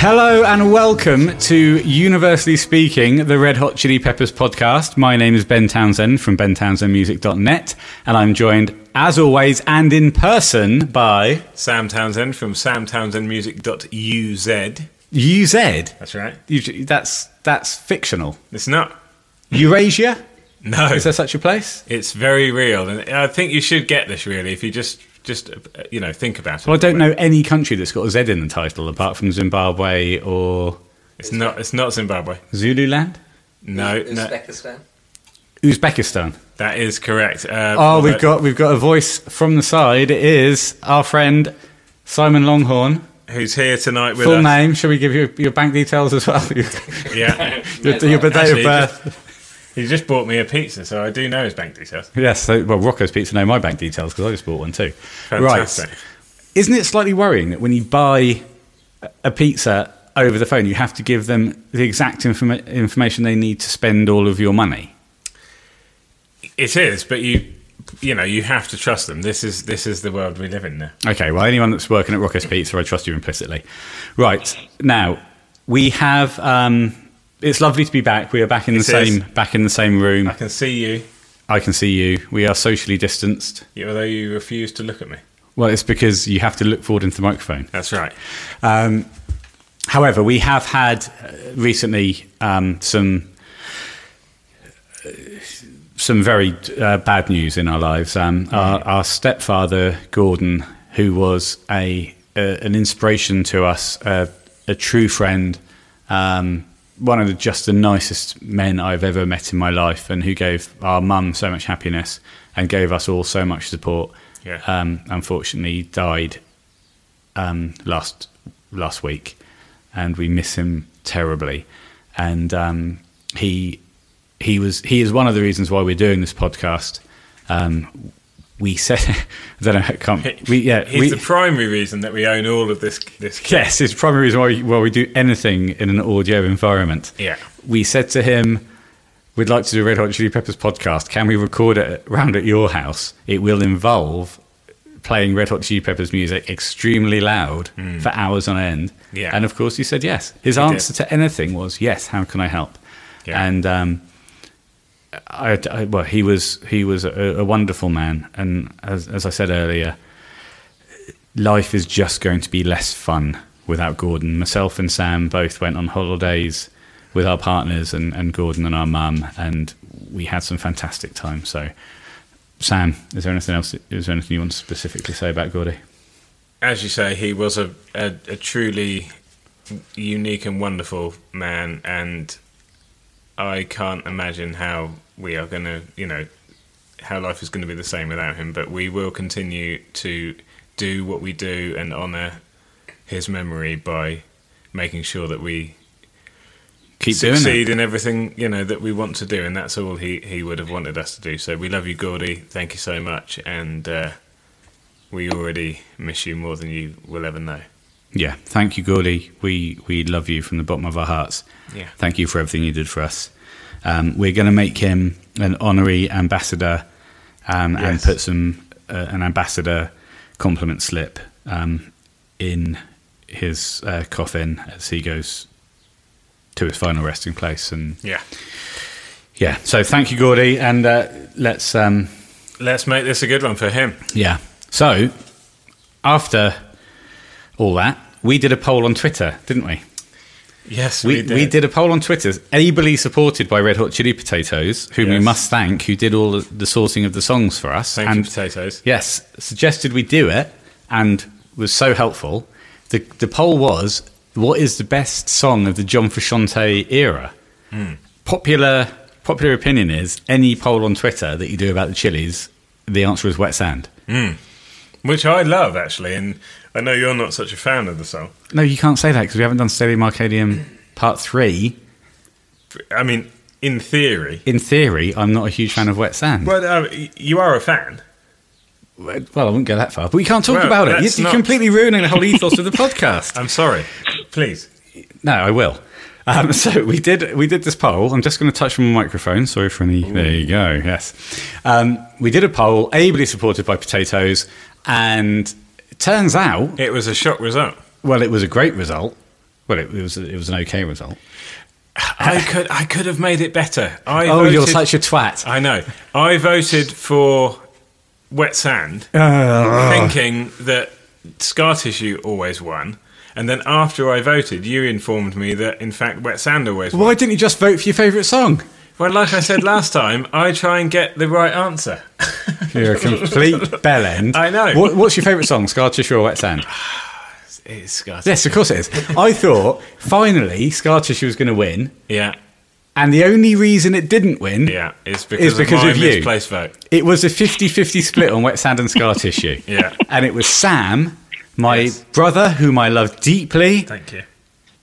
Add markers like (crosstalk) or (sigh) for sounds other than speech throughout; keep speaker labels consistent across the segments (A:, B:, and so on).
A: Hello and welcome to Universally Speaking, the Red Hot Chili Peppers podcast. My name is Ben Townsend from bentownsendmusic.net, and I'm joined, as always, and in person by
B: Sam Townsend from samtownsendmusic.uz.
A: UZ.
B: That's right.
A: You- that's, that's fictional.
B: It's not.
A: Eurasia?
B: No,
A: Is there such a place?
B: it's very real, and I think you should get this really if you just just uh, you know think about it.
A: Well, I don't know any country that's got a Z in the title apart from Zimbabwe or
B: It's not. It's not Zimbabwe.
A: Zululand? Oh,
B: No, no,
C: Uzbekistan.
A: Uzbekistan.
B: that is correct. Uh,
A: Oh, we've
B: but-
A: got we've got a voice from the side. It is our friend Simon Longhorn.
B: who's here tonight with
A: Full
B: us.
A: name? Shall we give you your bank details as well? (laughs) your
B: Yeah, (laughs)
A: your, your date
B: Actually,
A: of birth?
B: he just bought me a pizza, so I do know his bank details.
A: Yes. So, well, Rocco's Pizza know my bank details because I just bought one too.
B: Fantastic.
A: Right. Isn't it slightly worrying that when you buy a- a pizza over the phone, you have to give them the exact informa- information they need to spend all of your money?
B: It is, but you you know you have to trust them. This is this is the world we live in now.
A: Okay, well, anyone that's working at Rocco's Pizza, I trust you implicitly. Right now, we have. Um, it's lovely to be back. We are back in the
B: It is.
A: same back in the same room.
B: I can see you,
A: I can see you. We are socially distanced.
B: although you refuse to look at me.
A: Well, it's because you have to look forward into the microphone.
B: That's right.
A: Um, however, we have had uh, recently um, some uh, some very uh, bad news in our lives. Um, our, our stepfather Gordon, who was a, a an inspiration to us, uh, a true friend, um, one of the, just the nicest men I've ever met in my life, and who gave our mum so much happiness and gave us all so much support.
B: Yeah.
A: Um, unfortunately, died um, last last week, and we miss him terribly. And um, he he was he is one of the reasons why we're doing this podcast. Um, we said (laughs) I don't know I can't we yeah
B: He's
A: we,
B: the primary reason that we own all of this. This
A: yes it's the primary reason why we, why we do anything in an audio environment.
B: Yeah.
A: we said to him. We'd like to do a Red Hot Chili Peppers podcast. Can we record it round at your house? It will involve playing Red Hot Chili Peppers music extremely loud for hours on end.
B: Hmm. Yeah.
A: And of course, he said yes. His
B: did.
A: answer to anything was yes. How can I help?
B: Yeah.
A: And um, I, I- well, he was he was a, a wonderful man, and as, as I said earlier, life is just going to be less fun without Gordon. Myself and Sam both went on holidays with our partners and, and Gordon and our mum, and we had some fantastic time. So, Sam, is there anything else? Is there anything you want to specifically say about Gordy?
B: as you say, he was a, a, a truly unique and wonderful man, and I can't imagine how we are going to, you know, how life is going to be the same without him. But we will continue to do what we do and honour his memory by making sure that we
A: Keep doing
B: succeed in everything you know that we want to do, and that's all he he would have wanted us to do. So we love you, Gordy. Thank you so much, and uh, we already miss you more than you will ever know.
A: it. Yeah, thank you, Gordy. We we love you from the bottom of our hearts.
B: Yeah.
A: thank you for everything you did for us. Um, we're going to make him an honorary ambassador um, and
B: Yes.
A: put some uh, an ambassador compliment slip um, in his uh, coffin as he goes to his final resting place. And
B: Yeah,
A: yeah, so thank you, Gordy, and uh, let's. Um,
B: let's make this a good one for him.
A: Yeah. So after all that, we did a poll on Twitter, didn't we?
B: Yes,
A: We, we, did. a poll on Twitter, ably supported by Red Hot Chili Potatoes, whom we
B: Yes.
A: must thank, who did all the sourcing of the songs for us.
B: Thank you,
A: and
B: potatoes.
A: yes, suggested we do it and was so helpful. The, the poll was what is the best song of the John Frusciante era?
B: Hmm.
A: Popular, popular opinion is any poll on Twitter that you do about the chilies, the answer is Wet Sand.
B: Which I love actually, and I know you're not such a fan of the song.
A: No, you can't say that because we haven't done Stadium Arcadium Part 3.
B: I mean, in theory,
A: In theory, I'm not a huge fan of Wet Sand.
B: but uh, y- you are a fan.
A: Well, I wouldn't go that far, but we can't talk
B: Well,
A: about it.
B: that's
A: You're
B: not-
A: completely ruining the
B: (laughs)
A: whole ethos of the podcast.
B: I'm sorry. Please.
A: No, I will. Um, so we did we did this poll. I'm just going to touch my microphone. Sorry for any. There you go. Yes, um, we did a poll, ably supported by potatoes, and turns out,
B: It was a shock result.
A: well, it was a great result. Well, it, it was it was an okay result.
B: I could I could have made it better. I
A: oh,
B: voted,
A: you're such a twat.
B: (laughs) I know. I voted for wet sand, Uh,
A: Ah.
B: thinking that scar tissue always won. And then after I voted, you informed me that in fact wet sand always won.
A: Why didn't you just vote for your favourite
B: (laughs)
A: song?
B: Well, like I said last time, I try and get the right answer.
A: You're a complete bell end.
B: I know.
A: What, what's your favourite song, Scar Tissue or Wet Sand?
B: It's scar tissue.
A: Yes, of course it is. I thought finally Scar Tissue was going to win,
B: Yeah,
A: and the only reason it didn't win,
B: yeah. It's because,
A: because
B: of my
A: of you.
B: misplaced vote.
A: it was a 50-50 split on Wet Sand and Scar Tissue.
B: (laughs) Yeah.
A: and it was Sam, my
B: Yes.
A: brother, whom I love deeply,
B: Thank you.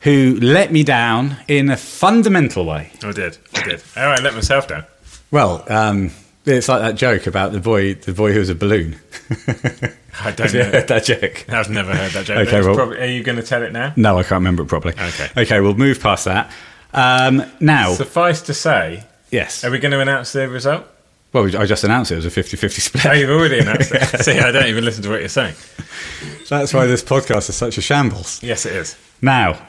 A: who let me down in a fundamental way.
B: I did. I did. Oh, I let myself down.
A: Well, um, it's like that joke about the boy, the boy who was a balloon. (laughs)
B: I don't
A: Have you
B: know.
A: heard that joke?
B: I've never heard that joke.
A: Okay,
B: It's
A: well-
B: probably- are you going to tell it now?
A: No, I can't remember it properly.
B: Okay.
A: Okay, we'll move past that. Um, now,
B: Suffice to say,
A: yes.
B: are we going to announce the result?
A: Well, I just announced it was a 50 50 (laughs)
B: Oh,
A: split.
B: you've already announced
A: (laughs)
B: it. See, I don't even listen to what you're saying.
A: That's why this podcast is such a shambles.
B: Yes, it is.
A: Now,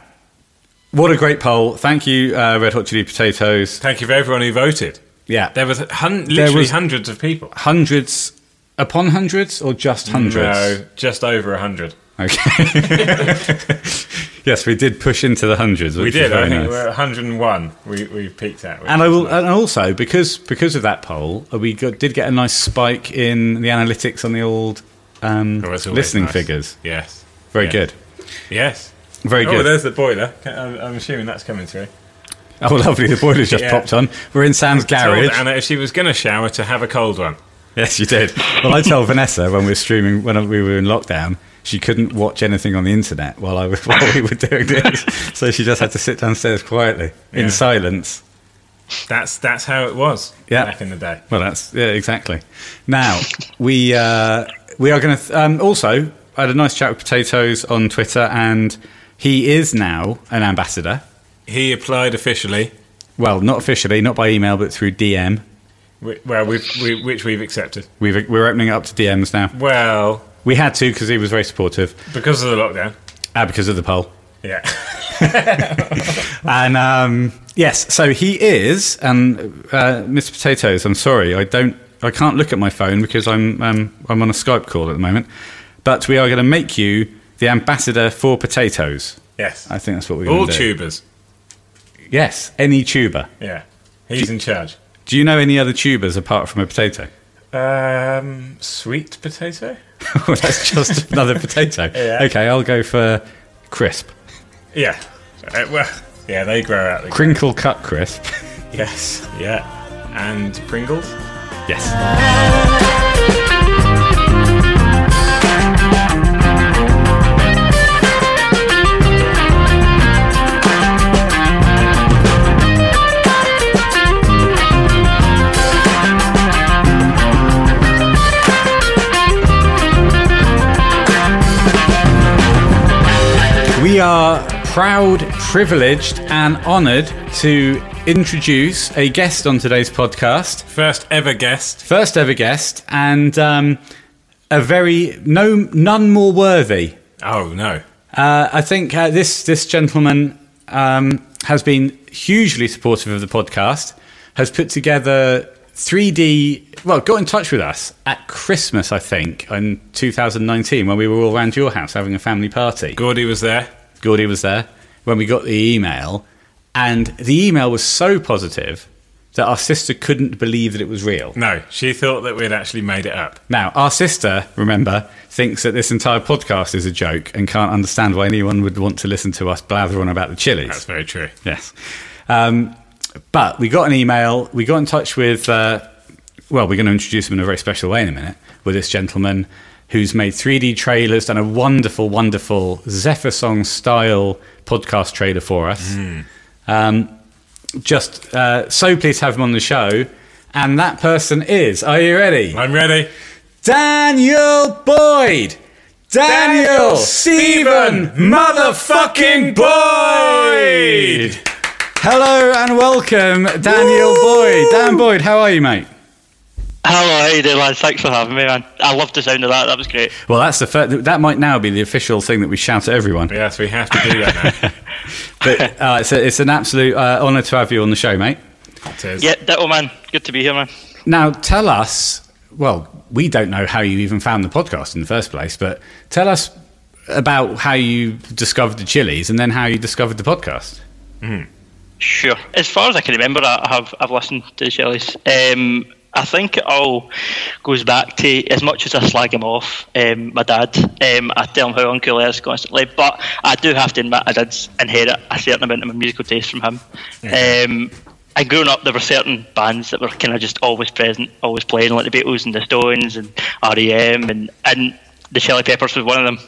A: what a great poll. Thank you, uh, Red Hot Chili Potatoes.
B: Thank you for everyone who voted.
A: Yeah.
B: There was hun- literally
A: was-
B: hundreds of people.
A: hundreds upon hundreds or just hundreds?
B: No, just over a hundred.
A: Okay. (laughs) yes, we did push into the hundreds.
B: We
A: which was
B: did.
A: very
B: I think
A: nice.
B: we're at 101. We we peaked out.
A: And I will, and also because because of that poll, uh, we got, did get a nice spike in the analytics on the old um,
B: Oh,
A: listening figures.
B: Yes.
A: Very
B: Yeah.
A: good,
B: Yes.
A: very
B: Oh,
A: good.
B: there's the boiler. Can- I'm, I'm assuming that's coming through.
A: oh, lovely! The boiler's just
B: Yeah.
A: popped on. We're in Sam's garage.
B: Told Anna if she was going to shower to have a cold one.
A: Yes, you did. Well, I told Vanessa when we were streaming when we were in lockdown, she couldn't watch anything on the internet while I was, (laughs) while we were doing this, so she just had to sit downstairs quietly
B: Yeah.
A: in silence.
B: That's that's how it was
A: Yeah.
B: back in the day.
A: Well, that's yeah, exactly. Now we uh, we are going to th- um, also. I had a nice chat with Potatoes on Twitter, and he is now an ambassador.
B: He applied officially.
A: Well, not officially, not by email, but through DM.
B: wh- Well, we've, we, which we've accepted.
A: We've, we're opening it up to DMs now.
B: Well,
A: We had to because he was very supportive
B: because of the lockdown.
A: uh, because of the poll.
B: Yeah. (laughs)
A: And um, yes, so he is, and uh, Mr. Potatoes, I'm sorry, I don't, I can't look at my phone because I'm, um, I'm on a Skype call at the moment. But we are going to make you the ambassador for potatoes.
B: Yes.
A: I think that's what we're
B: All
A: going to do.
B: tubers.
A: Yes, any tuber.
B: Yeah. He's in charge.
A: Do you know any other tubers apart from a potato? (laughs)
B: Um, sweet potato?
A: Well, Oh, That's just (laughs) another potato.
B: (laughs) Yeah.
A: Okay, I'll go for crisp,
B: Yeah. Uh, well, yeah, they grow out. The-
A: crinkle cut crisp.
B: yes. Yeah. And Pringles?
A: Yes. We are proud, privileged, and honoured to introduce a guest on today's podcast.
B: First ever guest.
A: First ever guest, and um, a very no none more worthy.
B: Oh, no.
A: Uh, I think uh, this this gentleman um, has been hugely supportive of the podcast. Has put together 3D. Well, got in touch with us at Christmas, I think, in 2019 when we were all around your house having a family party.
B: Gordy was there.
A: Gordy was there when we got the email, and the email was so positive that our sister couldn't believe that it was real.
B: No, she thought that we'd actually made it up.
A: Now, our sister, remember, thinks that this entire podcast is a joke and can't understand why anyone would want to listen to us blather on about the
B: That's
A: chilies.
B: very true.
A: Yes. Um, but we got an email, we got in touch with, uh, well, we're going to introduce him in a very special way in a minute, with this gentleman who's made 3D trailers, done a wonderful, wonderful Zephyr Song style podcast trailer for us. Um, just uh, so pleased to have him on the show. And that person is, are you ready?
B: I'm ready.
A: Daniel Boyd. Daniel Stephen motherfucking Boyd. Hello and welcome, Daniel Boyd. Dan Boyd, how are you, mate?
C: Hello, how you doing, lad? Thanks for having me, man. I love the sound of that. That was great.
A: (laughs) Well, that's the fir- that might now be the official thing that we shout at everyone.
B: Yes, we have to do that now.
A: But uh, it's, a, it's an absolute uh, honour to have you on the show, mate.
B: Cheers.
C: Yeah, Ditto man, good to be here, man.
A: Now, tell us. Well, we don't know how you even found the podcast in the first place, but tell us about how you discovered the Chili's and then how you discovered the podcast.
C: Sure. As far as I can remember, I I have I've listened to the Shellys. Um, I think it all goes back to as much as I slag him off, um, my dad. Um, I tell him how uncool he is constantly, but I do have to admit I did inherit a certain amount of my musical taste from him. Um, and growing up, there were certain bands that were kind of just always present, always playing, like the Beatles and the Stones and REM, and and the Shelly Peppers was one of them.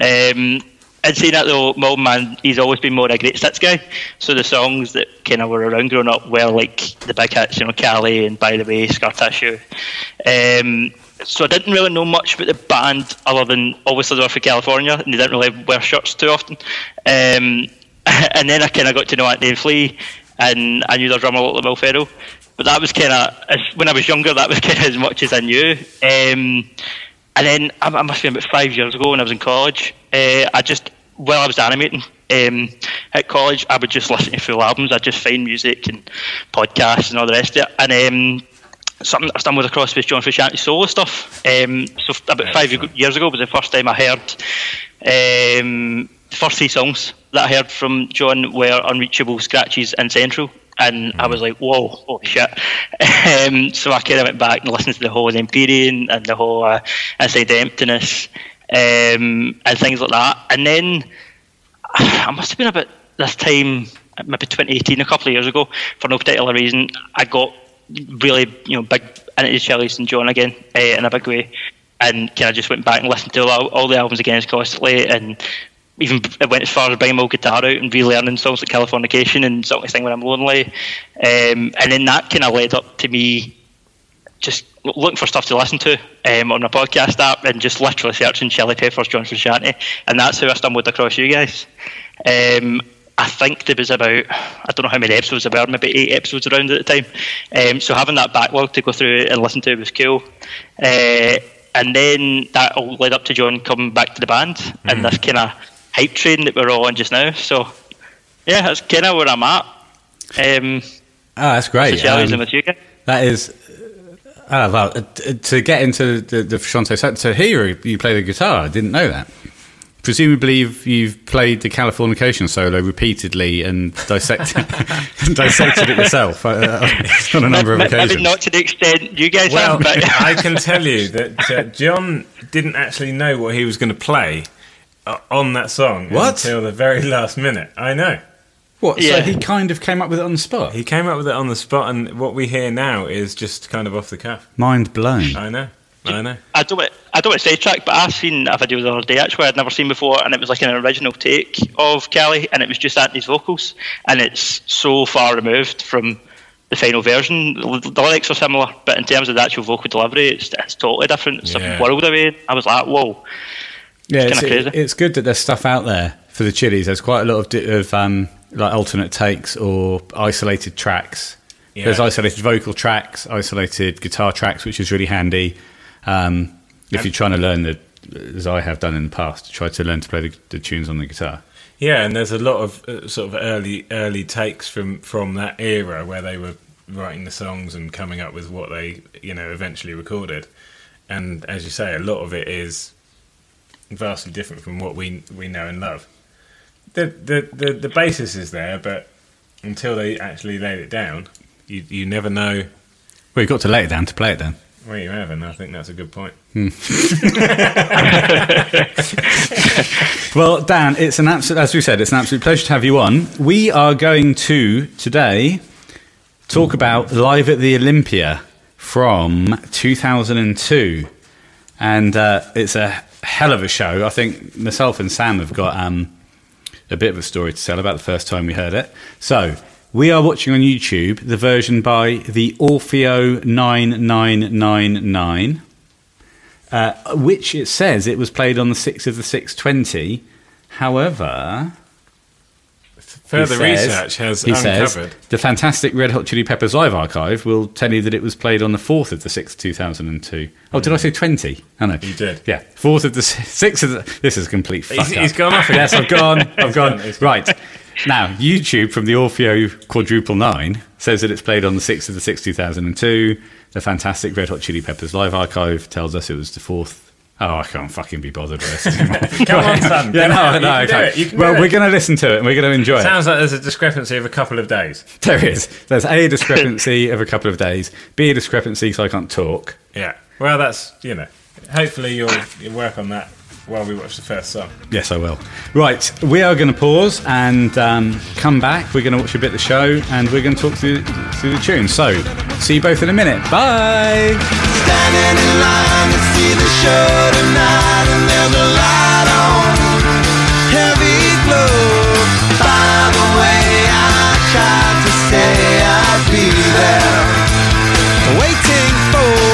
C: Um, and saying that though, my old man, he's always been more a great stats guy. So the songs that kind of were around growing up were like the big hits, you know, Cali and By the Way, Scar Tissue. Um, so I didn't really know much about the band other than obviously they were from California and they didn't really wear shirts too often. Um, (laughs) and then I kind of got to know Anthony and Flea and I knew their drummer, Little Will Ferrell. But that was kind of, when I was younger, that was (laughs) kind of as much as I knew. Um, and then I, I must have been about five years ago when I was in college. Uh, I just while I was animating um, at college, I would just listen to full albums. I'd just find music and podcasts and all the rest of it. And um, something that I stumbled across was John Frusciante's solo stuff. Um, so f- about five y- years ago was the first time I heard um, the first three songs that I heard from John were Unreachable, Scratches, and Central. And I was like, whoa, holy shit. (laughs) Um, so I kind of went back and listened to the whole Empyrean and the whole uh, Inside Emptiness um, and things like that. And then I must have been about this time, maybe 2018, a couple of years ago, for no particular reason. I got really, you know, big into Shelley St. John again uh, in a big way, and kind of just went back and listened to all, all the albums again constantly, and even b- I went as far as buying my old guitar out and relearning songs like Californication and something thing when I'm lonely, um, and then that kind of led up to me just lo- looking for stuff to listen to um, on a podcast app and just literally searching Shelly Peppers, John Frusciante, and that's how I stumbled across you guys. Um, I think there was about, I don't know how many episodes there were, maybe eight episodes around at the time. Um, so having that backlog to go through and listen to was cool. Uh, and then that all led up to John coming back to the band and this kind of hype train that we're all on just now. So, yeah, that's kind of where I'm at. Um,
A: Oh, that's
C: so
A: great.
C: Shelley's
A: Um,
C: in with you guys.
A: That is. Uh, well, uh, t- to get into the, the Frusciante set, so here you- you play the guitar. I didn't know that. Presumably, you've, you've played the Californication solo repeatedly and dissected, (laughs) dissected it yourself uh, (laughs) on a number of
C: Maybe- maybe
A: occasions.
C: not to the extent you guys
B: Well,
C: have, (laughs) but
B: I can tell you that uh, John didn't actually know what he was going to play uh, on that song
A: What?
B: until the very last minute. I know.
A: What?
C: Yeah.
A: So he kind of came up with it on the spot.
B: He came up with it on the spot, and what we hear now is just kind of off the cuff.
A: Mind blown.
B: I know. I know.
C: I don't want I don't want to sidetrack, but I've seen a video the other day actually I'd never seen before, and it was like an original take of Cali, and it was just Anthony's vocals, and it's so far removed from the final version. The the lyrics are similar, but in terms of the actual vocal delivery, it's, it's totally different. It's
B: Yeah.
C: a world away. I was like, whoa,
A: Yeah,
C: It's
A: it's,
C: kinda
A: it-
C: crazy.
A: it's good that there's stuff out there for the Chili's. There's quite a lot of, di- of um, like alternate takes or isolated tracks.
B: Yeah.
A: There's isolated vocal tracks, isolated guitar tracks, which is really handy um, if you're trying to learn the, as I have done in the past, try to learn to play the, the tunes on the guitar.
B: Yeah, and there's a lot of uh, sort of early early takes from from that era where they were writing the songs and coming up with what they you know eventually recorded. And as you say, a lot of it is vastly different from what we we know and love. The the the, the basis is there, but until they actually laid it down, you you never know
A: Well, you've got to lay it down to play it down.
B: where you have. And I think that's a good point.
A: Well, Dan, it's an absolute, as we said, it's an absolute pleasure to have you on. We are going to today talk about Live at the Olympia from 2002. And uh, it's a hell of a show. I think myself and Sam have got um, a bit of a story to tell about the first time we heard it. So, we are watching on YouTube the version by the Orfeo 9999 uh, which it says it was played on the 6th of the 620. However,
B: Further
A: he says-
B: research has
A: he says, (laughs)
B: uncovered.
A: the fantastic Red Hot Chili Peppers Live Archive will tell you that it was played on the 4th of the 6th, 2002. Oh, did I say 20? I know.
B: You did.
A: Yeah. 4th of the 6th of the... This is a complete fuck
B: He's- he's
A: up.
B: gone off again. (laughs)
A: Yes, I've gone. I've gone.
B: gone, he's
A: Right. Now, YouTube from the Orfeo Quadruple Nine says that it's played on the 6th of the 6th, 2002. The fantastic Red Hot Chili Peppers live archive tells us it was the 4th. Oh, I can't fucking be bothered with this
B: (laughs)
A: anymore.
B: Come on, son.
A: yeah, (laughs) no, no,
B: You can
A: I
B: do
A: can't.
B: it. You can
A: well,
B: do it.
A: we're going to listen to it and we're going to enjoy it.
B: (laughs) Sounds like there's a discrepancy of a couple of days.
A: (laughs) There is. There's A, a discrepancy of a couple of days, B, a discrepancy so I can't talk.
B: Yeah. Well, that's you know. Hopefully, you'll you'll work on that while we watch the first song.
A: Yes, I will. Right, we are going to pause and um, come back. We're going to watch a bit of the show and we're going to talk through, through the tune. So, see you both in a minute. Bye.
D: Standing in line to see the show tonight, and there's a light on, heavy glow. By the way, I tried to say I'd be there, waiting for.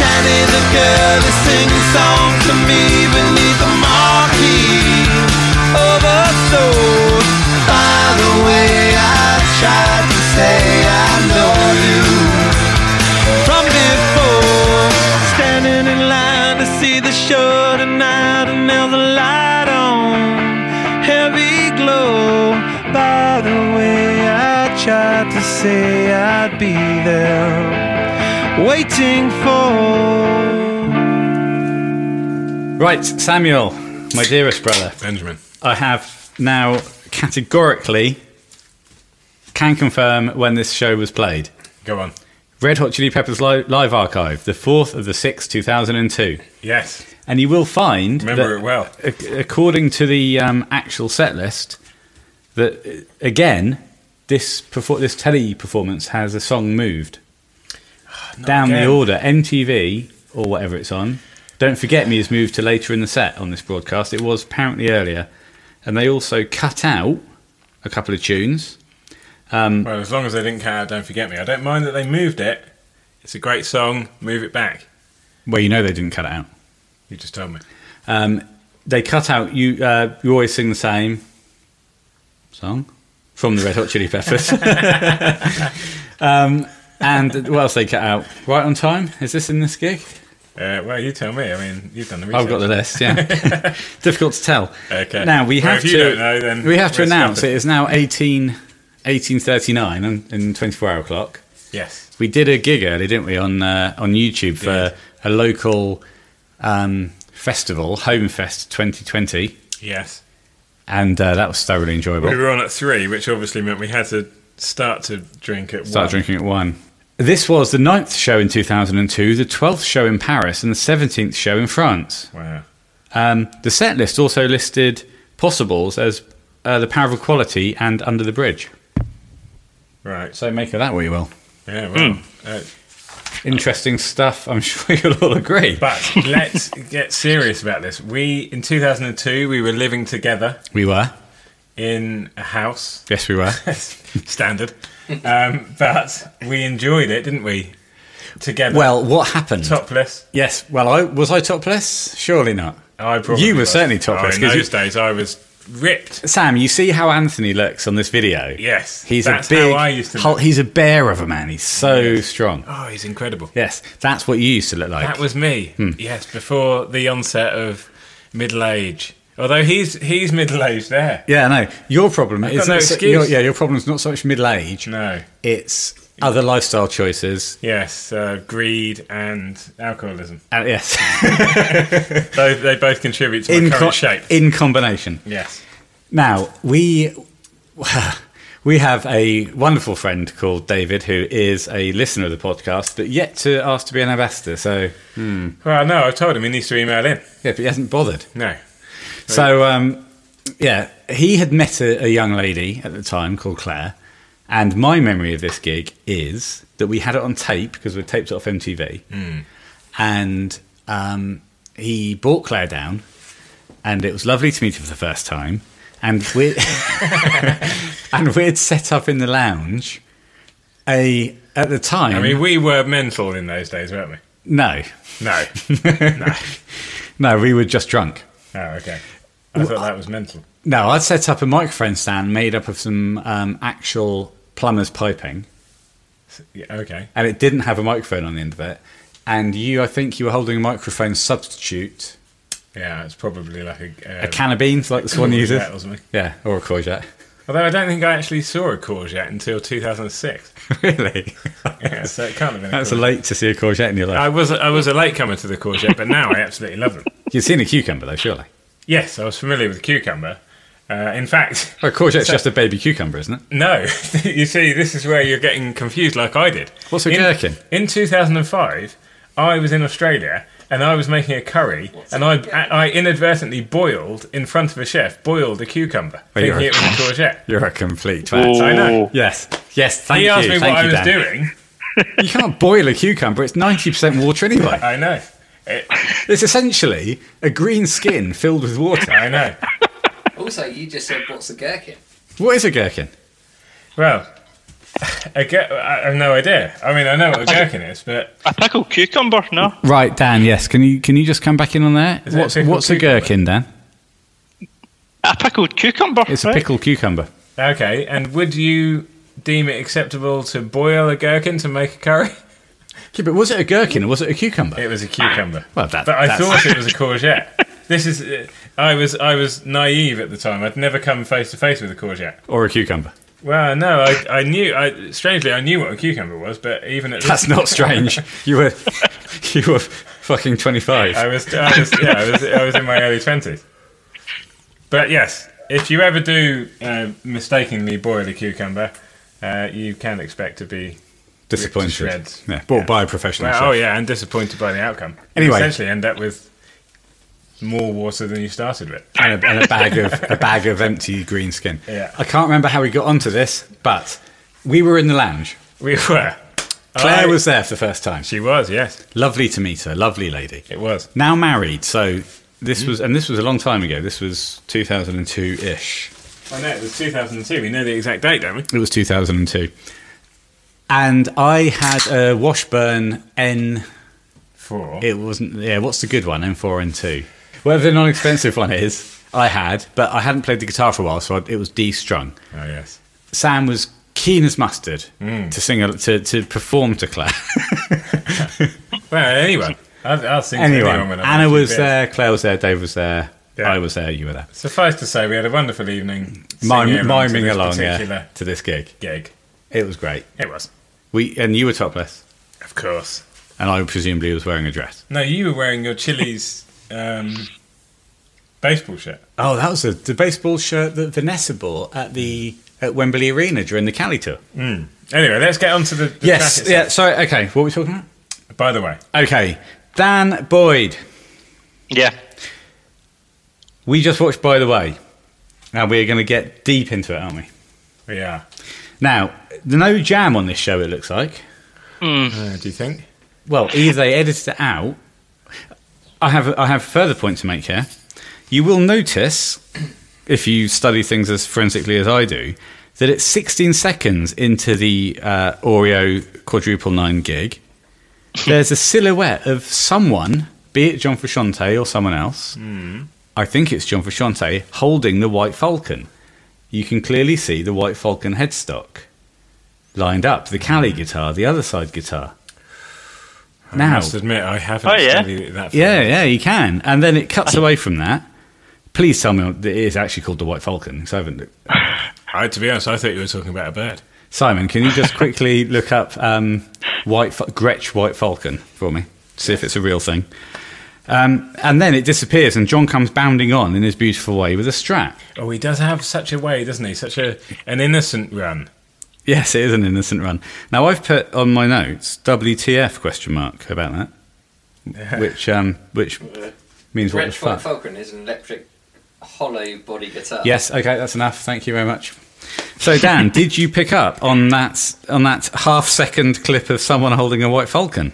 D: Danny the girl is singing songs to me beneath the marquee of a soul. By the way, I tried to say I know you from before. Standing in line to see the show tonight, and there's a light on, heavy glow. By the way, I tried to say I'd be there, waiting for.
A: Right, Samuel, my dearest brother,
B: Benjamin.
A: I have now categorically can confirm when this show was played.
B: Go on.
A: Red Hot Chili Peppers li- Live Archive, the 4th of the 6th, 2002.
B: Yes.
A: And you will find.
B: Remember
A: that-
B: it well.
A: ac- according to the um, actual set list, that uh, again, this perfor- this telly performance has a song moved down
B: again.
A: the order. MTV or whatever it's on. Don't forget me is moved to later in the set on this broadcast. It was apparently earlier, and they also cut out a couple of tunes.
B: Well, as long as they didn't cut out "Don't Forget Me," I don't mind that they moved it. It's a great song. Move it back.
A: Well, you know they didn't cut it out.
B: You just told me.
A: Um, they cut out you. Uh, you always sing the same song from the Red Hot Chili Peppers. (laughs) um, and what else they cut out? Right on time. Is this in this gig?
B: Uh, well, you tell me. I mean, you've done the research.
A: I've got the list. Yeah, (laughs) difficult to tell.
B: Okay.
A: Now we
B: Well,
A: have
B: if you
A: to.
B: don't know, then
A: we have to
B: we're
A: announce
B: scuppered.
A: it is now 18, 1839 and, and twenty four hour clock.
B: Yes.
A: We did a gig earlier, didn't we, on uh, on YouTube for a local um, festival, Home Fest twenty twenty.
B: Yes.
A: and uh, that was thoroughly enjoyable.
B: We were on at three, which obviously meant we had to start to drink at
A: Start
B: one.
A: drinking at one. This was the ninth show in 2002, the 12th show in Paris, and the 17th show in France.
B: Wow.
A: Um, the set list also listed possibles as uh, The Power of Equality and Under the Bridge.
B: Right.
A: So make of that what you will.
B: Yeah. Well.
A: Hmm.
B: Uh,
A: Interesting stuff, I'm (laughs) sure you'll all agree.
B: But let's get serious about this. We in 2002 we were living together
A: We were.
B: in a house,
A: Yes, we were.
B: standard. Um, but we enjoyed it, didn't we? Together,
A: well, what happened?
B: topless.
A: Yes, well, I, was I topless? Surely not.
B: I probably
A: You were
B: was.
A: certainly topless,
B: Oh, in
A: 'cause
B: those
A: you-
B: days, I was ripped.
A: Sam, you see how Anthony looks on this video?
B: Yes,
A: He's
B: that's
A: a big.
B: How I used to.
A: Hulk-
B: Look.
A: he's a bear of a man. He's so strong.
B: Oh, he's incredible.
A: Yes, that's what you used to look like.
B: That was me.
A: hmm.
B: Yes, before the onset of middle age. Although he's he's middle aged there.
A: yeah, no. Your problem is
B: no
A: it's-
B: excuse.
A: your- yeah, your problem is not so much middle age.
B: No.
A: It's other lifestyle choices.
B: Yes, uh, greed and alcoholism.
A: Uh, yes,
B: They, they both contribute to (laughs) my current
A: co-
B: shape.
A: in combination.
B: Yes.
A: Now we (laughs) we have a wonderful friend called David who is a listener of the podcast, but yet to ask to be an ambassador. So yeah,
B: Well, no, I've told him he needs to email in.
A: but he hasn't bothered.
B: No.
A: So, um, yeah, he had met a, a young lady at the time called Claire. And my memory of this gig is that we had it on tape because we taped it off MTV.
B: Hmm.
A: And um, he brought Claire down, and it was lovely to meet her for the first time. And we (laughs) and we'd set up in the lounge a at the time.
B: I mean, we were mental in those days, weren't we?
A: no,
B: (laughs) No.
A: (laughs) no, we were just drunk.
B: Oh, okay. I thought that was mental.
A: No, I'd set up a microphone stand made up of some um, actual plumber's piping,
B: Yeah, okay.
A: and it didn't have a microphone on the end of it. And you, I think you were holding a microphone substitute,
B: Yeah, it's probably like a. Uh,
A: a can of beans like the Swan uses.
B: That was me.
A: Yeah, or a Koyak.
B: Although I don't think I actually saw a courgette until 2006.
A: (laughs) really?
B: Yeah, so it can't have been. A
A: That's
B: courgette.
A: late to see a courgette in your life.
B: I was I was a latecomer to the courgette, but now I absolutely love them.
A: You've seen a cucumber, though, surely.
B: Yes, I was familiar with cucumber. Uh, in fact, (laughs)
A: Well, courgette's just a baby cucumber, isn't it?
B: No, (laughs) you see, this is where you're getting confused, like I did.
A: What's a
B: in,
A: gherkin?
B: In 2005, I was in Australia and I was making a curry, and I, I inadvertently boiled in front of a chef, boiled a cucumber,
A: Oh, you're
B: thinking it was
A: a-
B: a courgette.
A: You're a complete twat.
B: I know.
A: Yes. Yes, thank
B: He
A: you.
B: asked me
A: thank
B: what I
A: you, Dan.
B: was doing.
A: You can't boil a cucumber, it's 90% water anyway.
B: I know. It,
A: It's essentially a green skin filled with water.
B: I know.
E: Also, you just said, what's a gherkin?
A: What is a gherkin?
B: Well, (laughs) a gher- I have no idea. I mean, I know what a gherkin is, but
C: A pickled cucumber, no?
A: Right, Dan, yes. Can you can you just come back in on that?
B: Is it a
A: What's,
B: pickled
A: what's a
B: cucumber?
A: gherkin, Dan?
C: A pickled cucumber.
A: It's a
C: right?
A: pickled cucumber.
B: okay. And would you deem it acceptable to boil a gherkin to make a curry?
A: Yeah, but was it a gherkin or was it a cucumber?
B: It was a cucumber.
A: Well, that-
B: but I
A: that's- (laughs)
B: thought it was a courgette. this is. uh, I was. I was naive at the time. I'd never come face to face with a courgette.
A: or a cucumber?
B: Well, no, I, I knew. I strangely, I knew what a cucumber was, but even at
A: That's
B: this,
A: not strange. You were you were fucking 25.
B: I was. I was. Yeah, I was. I was in my early twenties. But yes, if you ever do uh, mistakenly boil a cucumber, uh, you can expect to be.
A: Disappointed.
B: ripped to shreds.
A: Yeah, bought by a professional
B: Well,
A: chef.
B: oh yeah, and disappointed by the outcome.
A: Anyway.
B: you essentially end up with more water than you started with.
A: and, a, and a bag of a bag of empty green skin.
B: Yeah.
A: I can't remember how we got onto this, but we were in the lounge.
B: We were.
A: Claire
B: I-
A: was there for the first time.
B: She was. Yes,
A: Lovely to meet her. Lovely lady.
B: it was.
A: Now married, so this
B: Hmm?
A: was and this was a long time ago. This was 2002 ish.
B: I know, it was 2002. We know the exact date, don't we?
A: It was 2002. And I had a Washburn N.
B: Four.
A: It wasn't. Yeah, what's the good one? N4 and two. Whatever the non-expensive one is, I had, but I hadn't played the guitar for a while, so I, it was D-strung.
B: Oh, yes.
A: Sam was keen as mustard
B: Hmm.
A: to sing a, to to perform to
B: (laughs)
A: Claire.
B: Well, anyone. I'll, I'll sing to
A: anyway,
B: anyone when I'm
A: Anna
B: actually
A: was uh,
B: fit.
A: there, Claire was there, Dave was there,
B: Yeah.
A: I was there, you were there,
B: Suffice to say, we had a wonderful evening. singing
A: Mime,
B: along to
A: miming
B: this
A: along yeah,
B: particular
A: to this gig.
B: gig.
A: It was great.
B: It was.
A: We and you were topless,
B: Of course.
A: and I presumably was wearing a dress.
B: No, you were wearing your Chili's um, baseball shirt.
A: Oh, that was a, the baseball shirt that Vanessa bought at the at Wembley Arena during the Cali tour.
B: Anyway, let's get on to the, the
A: Yes,
B: track itself.
A: yeah. Sorry. Okay, what were we talking about?
B: By the way,
A: Okay, Dan Boyd.
C: Yeah.
A: We just watched By the Way, and we're going to get deep into it, aren't we?
B: we are.
A: Now, there's no jam on this show, it looks like.
B: Uh, do you think?
A: Well, either they edited it out. I have, I have a further point to make here. You will notice, if you study things as forensically as I do, that it's 16 seconds into the uh, Oreo quadruple nine gig. There's a silhouette of someone, be it John Frusciante or someone else. I think it's John Frusciante holding the White Falcon. You can clearly see the White Falcon headstock lined up, the Cali guitar, the other side guitar.
B: I
A: Now,
B: must admit, I haven't
C: Oh, yeah?
B: studied that. for-
A: yeah, yeah, you can. And then it cuts away from that. Please tell me that it is actually called the White Falcon. 'cause I haven't looked.
B: I, to be honest, I thought you were talking about a bird.
A: Simon, can you just quickly look up um, White Fa- Gretsch White Falcon for me? See if it's a real thing. Um, and then it disappears, and John comes bounding on in his beautiful way with a strap.
B: Oh, he does have such a way, doesn't he? Such a an innocent run.
A: Yes, it is an innocent run. Now I've put on my notes WTF question mark about that, which um, which means what the
E: French
A: fuck.
E: White Falcon is an electric hollow body guitar.
A: Yes, okay, that's enough. Thank you very much. So, (laughs) Dan, did you pick up on that on that half second clip of someone holding a white falcon?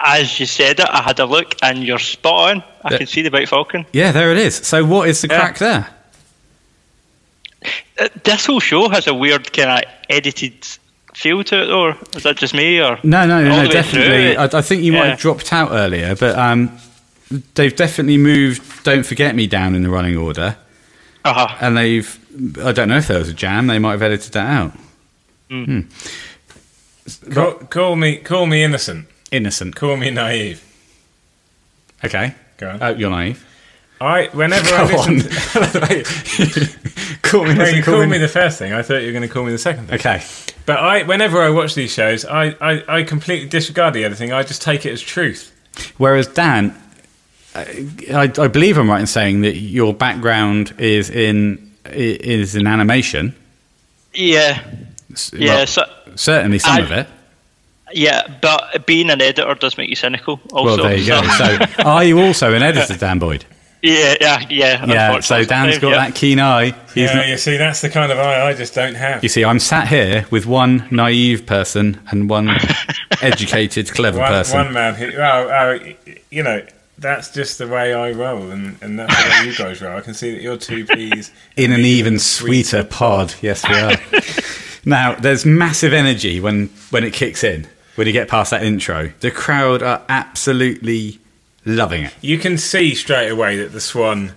C: As you said it, I had a look and you're spot on. I
A: Yeah.
C: can see the white falcon.
A: Yeah, there it is. So, what is the crack there?
C: Uh, This whole show has a weird kind of edited feel to it, or is that just me? Or
A: No, no, no,
C: All the
A: no
C: way
A: definitely.
C: through it.
A: I, I think you might
C: Yeah.
A: have dropped out earlier, but um, they've definitely moved "Don't Forget Me" down in the running order,
C: uh-huh.
A: and they've. I don't know if there was a jam. They might have edited that out.
B: Call, call me, call me innocent.
A: Innocent.
B: Call me naive.
A: Okay.
B: Go
A: (laughs)
B: on.
A: Oh, you're naive.
B: I whenever I
A: Go on.
B: listen, to, (laughs)
A: call me.
B: well, you
A: call
B: called me the first thing. I thought you were going to call me the second thing.
A: okay.
B: But I, whenever I watch these shows, I, I, I completely disregard the other thing. I just take it as truth.
A: Whereas Dan, I, I believe I'm right in saying that your background is in i- is in animation.
C: Yeah,
A: S-
C: yeah,
A: well,
C: so,
A: certainly some
C: I-
A: of it.
C: yeah. But being an editor does make you cynical. Also,
A: Well, there you go.
C: (laughs) so-
A: So, are you also an editor, Dan Boyd?
C: yeah, yeah, yeah.
A: Yeah. So
C: (laughs) unfortunately,
A: Dan's got
C: yeah.
A: that keen eye. He's
B: yeah,
A: not-
B: you see, that's the kind of eye I just don't have.
A: you see, I'm sat here with one naive person and
C: (laughs)
A: one educated, clever
B: One,
A: person.
B: one man who, well, I- you know, that's just the way I roll, and, and that's the way you guys roll. I can see that you're two peas
A: in an even sweeter pod. Yes, we
B: (laughs)
A: are. now, there's massive energy when when it kicks in. When you get past that intro, the crowd are absolutely loving it.
B: you can see straight away that the swan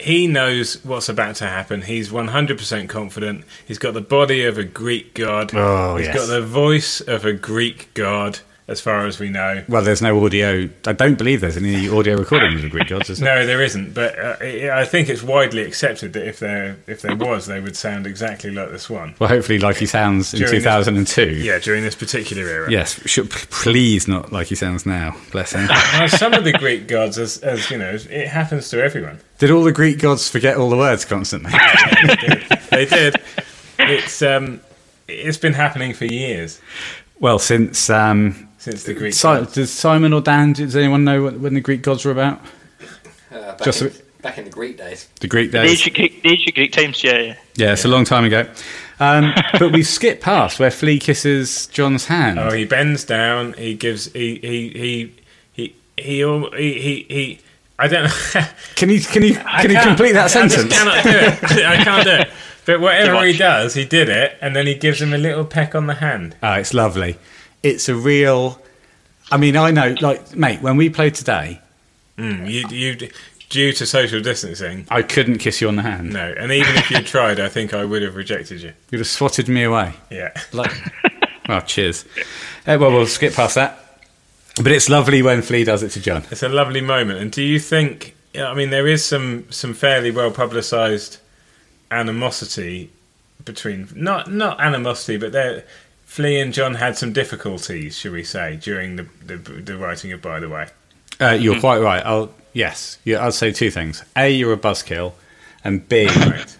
B: he knows what's about to happen he's 100% confident he's got the body of a greek god
A: Oh,
B: He's
A: yes.
B: got the voice of a greek god as far as we know
A: Well, there's no audio. I don't believe there's any audio recording of the Greek gods. Is there?
B: no there isn't but uh, i i think it's widely accepted that if there if there was they would sound exactly like the swan
A: Well, hopefully, like he sounds in
B: During this-
A: 2002.
B: yeah during this particular era
A: Yes, should, please not like he sounds now. Bless him. (laughs)
B: now, some of the greek gods as, as you know it happens to everyone
A: Did all the Greek gods forget all the words constantly?
B: they did it's um it's been happening for years
A: well, since um,
B: since the greek
A: Si-
B: gods.
A: does Simon or Dan? Does anyone know what, when the Greek gods were about?
E: Uh, back,
A: Just
E: in,
A: a
E: back in the Greek days.
A: The Greek uh,
C: The
A: days.
C: ancient Greek, the ancient Greek times. Yeah, yeah.
A: Yeah, it's a long time ago.
B: (laughs)
A: Um, but we skip past where Flea kisses John's hand.
B: Oh, he bends down. He gives. He he he he he al- he he. he I don't. know. (laughs)
A: Can you can you
B: I
A: can you
B: can't-
A: complete that
B: I
A: sentence?
B: just cannot do it. (laughs) I can't do it. But
C: Too
B: whatever
C: much.
B: he does, he did it, and then he gives him a little peck on the hand.
A: Oh, it's lovely. It's a real. I mean, I know, like, mate, when we played today,
B: Mm, you you due to social distancing.
A: I couldn't kiss you on the hand.
B: No, and even if you tried, I think I would have rejected you.
A: You'd have swatted me away.
B: Yeah. (laughs)
A: Like, oh, cheers. Uh, well, we'll skip past that. But it's lovely when Flea does it to John.
B: It's a lovely moment. And do you think? yeah, I mean, there is some some fairly well publicised animosity between not not animosity, but there. Flea and John had some difficulties, shall we say, during the the, the writing of By the Way.
A: Uh, you're quite right. I'll yes. Yeah, I'll say two things. A, you're a buzzkill, and (laughs) B,
B: Right.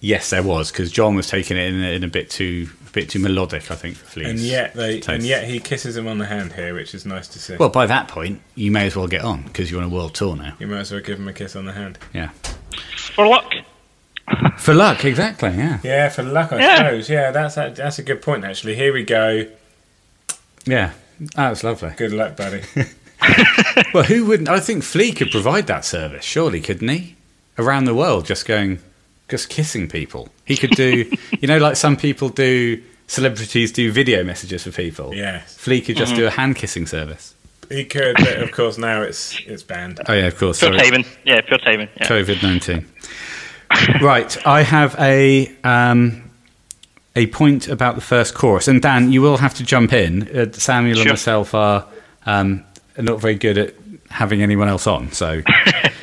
A: Yes, there was because John was taking it in, in a bit too a bit too melodic, I think, for Fleece.
B: And yet they
A: Taste.
B: and yet he kisses him on the hand here, which is nice to see.
A: well, by that point, you may as well get on because you're on a world tour now.
B: you might as well give him a kiss on the hand.
A: Yeah,
C: For luck.
A: for luck, exactly. Yeah,
B: Yeah, for luck, I
C: Yeah.
B: suppose. Yeah, that's a, that's a good point actually. Here we go.
A: yeah, that was lovely.
B: Good
A: (laughs)
B: luck, buddy.
A: well, who wouldn't? I think Flea could provide that service, surely, couldn't he? Around the world, just going, just kissing people. He could (laughs) do, you know, like some people do. Celebrities do video messages for people.
B: yes,
A: Flea could just do a hand kissing service.
B: he could, but of course now it's it's banned.
A: Oh yeah, of course.
C: Pure
A: sorry.
C: timing. Yeah, pure timing. Yeah.
A: COVID nineteen. right, I have a um, a point about the first chorus, and Dan, you will have to jump in. Uh, Samuel and
C: Sure.
A: myself are um, not very good at having anyone else on, so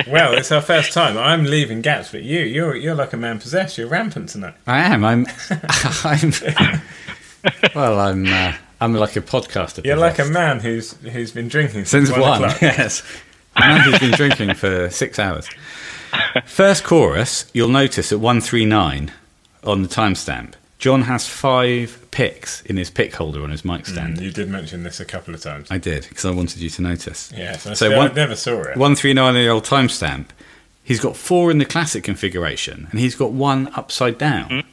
B: Well, it's our first time. I'm leaving gaps, but you, you're you're like a man possessed. You're rampant tonight.
A: I am. I'm. (laughs) I'm. well, I'm. Uh, I'm like a podcaster.
B: You're like a
A: possessed.
B: man who's who's been drinking
A: since one. (laughs)
B: o'clock.
A: Yes, a man who's been drinking for six hours. First chorus, you'll notice at one three nine on the timestamp, John has five picks in his pick holder on his mic stand.
B: And you did mention this a couple of times.
A: I did because I wanted you to notice.
B: Yes, I,
A: So
B: still- I
A: one-
B: never saw it.
A: One three nine in the old timestamp. He's got four in the classic configuration, and he's got one upside down.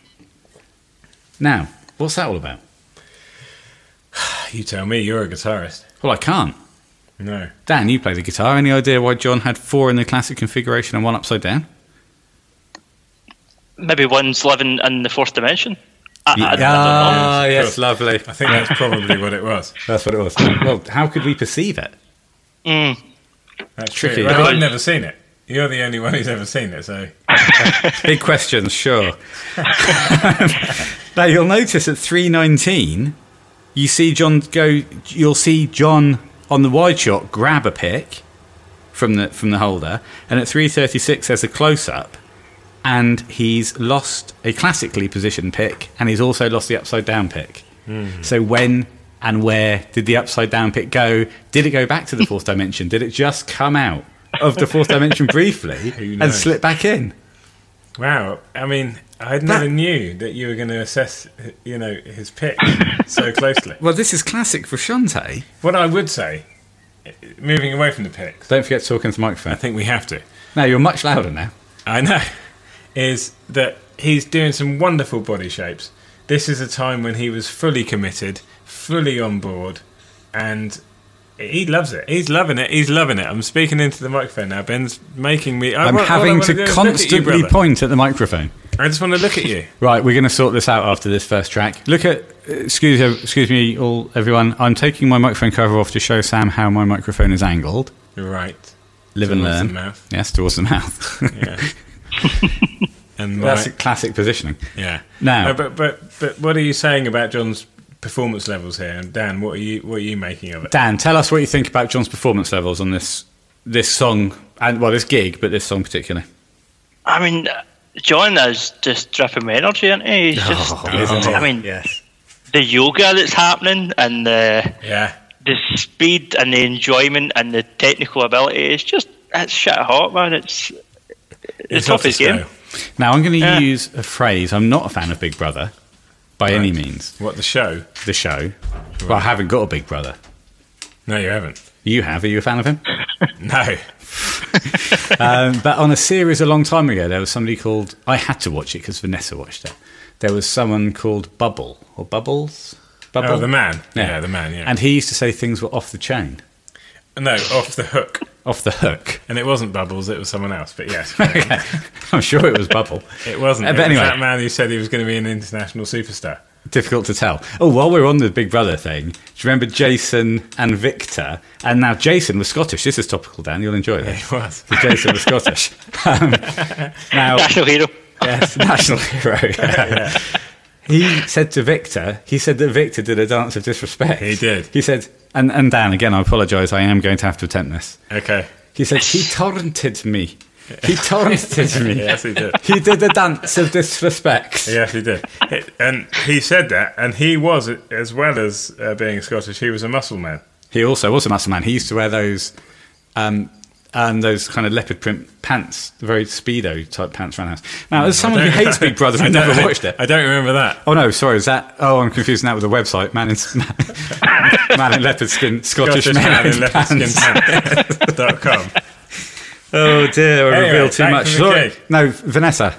A: Now, what's that all about?
B: You tell me, you're a guitarist.
A: Well, I can't.
B: No,
A: Dan, you play the guitar. Any idea why John had four in the classic configuration and one upside down?
C: Maybe one's living in the fourth dimension. I, (laughs) I- I don't know.
A: Ah,
B: know.
A: yes, lovely.
B: I
A: (laughs)
B: think that's probably what it was.
A: That's what it was. Well, how could we perceive it?
C: Mm.
B: That's
A: Tricky.
B: True. Well,
C: Because-
B: I've never seen it. You're the only one who's ever seen it, so
A: Big questions, sure. now you'll notice at three nineteen, you see John go. You'll see John on the wide shot grab a pick, from the from the holder, and at 336 there's a close up, and he's lost a classically positioned pick, and he's also lost the upside down pick. So when and where did the upside down pick go? Did it go back to the fourth dimension? Did it just come out of the fourth dimension briefly and
B: knows?
A: slip back in?
B: Wow. I mean, I never knew that you were going to assess, you know, his pick
A: (laughs)
B: so closely.
A: Well, this is classic for Shante.
B: What I would say, moving away from the picks,
A: Don't forget to talk into the microphone.
B: I think we have to.
A: No, you're much louder now.
B: I know, is that he's doing some wonderful body shapes. This is a time when he was fully committed, fully on board, and he loves it. He's loving it. He's loving it. I'm speaking into the microphone now. Ben's making me. I
A: I'm
B: want- all I
A: having
B: wanna do
A: to
B: is look at you,
A: constantly
B: brother.
A: point at the microphone.
B: I just want to look at you.
A: Right, we're going to sort this out after this first track. Look at, excuse, excuse me, all everyone. I'm taking my microphone cover off to show Sam how my microphone is angled.
B: Right.
A: Live and
B: Towards
A: learn.
B: the mouth.
A: Yes, towards the mouth. (laughs)
B: Yeah. and my,
A: That's classic positioning.
B: yeah.
A: Now-
B: No, but but but what are you saying about John's performance levels here? And Dan, what are you what are you making of it?
A: Dan, tell us what you think about John's performance levels on this this song and well, this gig, but this song particularly.
C: I mean, John is just dripping with energy, isn't he? He's just,
A: Oh,
B: Oh,
C: I mean,
A: yes.
C: the yoga that's happening and the
B: Yeah.
C: the speed and the enjoyment and the technical ability is just it's shit hot, man. It's it's
B: off
C: off his
B: the
C: game.
B: scale.
A: Now I'm going to
C: Yeah.
A: use a phrase. I'm not a fan of Big Brother by any means.
B: What the show?
A: The show. Well, I haven't got a Big Brother.
B: No, you haven't.
A: You have. Are you a fan of him? (laughs)
B: No.
A: Um, but on a series a long time ago, there was somebody called. I had to watch it because Vanessa watched it. There was someone called Bubble or Bubbles. Bubble,
B: Oh, the man. Yeah, the man. Yeah.
A: And he used to say things were off the chain,
B: no, off the hook.
A: off the hook. (laughs)
B: And it wasn't Bubbles. It was someone else. But yes,
A: Okay. I'm sure it was Bubble.
B: it wasn't.
A: Uh,
B: It
A: but
B: was
A: anyway.
B: that man who said he was going to be an international superstar. (laughs)
A: Difficult to tell. Oh, while we're on the Big Brother thing, do you remember Jason and Victor? And now Jason was Scottish. This is topical, Dan. You'll enjoy this.
B: It was.
A: So Jason was Scottish. Um, now,
C: National hero.
A: yes, national
B: (laughs)
A: hero. He said to Victor, he said that Victor did a dance of disrespect.
B: He did.
A: He said, and, and Dan, again, I apologise, I am going to have to attempt this.
B: Okay.
A: He said,
B: (laughs)
A: he torrented me. He torrented me.
B: Yes, he did.
A: He did a dance of disrespect.
B: Yes, he did. It- And he said that, and he was, as well as uh, being Scottish, he was a muscle man.
A: He also was a muscle man. He used to wear those, um, um, those kind of leopard print pants, very speedo type pants around the house. Now,
B: Mm,
A: as someone who hates Big Brother
B: I (laughs)
A: and never
B: don't-
A: watched it,
B: I don't remember that.
A: oh no, sorry, is that? Oh, I'm confusing that with a website. Man in (laughs) man in leopard skin, Scottish,
B: Scottish
A: man,
B: man
A: in
B: in
A: leopard
B: leopard skin
A: pants.
B: pants (laughs) dot com.
A: (laughs) Oh dear, I
B: Anyway,
A: revealed too
B: back
A: much.
B: to the
A: Sorry.
B: gig.
A: No, Vanessa.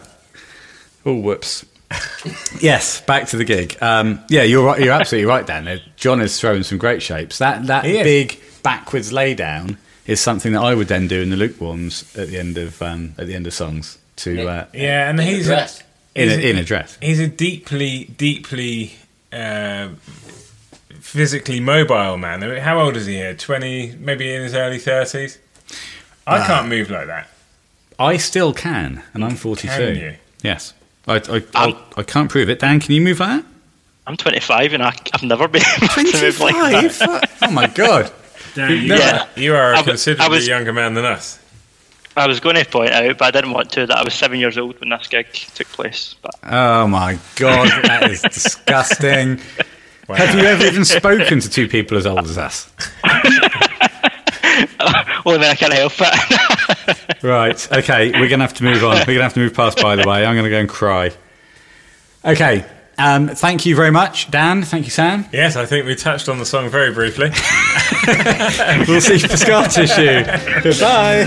A: Oh, whoops. (laughs) yes, back to the gig. Um, yeah, you're right. You're absolutely right, Dan. Uh, John is throwing some great shapes. That that
B: He is.
A: big backwards laydown is something that I would then do in the lukewarms at the end of um, at the end of songs to uh,
B: Yeah, and he's a,
E: Dress.
A: in a, in a dress.
B: he's a deeply, deeply uh, physically mobile man. I mean, how old is he here? 20, maybe in his early 30s? I can't move like that.
A: I still can, and I'm 42.
B: Can you?
A: Yes, I
C: Um,
A: I, I, I can't prove it. Dan, can you move like that?
C: I'm 25 and I, I've never been (laughs) able to move like that.
A: 25? oh my god.
B: Dan, you,
C: Yeah.
B: are, you are
C: I
B: a
C: was-
B: considerably
C: I was-
B: younger man than us.
C: I was going to point out, but I didn't want to, that I was seven years old when this gig took place. But
A: Oh my god, that is disgusting. Have you ever even spoken to two people as old as us?
C: only when I can help it.
A: Right. Okay, we're gonna have to move on. We're gonna have to move past. By the way, I'm gonna go and cry. Okay. Um, thank you very much, Dan. Thank you, Sam.
B: Yes, I think we touched on the song very (laughs) briefly.
A: We'll see you for scar tissue. Goodbye.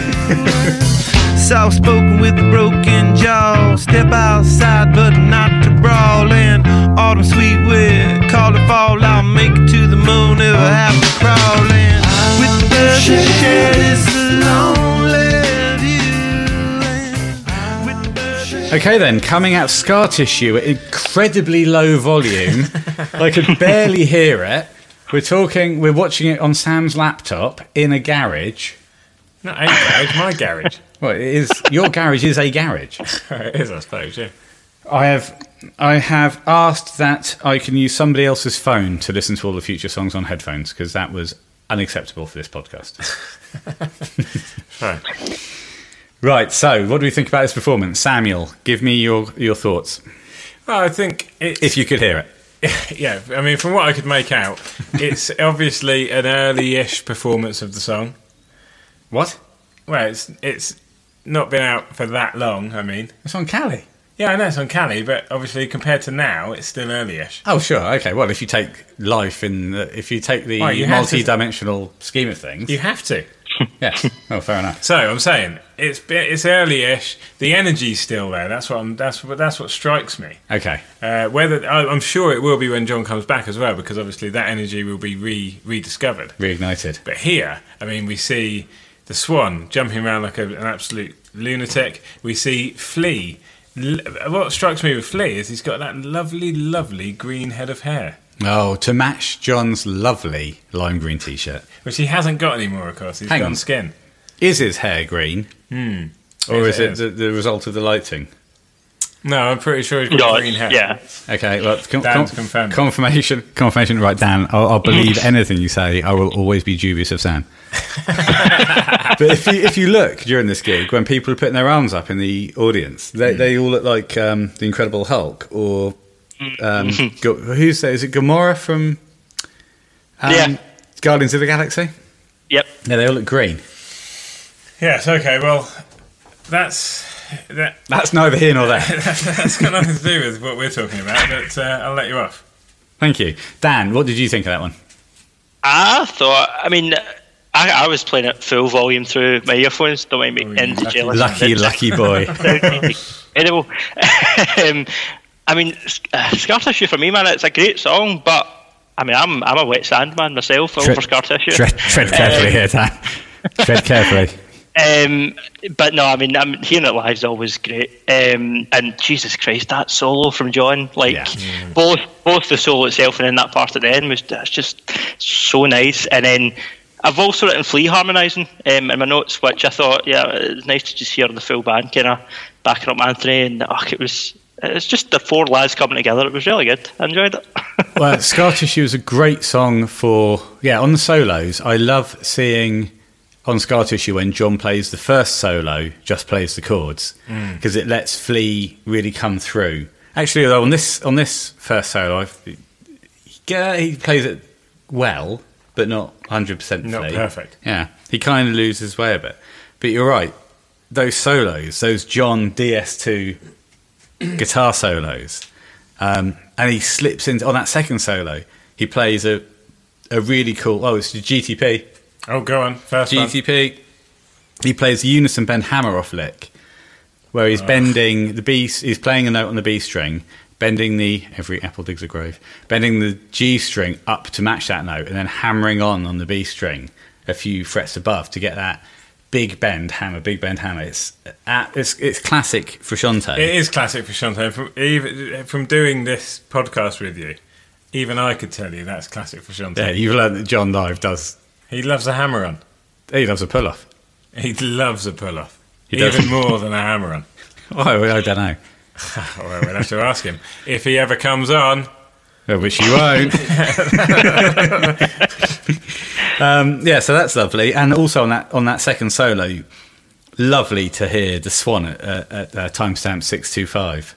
D: Soft spoken with a broken jaw. Step outside, but not to brawl. In autumn sweet wind, call it fall. I'll make it to the moon if I have to crawl in. With the birds that share this lonely view. With the birds that
A: Okay, then coming out of scar tissue at incredibly low volume. I could barely hear it. We're talking. We're watching it on Sam's laptop in a garage.
B: Not our garage, my garage.
A: Well, it is your garage is a garage.
B: (laughs) it is, I suppose, yeah.
A: I have I have asked that I can use somebody else's phone to listen to all the future songs on headphones because that was unacceptable for this podcast.
B: Sorry.
A: right. So, what do we think about this performance, Samuel? Give me your your thoughts
B: Well, I think it's,
A: if you could hear it.
B: yeah, I mean, from what I could make (laughs) out, it's obviously an early-ish performance of the song.
A: What?
B: Well, it's it's not been out for that long. I mean,
A: It's on Cali.
B: yeah, I know it's on Cali, but obviously compared to now, it's still early-ish.
A: Oh, sure. Okay. Well, if you take life in, the, if you take the
B: Well, you have to-
A: multi-dimensional scheme of things,
B: You have to.
A: yes. Oh, fair enough.
B: So I'm saying it's it's early-ish. The energy's still there. That's what I'm, that's what that's what strikes me.
A: Okay.
B: Uh, whether I, I'm sure it will be when John comes back as well, because obviously that energy will be re, rediscovered.
A: Reignited.
B: But here, I mean, we see the swan jumping around like a, an absolute lunatic. We see Flea. L- what strikes me with Flea is he's got that lovely, lovely green head of hair,
A: Oh, to match John's lovely lime green t-shirt.
B: which he hasn't got anymore, of course. He's
A: Hang
B: gone
A: on.
B: skin.
A: Is his hair green? Hmm. Or
B: Yes,
A: is
B: it
A: it
B: is.
A: the, the result of the lighting?
B: No, I'm pretty sure he's got
C: No,
B: green hair.
C: yeah.
A: Okay, well, con-
B: Dan's confirmed.
A: confirmation, confirmation. Right, Dan, I'll, I'll believe anything you say. I will always be dubious of Sam. (laughs) but if you, if you look during this gig, when people are putting their arms up in the audience, they, they all look like um, the Incredible Hulk or um, Go- who's that? Is it Gamora from um,
C: Yeah.
A: Guardians of the Galaxy?
C: Yep.
A: Yeah, they all look green.
B: Yes. Okay. Well, that's that. (laughs)
A: That's neither here nor there.
B: That's got nothing to do with what we're talking about. But uh, I'll let you off.
A: (laughs) Thank you, Dan. What did you think of that one?
C: I thought, I mean, I, I was playing at full volume through my earphones, don't mind me, and the jealous.
A: Lucky, lucky boy.
C: Incredible. (laughs) um, I mean, S- uh, Scar Tissue for me, man, it's a great song, but I mean, I'm I'm a wet sandman myself all
A: Tre-
C: over Scar Tissue.
A: tread, tread carefully here, Dan. Tread carefully.
C: Um, but no, I mean, I'm hearing it live's always great. Um, and Jesus Christ, that solo from John, like
A: Yeah.
C: both both the solo itself and then that part at the end was that's just so nice. And then I've also written Flea harmonising um, in my notes, which I thought, yeah, it's nice to just hear the full band kind of backing up Anthony. And ugh, it was, it's just the four lads coming together. It was really good. I enjoyed it. (laughs)
A: Well, Scar Tissue is a great song for, yeah, on the solos. I love seeing on Scar Tissue when John plays the first solo, just plays the chords,
B: Mm.
A: because it lets Flea really come through. Actually, though, on this, on this first solo, I've, he, yeah, he plays it well, but not 100%
B: Not
A: Flea.
B: perfect.
A: Yeah, he kind of loses his way a bit. But you're right. Those solos, those John DS2 guitar solos, um, and he slips into on that second solo. He plays a a really cool. Oh, it's the GTP.
B: Oh, go on. First one.
A: GTP. He plays the unison bend hammer off lick, where he's bending the B. He's playing a note on the B string, bending the every apple digs a grove, bending the G string up to match that note, and then hammering on on the B string a few frets above to get that big bend hammer, big bend hammer. It's uh, it's it's classic Frusciante.
B: It is classic for Shantae. From, even, from doing this podcast with you, even I could tell you that's classic for Shantae.
A: yeah, you've learned that John Live does.
B: He loves a hammer on.
A: He loves a pull off.
B: He loves a pull off.
A: He
B: even
A: does.
B: more than a hammer on.
A: Oh, I don't know.
B: Oh, well, we'll have to ask him. If he ever comes on,
A: I wish you
B: (laughs)
A: won't. um, yeah, so that's lovely. And also on that on that second solo, lovely to hear the Swan at, uh, at uh, timestamp six two five.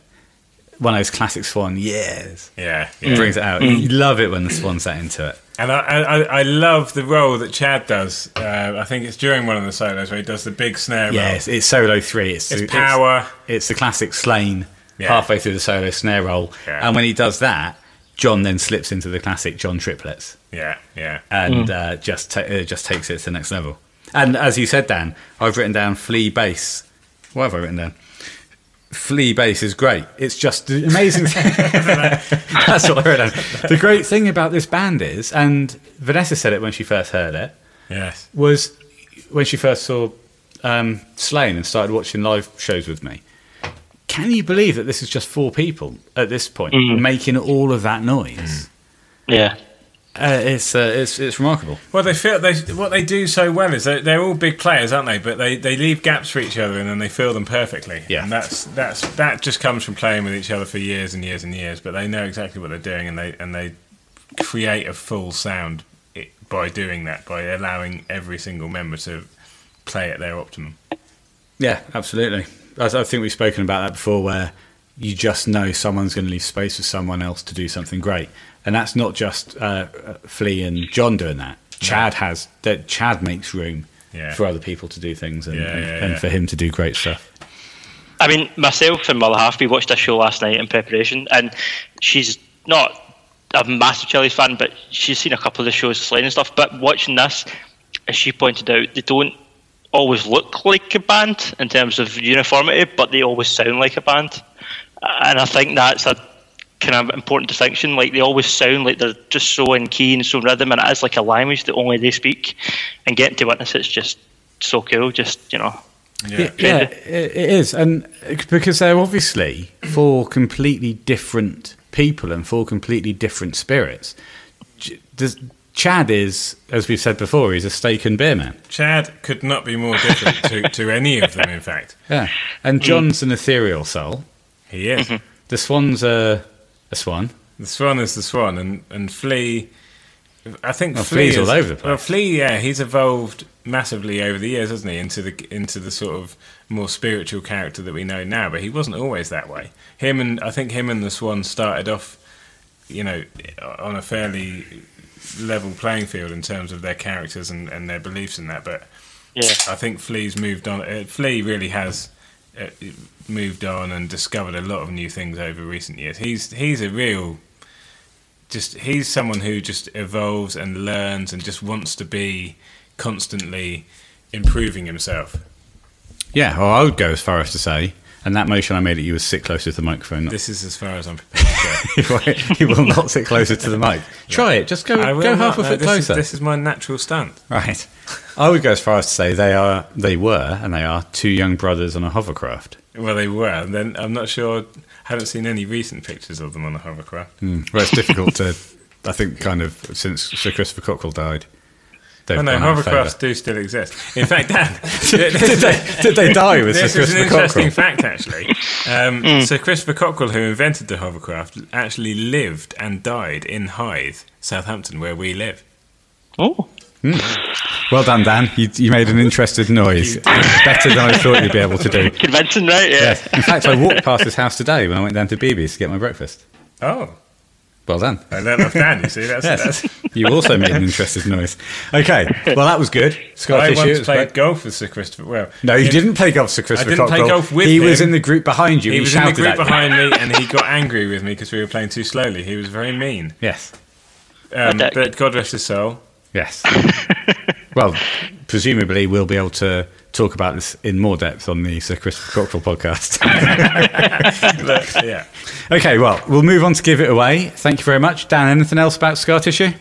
A: One of those classic Swan, yes,
B: yeah. yeah.
A: brings it out.
B: Mm.
A: You love it when the Swan's that into it.
B: And I, I, I- I love the role that Chad does. Uh, I think it's during one of the solos where he does the big snare
A: Yes, it's solo three. It's,
B: roll. It's power.
A: It's the classic slain
B: Yeah.
A: halfway through the solo snare roll,
B: Yeah.
A: and when he does that, John then slips into the classic John triplets.
B: Yeah, yeah.
A: and uh, just ta- uh, just takes it to the next level. And as you said, Dan, I've written down flea bass. What have I written down? Flea bass is great. It's just the amazing. thing. (laughs) That's what I wrote down. The great thing about this band is, and Vanessa said it when she first heard it,
B: Yes.
A: was when she first saw um, Slain and started watching live shows with me. Can you believe that this is just four people at this point making all of that noise?
C: yeah.
A: Uh, it's, uh, it's it's remarkable.
B: Well, they feel they what they do so well is they, they're all big players, aren't they? But they, they leave gaps for each other and then they fill them perfectly.
A: Yeah.
B: and that's that's that just comes from playing with each other for years and years and years. But they know exactly what they're doing and they and they create a full sound i- by doing that, by allowing every single member to play at their optimum.
A: Yeah, absolutely. As I think we've spoken about that before, where you just know someone's going to leave space for someone else to do something great, and that's not just uh, Flea and John doing that. Chad has that. Chad makes room
B: Yeah.
A: for other people to do things, and,
B: Yeah,
A: and,
B: yeah,
A: and
B: yeah.
A: for him to do great stuff.
C: I mean, myself and my other half, we watched a show last night in preparation, and she's not a massive Chelsea fan, but she's seen a couple of the shows, Slane and stuff. But watching this, as she pointed out, they don't always look like a band in terms of uniformity, but they always sound like a band. And I think that's a kind of important distinction. Like, they always sound like they're just so in key and so in rhythm, and it is like a language that only they speak. And getting to witness it's just so cool, just, you know.
A: Yeah, yeah it, it is, and uh, because they're obviously four completely different people and four completely different spirits. Ch- does- Chad is, as we've said before, he's a steak and beer man.
B: Chad could not be more different to, to any of them, in fact.
A: Yeah, and John's an ethereal soul.
B: He is.
A: The swan's a, a swan.
B: The swan is the swan, and, and Flea. I think
A: Well,
B: Flea
A: Flea's
B: is,
A: all over the place.
B: Well, Flea, yeah, he's evolved massively over the years, hasn't he? Into the into the sort of more spiritual character that we know now, but he wasn't always that way. Him and I think him and the swan started off, you know, on a fairly level playing field in terms of their characters and, and their beliefs and that, but.
C: Yeah.
B: I think Flea's moved on. Uh, Flea really has uh, moved on and discovered a lot of new things over recent years. He's he's a real just he's someone who just evolves and learns and just wants to be constantly improving himself.
A: Yeah, well, I would go as far as to say, and that motion I made at you was sit closer to the microphone. (laughs) Not,
B: This is as far as I'm prepared to
A: you won't- you will not sit closer to the mic. Try it. Just (laughs) go,
B: go. I will
A: go
B: not.
A: half a
B: No,
A: foot
B: this is-
A: closer.
B: this is my natural stunt.
A: Right. I would go as far as to say they are, they were, and they are two young brothers on a (laughs) hovercraft.
B: Well, they were. And then I'm not sure. Haven't seen any recent pictures of them on the hovercraft.
A: Well, it's difficult to, I think, kind of since Sir Christopher Cockrell died. they've
B: Oh no,
A: gone out of favour.
B: hovercrafts do still exist. In fact, Dan,
A: (laughs)
B: (laughs)
A: did, they, did they die with Sir
B: this is an
A: Christopher
B: interesting
A: Cockrell? Hmm.
B: fact, actually.
A: (laughs)
B: Um, So Christopher Cockrell, who invented the hovercraft, actually lived and died in Hythe, Southampton, where we live.
C: Oh.
A: Well done, Dan. You, you made an interested noise. Better than I thought you'd be able to
B: (laughs)
A: do.
C: Convincing, right? Yeah.
A: Yes. In fact, I walked past his house today when I went down to BB's to get my breakfast.
B: Oh,
A: Well done.
B: I learned off Dan. You see,
A: (laughs)
B: that's,
A: Yes.
B: that's
A: You also made an interested noise. Okay. Well, that was good.
B: I
A: Scottish.
B: once played golf with Sir Christopher. Well,
A: No, you
B: in-
A: didn't play golf, Sir Christopher
B: didn't play
A: Cockrell.
B: golf with
A: he was
B: him.
A: in the group behind you.
B: He
A: and
B: was in the
A: shouted
B: group
A: at you.
B: behind me, and he
A: (laughs)
B: got angry with me because we were playing too slowly. He was very mean.
A: Yes.
B: Um,
C: dick.
B: but God rest his soul.
A: Yes. well, presumably we'll be able to talk about this in more depth on the Sir Christopher Cockrell podcast.
B: Look, yeah.
A: okay. Well, we'll move on to give it away. Thank you very much, Dan. Anything else about scar tissue?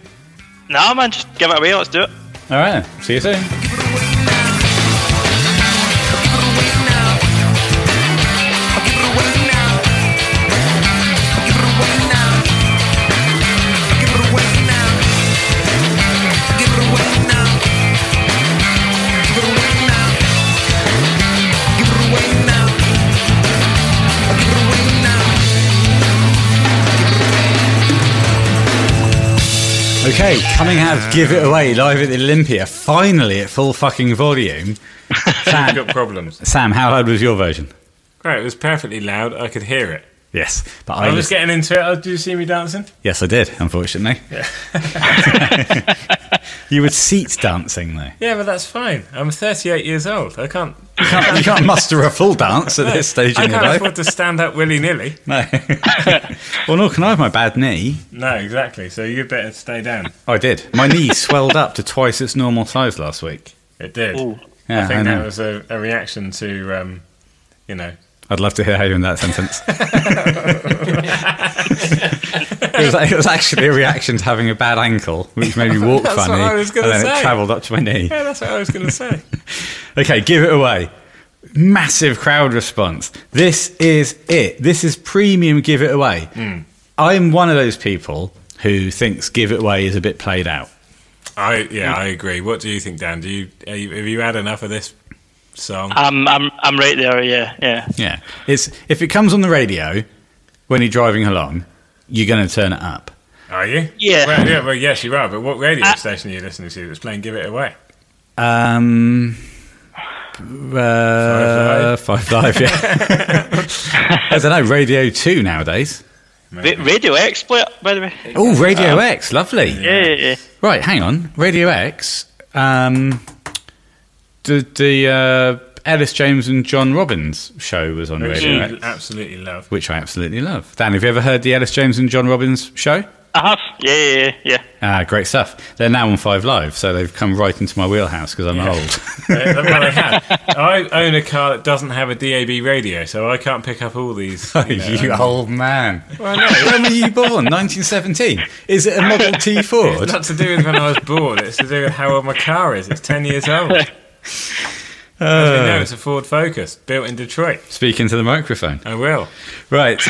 C: Nah, man, just give it away. Let's do it.
A: All right. then. See you soon. Okay, coming out of Give It Away live at the Olympia, finally at full fucking volume.
B: (laughs) I've
A: Sam,
B: got problems.
A: Sam, how loud was your version?
B: Right, it was perfectly loud. I could hear it.
A: Yes, but I,
B: I
A: was.
B: was getting into it. Oh, do you see me dancing?
A: yes, I did. Unfortunately, (laughs) you were seat dancing though.
B: Yeah, but that's fine. I'm 38 years old. I can't.
A: You can't, you can't muster a full dance at this stage
B: I
A: in your
B: can't
A: life.
B: afford to stand up willy nilly.
A: No. (laughs) well, nor can I have my bad knee.
B: No, exactly. So you better stay down.
A: I did. My knee swelled up to twice its normal size last week.
B: It did.
C: Ooh.
A: Yeah,
B: I think
A: know.
B: that was a, a reaction to, um, you know,
A: I'd love to hear how you in that
B: (laughs)
A: sentence. it, was, it was actually a reaction to having a bad ankle, which made me walk
B: (laughs) That's what
A: funny,
B: I was
A: and
B: gonna
A: then it
B: say.
A: travelled up to my knee.
B: yeah, that's what I was going to say.
A: Okay, give it away. Massive crowd response. This is it. This is premium give it away.
B: Hmm.
A: I'm one of those people who thinks give it away is a bit played out.
B: (laughs) I yeah, I agree. What do you think, Dan? Do you, are you have you had enough of this song?
A: Uh,
C: I'm, I'm, I'm right there. Yeah, yeah.
A: Yeah. It's if it comes on the radio when you're driving along, you're going to turn it up.
B: Are you?
C: Yeah.
B: Well, yeah. Well, yes, you are. But what radio
C: Uh,
B: station are you listening to that's playing "Give It Away"?
A: Um, uh, five Live, yeah. (laughs) I don't know, Radio 2 nowadays.
C: Ra- Radio X play it, by the way.
A: Oh, Radio X, lovely.
C: Yeah, yeah, yeah.
A: Right, hang on. Radio X, um, the, the uh, Ellis James and John Robbins show was on
B: Which
A: Radio
B: you
A: X,
B: absolutely love.
A: which I absolutely love. Dan, have you ever heard the Ellis James and John Robbins show?
C: I have. Yeah, yeah, yeah, yeah.
A: Ah, great stuff. They're now on Five Live, so they've come right into my wheelhouse because I'm old.
B: Uh, well,
A: (laughs)
B: they have. I own a car that doesn't have a DAB radio, so I can't pick up
A: (laughs)
B: all these. You, know,
A: you
B: um,
A: old man.
B: well, no,
A: When were you (laughs) born? 1917. Is it a Model T Ford?
B: It's not to do with when I was born. It's to do with how old my car is. It's ten years old. As we know, it's a Ford Focus built in Detroit.
A: Speaking to the microphone.
B: I will.
A: (laughs) Right.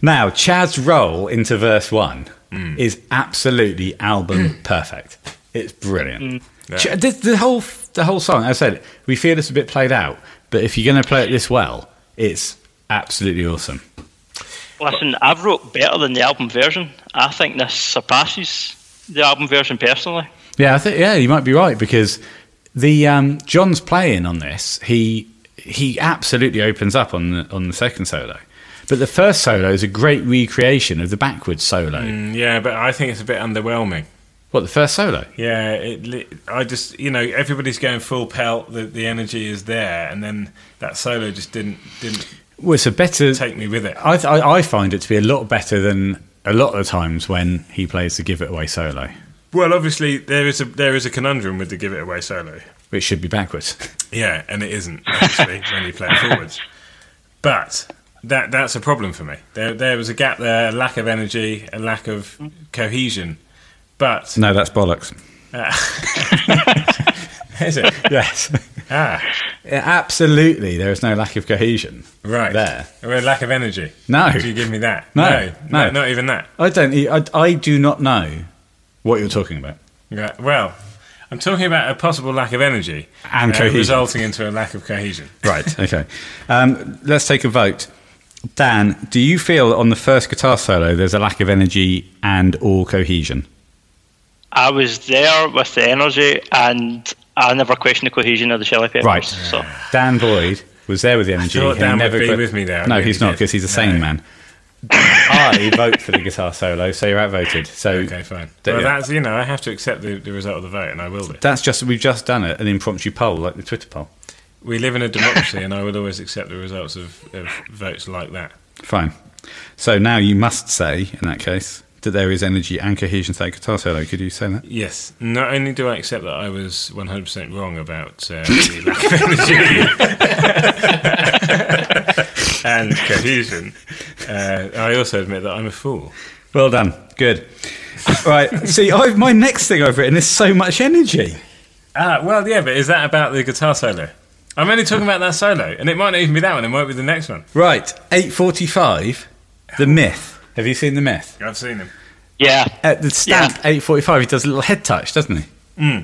A: now, Chad's role into verse one is absolutely album perfect. It's brilliant. Ch- the, the whole the whole song, as I said, we feel it's a bit played out, but if you're going to play it this well, it's absolutely awesome.
C: Listen, I've wrote better than the album version. I think this surpasses the album version personally.
A: Yeah, I think yeah, you might be right because the um, John's playing on this. He he absolutely opens up on the, on the second solo, but the first solo is a great recreation of the backwards solo.
B: Mm, Yeah, but I think it's a bit underwhelming.
A: What the first solo?
B: Yeah, it, li- I just you know everybody's going full pelt. The, the energy is there, and then that solo just didn't didn't
A: Well, it's a better.
B: take me with it.
A: I, I I find it to be a lot better than a lot of the times when he plays the give it away solo,
B: Well, obviously there is a there is a conundrum with the give it away solo.
A: which should be backwards.
B: Yeah, and it isn't actually (laughs) when you play it forwards. But that that's a problem for me. There there was a gap there, a lack of energy, a lack of cohesion.
A: (laughs)
B: But (laughs)
A: no, that's bollocks.
B: is it?
A: Yes, (laughs)
B: Ah,
A: absolutely. There is no lack of cohesion.
B: right
A: there.
B: A lack of energy.
A: No.
B: Do you give me that?
A: No, no.
B: not, not even that.
A: I don't. e, I, I do not know what you're talking about.
B: Yeah, well, I'm talking about a possible lack of energy uh,
A: And cohesion.
B: resulting into a lack of cohesion.
A: Right. Okay. Um, let's take a vote. Dan, do you feel on the first guitar solo there's a lack of energy and or cohesion?
C: I was there with the energy, and I never questioned the cohesion of the Chili Peppers.
A: Right.
C: So
A: Dan Boyd was there with the energy.
B: thought
A: He
B: Dan would be
A: quit-
B: with me there. I
A: No,
B: really
A: he's not
B: did.
A: because he's a sane
B: No.
A: man. I vote for the guitar solo, so you're outvoted. So
B: Okay, fine.
A: Th-
B: well,
A: yeah.
B: that's you know I have to accept the, the result of the vote, and I will do.
A: that's just we've just done it, an impromptu poll like the Twitter poll.
B: We live in a democracy, and I will always accept the results of, of votes like that.
A: Fine. So now you must say, in that case, that there is energy and cohesion to that guitar solo. Could you say that?
B: Yes. Not only do I accept that I was 100% wrong about uh, the lack of energy (laughs) and cohesion, uh, I also admit that I'm a fool.
A: Well done. Good. right. See, I've, my next thing I've written is so much energy.
B: Ah, well, yeah, but is that about the guitar solo? I'm only talking about that solo, and it might not even be that one, it might be the next one.
A: Right. 8.45, The Myth. Have you seen The Myth?
B: I've seen him.
C: yeah,
A: At the stamp, 8.45, he does a little head touch, doesn't he?
B: Hmm.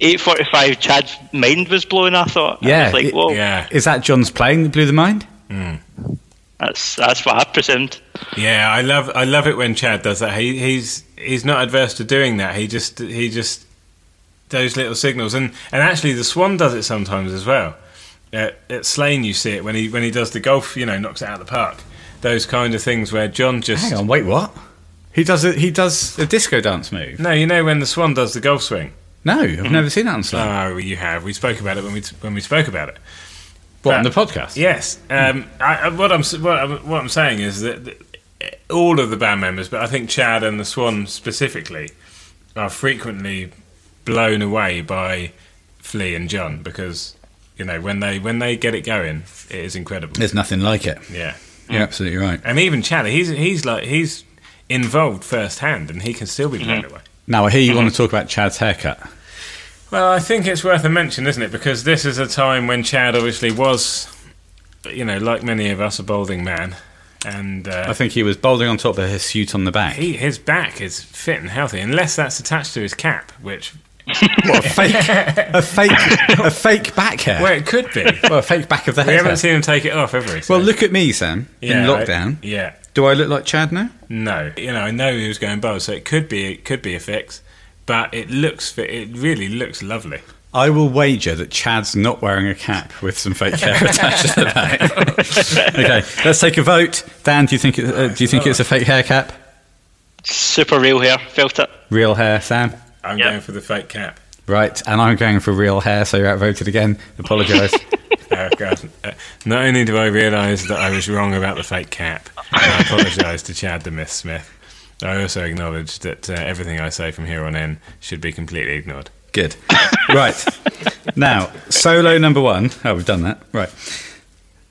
C: eight forty-five. Chad's mind was blown. I thought. I
A: Yeah,
C: was like,
A: it-
C: whoa,
B: Yeah.
A: Is that John's playing that blew the mind?
C: that's that's what I presumed.
B: Yeah, I love I love it when Chad does that. He he's he's not adverse to doing that. He just he just those little signals and and actually the Swan does it sometimes as well. At, at Slane, you see it when he when he does the golf, you know, knocks it out of the park. Those kind of things where John just
A: Hang on, wait, what? He does a, he does a disco dance move.
B: no, you know when the Swan does the golf swing.
A: No, I've never seen that on Slam.
B: Oh, you have. We spoke about it when we when we spoke about it.
A: what, on
B: that-
A: the podcast?
B: Yes. Um, I, I- what I'm s- what I'm, what I'm saying is that that eh, all of the band members, but I think Chad and the Swan specifically, are frequently blown away by Flea and John because you know when they when they get it going, it is incredible.
A: There's nothing like it.
B: Yeah.
A: You're absolutely right.
B: And even Chad, he's he's like he's involved firsthand, and he can still be blown away.
A: Now, I hear you want to talk about Chad's haircut.
B: Well, I think it's worth a mention, isn't it? Because this is a time when Chad obviously was, you know, like many of us, a balding man, and uh,
A: I think he was balding on top of his suit on the back.
B: He, his back is fit and healthy, unless that's attached to his cap, which
A: What, a fake, a fake, a fake back hair.
B: well,
A: (laughs)
B: it could be.
A: Well, a fake back of the
B: We
A: head.
B: haven't
A: hair.
B: seen him take it off, have we? So-
A: Well, look at me, Sam,
B: Yeah,
A: in lockdown.
B: I- yeah,
F: Do I look like Chad now?
B: No, you know, I know he was going bold, so it could be it could be a fix, but it looks fi- it really looks lovely.
A: I will wager that Chad's not wearing a cap with some fake (laughs) hair attached to the back. okay, let's take a vote. Dan, do you think it, uh, do you think it's a fake hair cap?
C: Super real hair, felt it.
A: Real hair, Sam.
B: I'm
C: Yeah.
B: going for the fake cap.
A: Right, and I'm going for real hair, so you're outvoted again. (laughs) Apologise.
B: Oh, God. (laughs) Uh, Not only do I realise that I was wrong about the fake cap, I apologise to Chad the Myth Smith. I also acknowledge that uh, everything I say from here on in should be completely ignored.
A: Good. Right. Now, solo number one. Oh, we've done that. Right.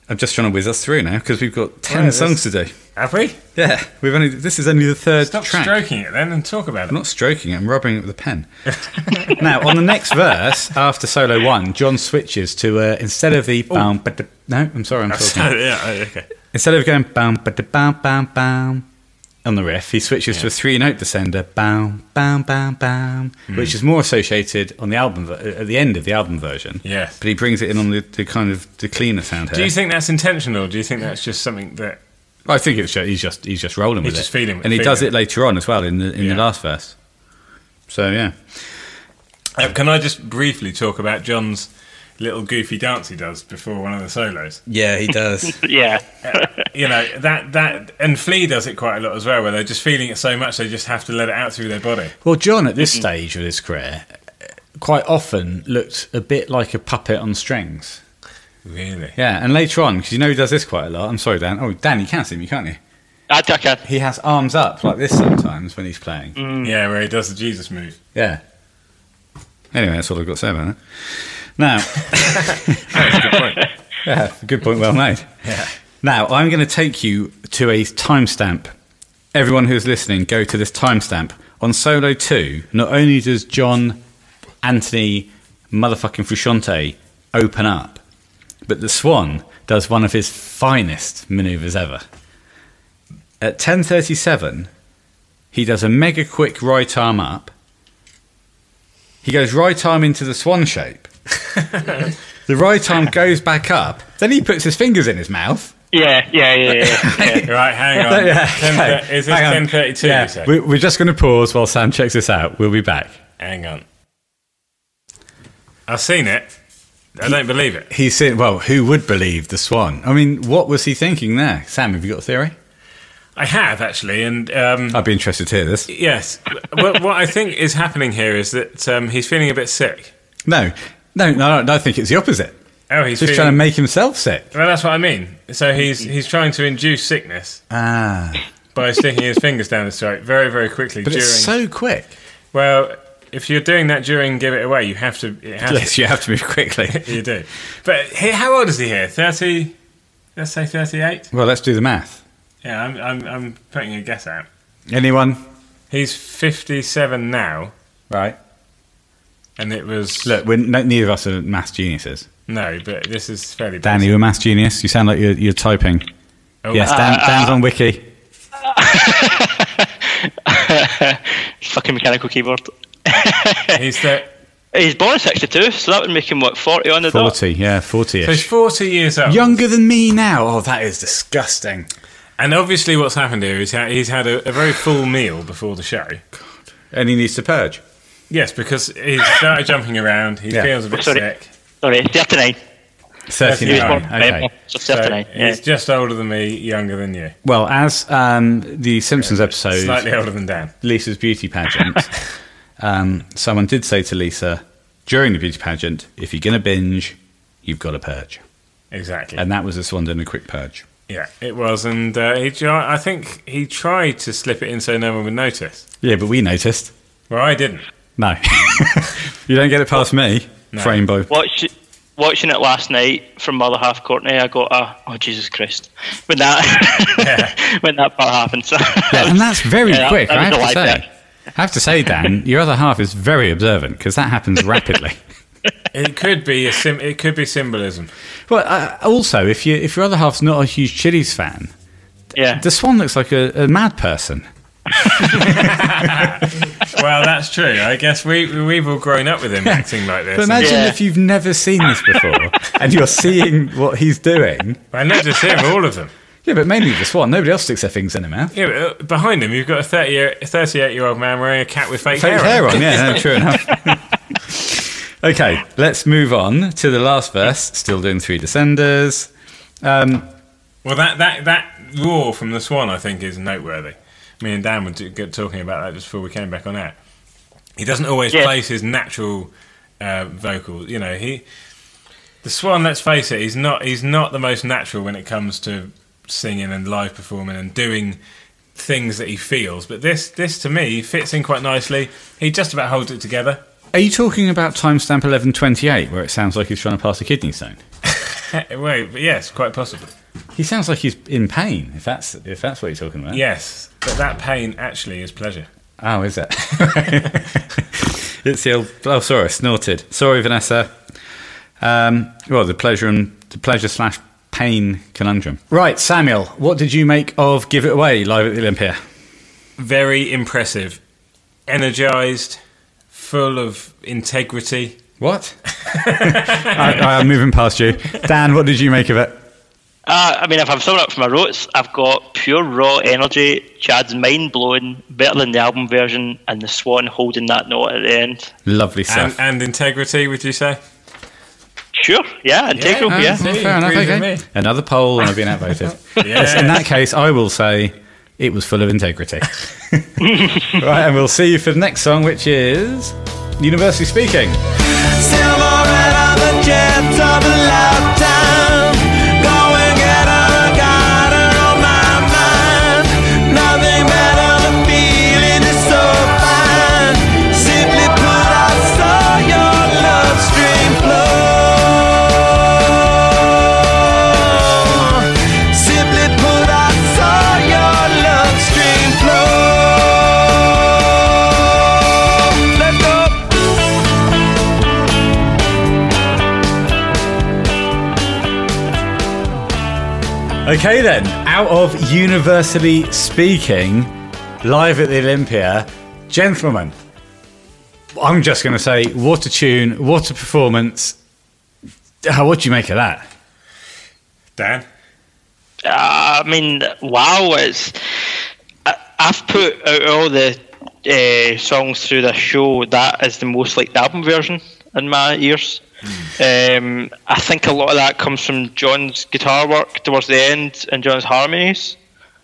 A: I'm just trying to whiz us through now because we've got 10
B: Yeah,
A: songs to do.
B: Have we?
A: Yeah, we've only. This is only the third
B: Stop
A: track.
B: stroking it then and talk
A: I'm
B: about it.
A: not stroking it, I'm rubbing it with a pen. (laughs) now, on the next verse, after solo one, John switches to uh, instead of the. Bum, ba, da, no, I'm
B: (laughs)
A: sorry, I'm talking.
B: yeah, oh, okay.
A: Instead of going bam ba da bam bam bam on the riff, he switches to a three note descender, bam bam bam bam,
B: Hmm.
A: which is more associated on the album ver- at the end of the album version.
B: Yes.
A: but he brings it in on the, the kind of the cleaner sound
B: Do
A: here.
B: you think that's intentional? Do you think that's just something that.
A: I think it's ju- he's just he's just rolling
B: He's
A: with
B: just
A: it,
B: feeling-
A: and he
B: feeling
A: does
B: it.
A: it later on as well in the in
B: Yeah.
A: the last verse. So yeah,
B: Uh, can I just briefly talk about John's little goofy dance he does before one of the solos?
A: yeah, he does.
C: Yeah.
B: you know that that and Flea does it quite a lot as well, where they're just feeling it so much they just have to let it out through their body.
A: well, John at this stage of his career, uh, quite often looked a bit like a puppet on strings.
B: Really?
A: Yeah, and later on, because you know he does this quite a lot. I'm sorry, Dan. Oh, Dan, you can see me, can't you?
C: I think I
A: he has arms up like this sometimes when he's playing.
B: Mm. Yeah, where he does the Jesus move. (laughs)
A: Yeah. Anyway, that's all I've got to say about it. Now, yeah, good point well made. Now, I'm going to take you to a timestamp. Everyone who's listening, go to this timestamp. On solo two, not only does John Anthony motherfucking Frusciante open up, but the Swan does one of his finest maneuvers ever. At 10:37, he does a mega quick right arm up. He goes right arm into the swan shape. the right arm goes back up. Then he puts his fingers in his mouth.
C: Yeah, yeah, yeah,
A: (laughs)
C: yeah.
B: (laughs)
C: yeah.
B: Right, hang (laughs) on.
A: Yeah,
B: 10
A: okay.
B: Is this
A: Hang on.
B: ten thirty two?
A: Yeah, we, we're just going to pause while Sam checks this out. We'll be back.
B: Hang on. I've seen it. I don't believe it.
A: He said, "Well, who would believe the swan? I mean, what was he thinking there, Sam? Have you got a theory?
B: I have actually, and um,
A: I'd be interested to hear this.
B: yes, what, what I think is happening here is that um, he's feeling a bit sick.
A: No, no, no, no I think it's the opposite.
B: Oh, he's
A: Just
B: feeling-
A: trying to make himself sick.
B: Well, that's what I mean. So he's he's trying to induce sickness
A: Ah,
B: by sticking his fingers down his throat very, very quickly.
A: but
B: during,
A: it's so quick.
B: Well, if you're doing that during Give It Away, you have to. It has
A: Yes, you have to move quickly. (laughs)
B: to, you do. But he, how old is he here? 30, let's say 38?
A: Well, let's do the math.
B: Yeah, I'm, I'm, I'm putting a guess out.
A: Anyone?
B: He's 57 now,
A: Right.
B: and it was.
A: Look, we're, no, neither of us are math geniuses.
B: No, but this is fairly.
A: Dan,
B: basic.
A: you're a math genius. You sound like you're, you're typing.
B: Oh,
A: Yes, Dan, Dan's on (laughs) wiki.
C: Fucking mechanical keyboard.
B: He's, thir-
C: He's born in 62, so that would make him, what, 40 on the dot?
A: 40, yeah, 40
B: so he's 40 years old.
A: Younger than me now. Oh, that is disgusting.
B: And obviously, what's happened here is ha- he's had a, a very full meal before the show.
A: And he needs to purge.
B: Yes, because he's started jumping around, he
A: Yeah.
B: feels a bit
C: Sorry.
B: sick.
C: Sorry, 39. He was born
A: 39.
C: April,
A: Okay.
C: so
B: So
C: 39. yeah.
B: he's just older than me, younger than you.
A: Well, as um, the Simpsons episode,
B: Slightly older than Dan.
A: Lisa's beauty pageant, (laughs) um, someone did say to Lisa during the beauty pageant, if you're going to binge, you've got to purge.
B: Exactly.
A: And that was the Swan doing a quick purge.
B: Yeah, it was, and uh, he. tr- I think he tried to slip it in so no one would notice.
A: Yeah, but we noticed.
B: Well, I didn't.
A: No. (laughs) you don't get it past me. Frame by.
C: Watch, watching it last night from Mother Half Courtney, I got a, oh, Jesus Christ.
A: (laughs)
C: When that, (laughs) when that part happened. So
A: Yeah,
C: (laughs)
A: and that's very
C: Yeah,
A: quick,
C: that
A: I
C: was
A: have
C: a
A: to
C: live
A: say.
C: back.
A: I have to say, Dan, your other half is very observant because that
C: (laughs)
A: happens rapidly.
B: It could be a sim- It could be symbolism.
A: well, uh, also, if, you, if your other half's not a huge Chili's fan,
C: yeah.
A: the swan looks like a, a mad person.
B: Well, that's true. I guess we we've all grown up with him acting like this.
A: But imagine
C: Yeah.
A: if you've
C: (laughs)
A: never seen this before and you're seeing what he's doing.
B: and not just him, all of them.
A: Yeah, but mainly the swan. Nobody else sticks their things in eh? their mouth.
B: Yeah, but uh, behind him, you've got a 30 year, 38 year old man wearing a cat with fake,
A: Fake
B: hair.
A: hair
B: on.
A: on, yeah, no, true enough. (laughs) okay, let's move on to the last verse. Still doing three descenders. Um,
B: Well, that, that, that roar from the swan, I think, is noteworthy. Me and Dan were t- get talking about that just before we came back on air. He doesn't always
C: Yeah.
B: place his natural uh, vocals. You know, he the swan. Let's face it, he's not he's not the most natural when it comes to singing and live performing and doing things that he feels. But this this to me fits in quite nicely. He just about holds it together.
A: are you talking about timestamp eleven twenty eight, where it sounds like he's trying to pass a kidney stone?
B: Wait, but yes, quite possibly.
A: He sounds like he's in pain. If that's if that's what you're talking about.
B: Yes, but that pain actually is pleasure.
A: Oh, is it? (laughs) it's the old. Oh, sorry, I snorted. Sorry, Vanessa. Um, well, the pleasure and the pleasure slash pain conundrum. Right, Samuel. What did you make of "Give It Away" live at the Olympia?
B: very impressive, energized, full of integrity.
A: What? (laughs) I, I'm moving past you, Dan. What did you make of it?
C: Uh, I mean, if I'm summing up from my notes, I've got pure raw energy, Chad's mind blowing, better than the album version, and the swan holding that note at the end.
A: Lovely
B: And,
A: stuff.
B: and integrity, would you say?
C: Sure, yeah, and take
A: Oh,
C: over, yeah.
A: well,
B: See,
A: fair enough.
B: agrees with
A: Okay.
B: me.
A: Another poll, and I've been outvoted.
B: Yes.
A: In that case, I will say it was full of integrity. right, and we'll see you for the next song, which is Universally Speaking.
G: Silver and other jets of a lifetime. Go and get her, got her on my mind. Nothing better, the feeling is so fine. Simply put, I saw your love stream flow. Simply put, I saw your love stream flow. Let's go.
A: Okay, then, out of Universally Speaking, live at the Olympia, gentlemen, I'm just going to say, what a tune, what a performance. How, what do you make of that?
B: Dan?
C: I mean, wow, it's. I, I've put out all the uh, songs through the show, that is the most like the album version in my ears. Um, I think a lot of that comes from John's guitar work towards the end and John's harmonies.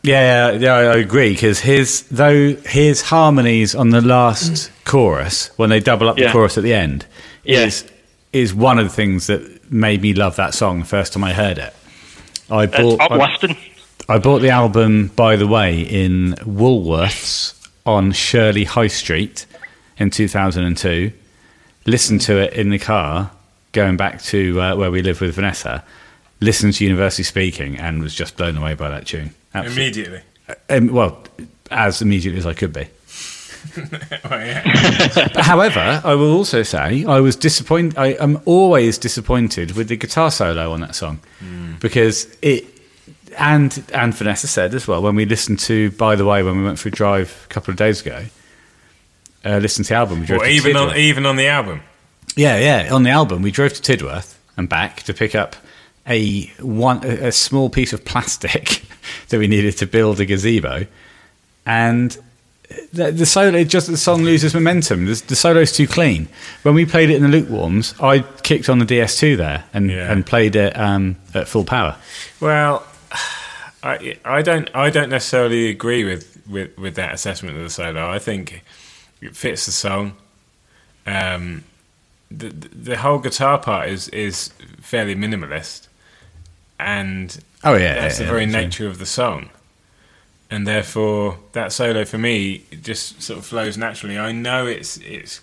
A: Yeah, yeah, yeah, I I agree. Because his though his harmonies on the last chorus, when they double up the
C: Yeah.
A: chorus at the end,
C: Yeah.
A: is is one of the things that made me love that song the first time I heard it. I
C: It's
A: bought I,
C: uplifting.
A: I bought the album, by the way, in Woolworths on Shirley High Street in 2002. Listened to it in the car going back to uh, where we live with Vanessa. Listened to University Speaking and was just blown away by that tune. Absolutely
B: (laughs) Immediately.
A: um, well, as immediately as I could be.
B: Oh, yeah.
A: However, I will also say I was disappointed. I am always disappointed with the guitar solo on that song
B: Hmm.
A: because it. And and Vanessa said as well when we listened to by the way when we went for a drive a couple of days ago, uh, listened to the album. We drove
B: Well,
A: to
B: even,
A: Tidworth.
B: on, even on the album.
A: Yeah, yeah. On the album, we drove to Tidworth and back to pick up a one a a small piece of plastic (laughs) that we needed to build a gazebo, and the, the solo it just the song loses momentum. The, the solo's too clean. When we played it in the lukewarms, I kicked on the DS2 there and
B: Yeah.
A: and played it um, at full power.
B: Well, (sighs) I, I don't I don't necessarily agree with, with, with that assessment of the solo. I think it fits the song. Um, the the whole guitar part is is fairly minimalist, and
A: Oh yeah,
B: that's the very nature of the song. And therefore, that solo for me just sort of flows naturally. I know it's it's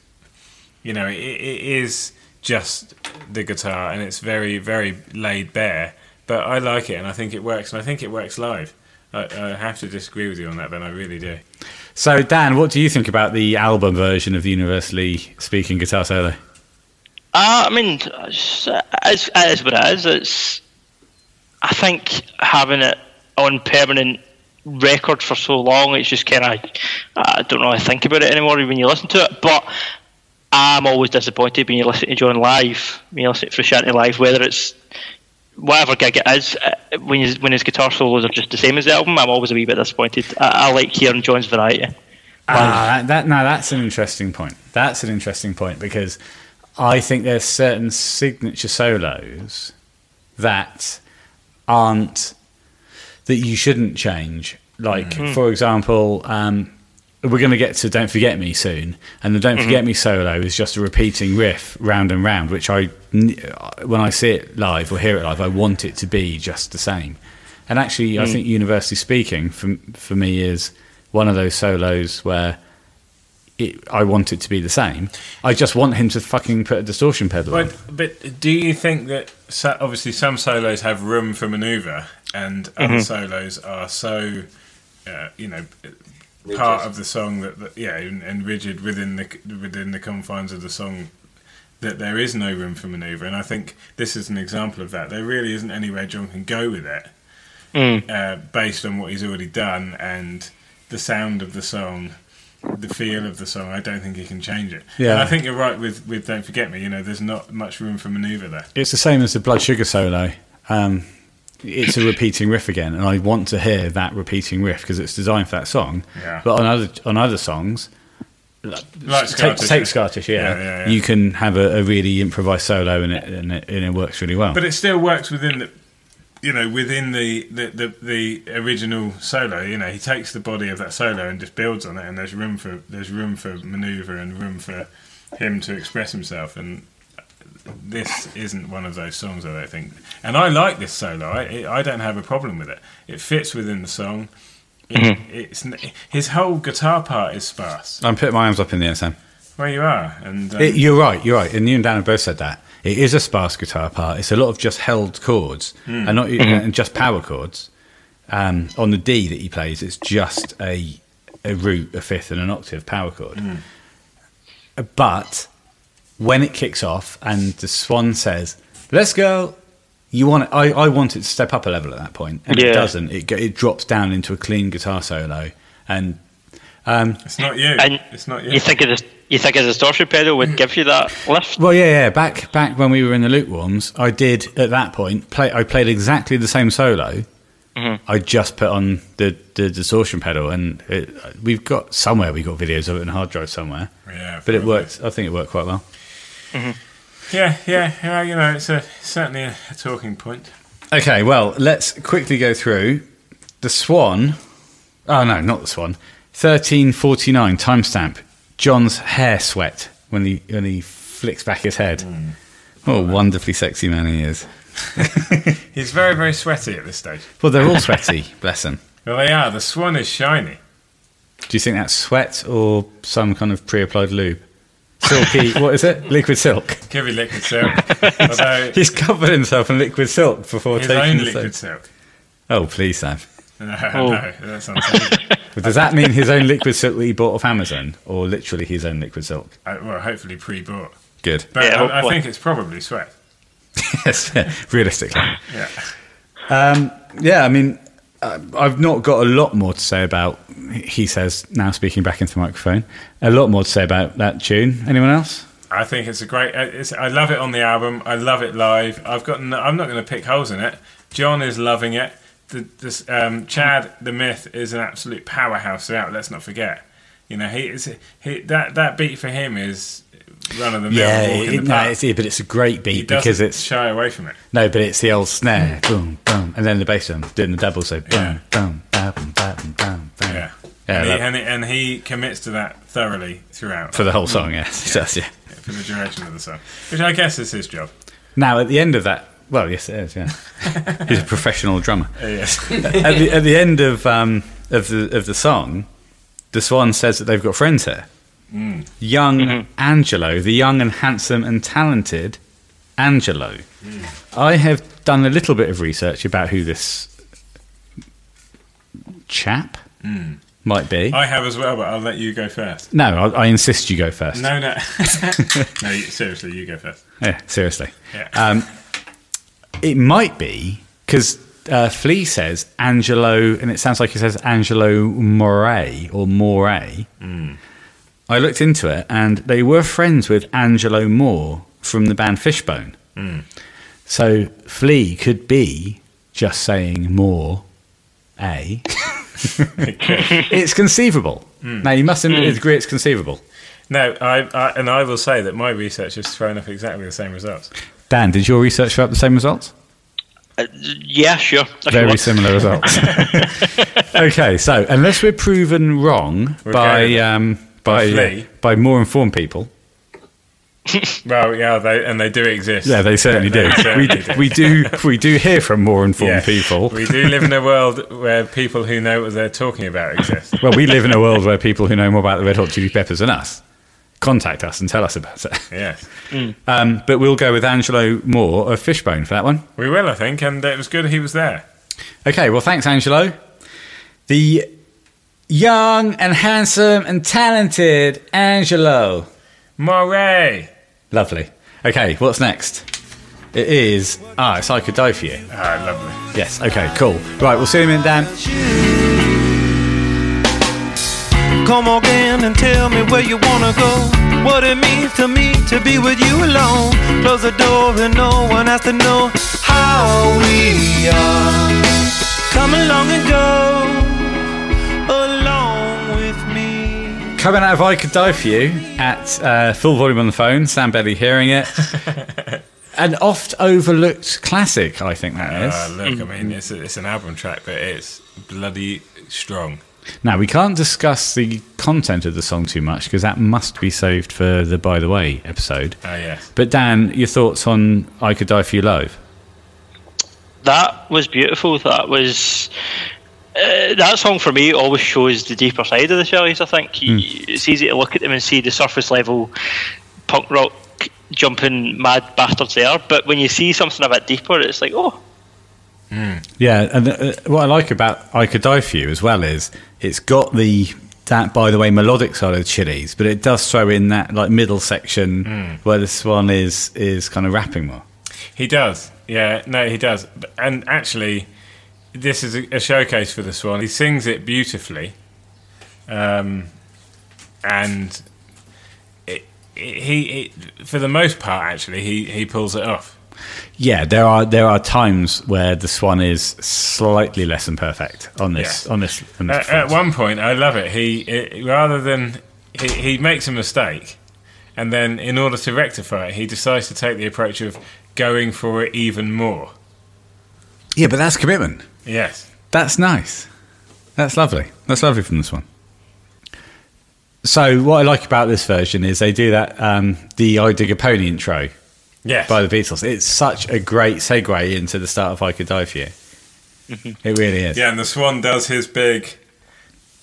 B: you know it, it is just the guitar, and it's very very laid bare. But I like it, and I think it works, and I think it works live. I, I have to disagree with you on that, Ben. I really do.
A: So Dan, what do you think about the album version of the universally speaking guitar solo?
C: Uh, I mean, it's, it's, it is what it is. It's, I think having it on permanent record for so long, it's just kind of, I don't really think about it anymore when you listen to it. But I'm always disappointed when you listen to John live, when you listen to Frusciante live, whether it's whatever gig it is, uh, when his when his guitar solos are just the same as the album, I'm always a wee bit disappointed. I, I like hearing John's variety.
A: Ah, that, that now that's an interesting point. That's an interesting point because I think there's certain signature solos that aren't that you shouldn't change. Like for example, um, we're going to get to "Don't Forget Me" soon, and the "Don't Forget Me" solo is just a repeating riff round and round, which I n- when I see it live or hear it live, I want it to be just the same. And actually, I think "University Speaking" for for me is one of those solos where it, I want it to be the same. I just want him to fucking put a distortion pedal on.
B: But, but do you think that so, obviously some solos have room for manoeuvre and other solos are so, uh, you know, part of the song that, that yeah, and, and rigid within the within the confines of the song that there is no room for manoeuvre. And I think this is an example of that. There really isn't anywhere John can go with it uh, based on what he's already done and the sound of the song, the feel of the song. I don't think he can change it.
A: Yeah.
B: And I think you're right with, with Don't Forget Me. You know, there's not much room for manoeuvre there.
A: It's the same as the Blood Sugar solo. Um, it's a repeating riff again, and I want to hear that repeating riff because it's designed for that song.
B: Yeah.
A: But on other on other songs,
B: Like
A: take,
B: Scar
A: take
B: Tissue.
A: Scar Tissue, yeah,
B: Yeah, yeah, yeah.
A: you can have a, a really improvised solo, and it, and it and it works really well.
B: But it still works within the, you know, within the the, the the original solo. You know, he takes the body of that solo and just builds on it, and there's room for there's room for manoeuvre and room for him to express himself. And this isn't one of those songs, I don't think. And I like this solo. I I don't have a problem with it. It fits within the song. It, it's n- his whole guitar part is sparse.
A: I'm putting my arms up in the air, Sam.
B: Where you are, and um,
A: It, you're right. You're right. And you and Dan have both said that. It is a sparse guitar part. It's a lot of just held chords and not e-, and just power chords. Um, on the D that he plays, it's just a a root, a fifth, and an octave power chord. Uh, But when it kicks off and the swan says, "Let's go," you want it, I, I want it to step up a level at that point, and
C: Yeah.
A: it doesn't. It go- it drops down into a clean guitar solo, and
B: it's not you.
C: And
B: It's not
C: you think a dis- you think a distortion pedal
A: (laughs)
C: would give you that lift?
A: Well, yeah, yeah. Back back when we were in the lukewarms, I did at that point play. I played exactly the same solo. I just put on the, the distortion pedal, and it, we've got somewhere we have got videos of it in a hard drive somewhere.
B: Yeah,
A: but it
B: probably.
A: worked. I think it worked quite well.
B: Yeah, yeah, yeah. You know, it's a certainly a, a talking point.
A: Okay, well, let's quickly go through the Swan. Oh no, not the Swan. Thirteen forty nine timestamp. John's hair sweat when he when he flicks back his head. What a wonderfully sexy man he is.
B: He's very, very sweaty at this stage.
A: Well, they're all sweaty. bless them.
B: Well, they are. The swan is shiny.
A: Do you think that's sweat or some kind of pre-applied lube?
B: (laughs)
A: Silky, what is it? Liquid silk.
B: Could be liquid (laughs) silk. Although
A: He's covered himself in liquid silk before
B: his
A: taking
B: own
A: the
B: liquid
A: soap.
B: (laughs) silk.
A: Oh, please, Sam.
B: No,
C: Oh.
B: no, that's unsafe.
A: Does that mean his own liquid silk that he bought off Amazon, or literally his own liquid silk?
B: I, Uh, well, hopefully pre-bought.
A: Good. (laughs)
B: But
C: Yeah,
B: I, I
C: hopefully.
B: think it's probably sweat.
A: yes, realistically.
B: Yeah.
A: Um, yeah, I mean, uh, I've not got a lot more to say about. He says now, speaking back into the microphone, a lot more to say about that tune. Anyone else?
B: I think it's a great. uh, It's, I love it on the album. I love it live. I've got. No, I'm not going to pick holes in it. John is loving it. The, this, um, Chad, the myth, is an absolute powerhouse throughout. Let's not forget. You know, he is. He that that beat for him is run of the mill. walk in the
A: it- no,
B: park.
A: it's, yeah, but it's a great
B: he
A: beat
B: doesn't
A: because it's
B: shy away from it.
A: No, but it's the old snare, boom, boom, and then the bass drum doing the double, so boom,
B: Yeah.
A: boom, ba, boom, ba, boom, boom, boom.
B: Yeah.
A: yeah that-
B: and, he, and, he, and he commits to that thoroughly throughout
A: for the whole
B: Mm.
A: song. Yes, it does, yeah. (laughs)
B: for the duration of the song, which I guess is his job.
A: Now at the end of that, well, yes, it
B: (laughs)
A: is. Yeah, he's a professional drummer.
B: Uh, yes.
A: at, the, at the end of um, of the of the song, the Swan says that they've got friends here. Young
B: Mm-hmm.
A: Angelo, the young and handsome and talented Angelo. I have done a little bit of research about who this chap might be.
B: (laughs) I have as well, but I'll let you
A: (laughs)
B: go first.
A: no, I, I insist you go first.
B: No, no, (laughs) no. You, seriously, you go first.
A: Yeah, seriously.
B: Yeah.
A: Um, it might be because uh, Flea says Angelo, and it sounds like he says Angelo Moray or Moray. I looked into it, and they were friends with Angelo Moore from the band Fishbone. So Flea could be just saying more A. it's conceivable. Now, you mustn't agree it's conceivable.
B: No, I, I and I will say that my research has thrown up exactly the same results.
A: Dan, did your research show up the same results?
C: Uh, yeah, sure. If
A: (laughs)
C: you
A: Very
C: want.
A: similar results. (laughs) okay, so unless we're proven wrong
B: We're
A: by
B: going-
A: um, by
B: Flea.
A: by more informed people,
B: Well, yeah, they, and they do exist.
A: yeah, they certainly do.
B: They certainly
A: We,
B: do.
A: we do we do hear from more informed people.
B: We do live in a world where people who know what they're talking about exist.
A: Well, we live in a world where people who know more about the Red Hot Chili Peppers than us contact us and tell us about it.
B: Yes,
A: Um, but we'll go with Angelo Moore of Fishbone for that one.
B: we will, I think, and it was good he was there.
A: Okay, well, thanks, Angelo. The young and handsome and talented Angelo.
B: Moray.
A: Lovely. Okay, what's next? It is. Ah, it's I Could Die For You.
B: Ah, lovely.
A: Yes, okay, cool. Right, we'll see you in a minute, Dan.
D: Come again and tell me where you wanna go. What it means to me to be with you alone. Close the door and no one has to know how we are. Come along and go along with me.
A: Coming out of I Could Die For You at uh, full volume on the phone, Sam Belly hearing it. An oft overlooked classic, I think that is.
B: Ah, look, I
A: Mm-hmm.
B: mean, it's, it's an album track, but it's bloody strong.
A: Now, we can't discuss the content of the song too much because that must be saved for the By the Way episode.
B: Ah, yes.
A: But, Dan, your thoughts on I Could Die For You Live?
C: that was beautiful. That was uh, that song for me always shows the deeper side of the Shellys. I think
A: Hmm.
C: Y- it's easy to look at them and see the surface level punk rock jumping mad bastards they are, but when you see something a bit deeper, it's like oh.
A: Yeah, and uh, what I like about I Could Die For You as well is it's got the that by the way melodic side of the Chili's, but it does throw in that like middle section
B: Hmm.
A: where this one is is kind of rapping more.
B: He does. Yeah, no, he does. B- And actually, this is a, a showcase for this one. He sings it beautifully. Um, and it, it, he, it, for the most part, actually, he, he pulls it off.
A: Yeah, there are there are times where the Swan is slightly less than perfect on this
B: Yeah.
A: on this. On this
B: At, at
A: performance.
B: one point, I love it. He it, rather than he, he makes a mistake, and then in order to rectify it, he decides to take the approach of going for it even more.
A: yeah, but that's commitment.
B: Yes,
A: That's nice. That's lovely. That's lovely from this one. So what I like about this version is they do that um, the I Dig a Pony intro.
B: yes.
A: by the Beatles. It's such a great segue into the start of I Could Die for You. It really is.
B: Mm-hmm. yeah, and the swan does his big,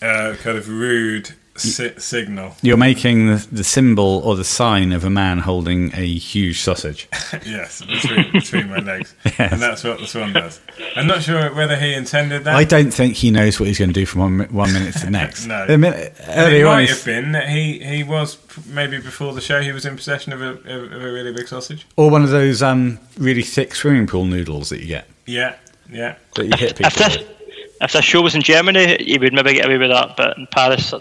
B: uh, kind of rude si- signal.
A: You're making the, the symbol or the sign of a man holding a huge sausage.
B: Yes, between, between my legs, and that's what the swan does. I'm not sure whether he intended
A: (laughs)
B: that.
A: I don't think he knows what he's going to do from one, mi- one minute
B: (laughs)
A: to the next.
B: No.
A: The minute-
B: it
A: earlier on,
B: might
A: he's-
B: have been that he, he was p- maybe before the show he was in possession of a, of a really big sausage.
A: or one of those um, really thick swimming pool noodles that you get
B: Yeah, yeah.
A: that you hit
B: (laughs)
A: people.
C: If this,
A: with.
C: if this show was in Germany, you would maybe get away with that, but in Paris,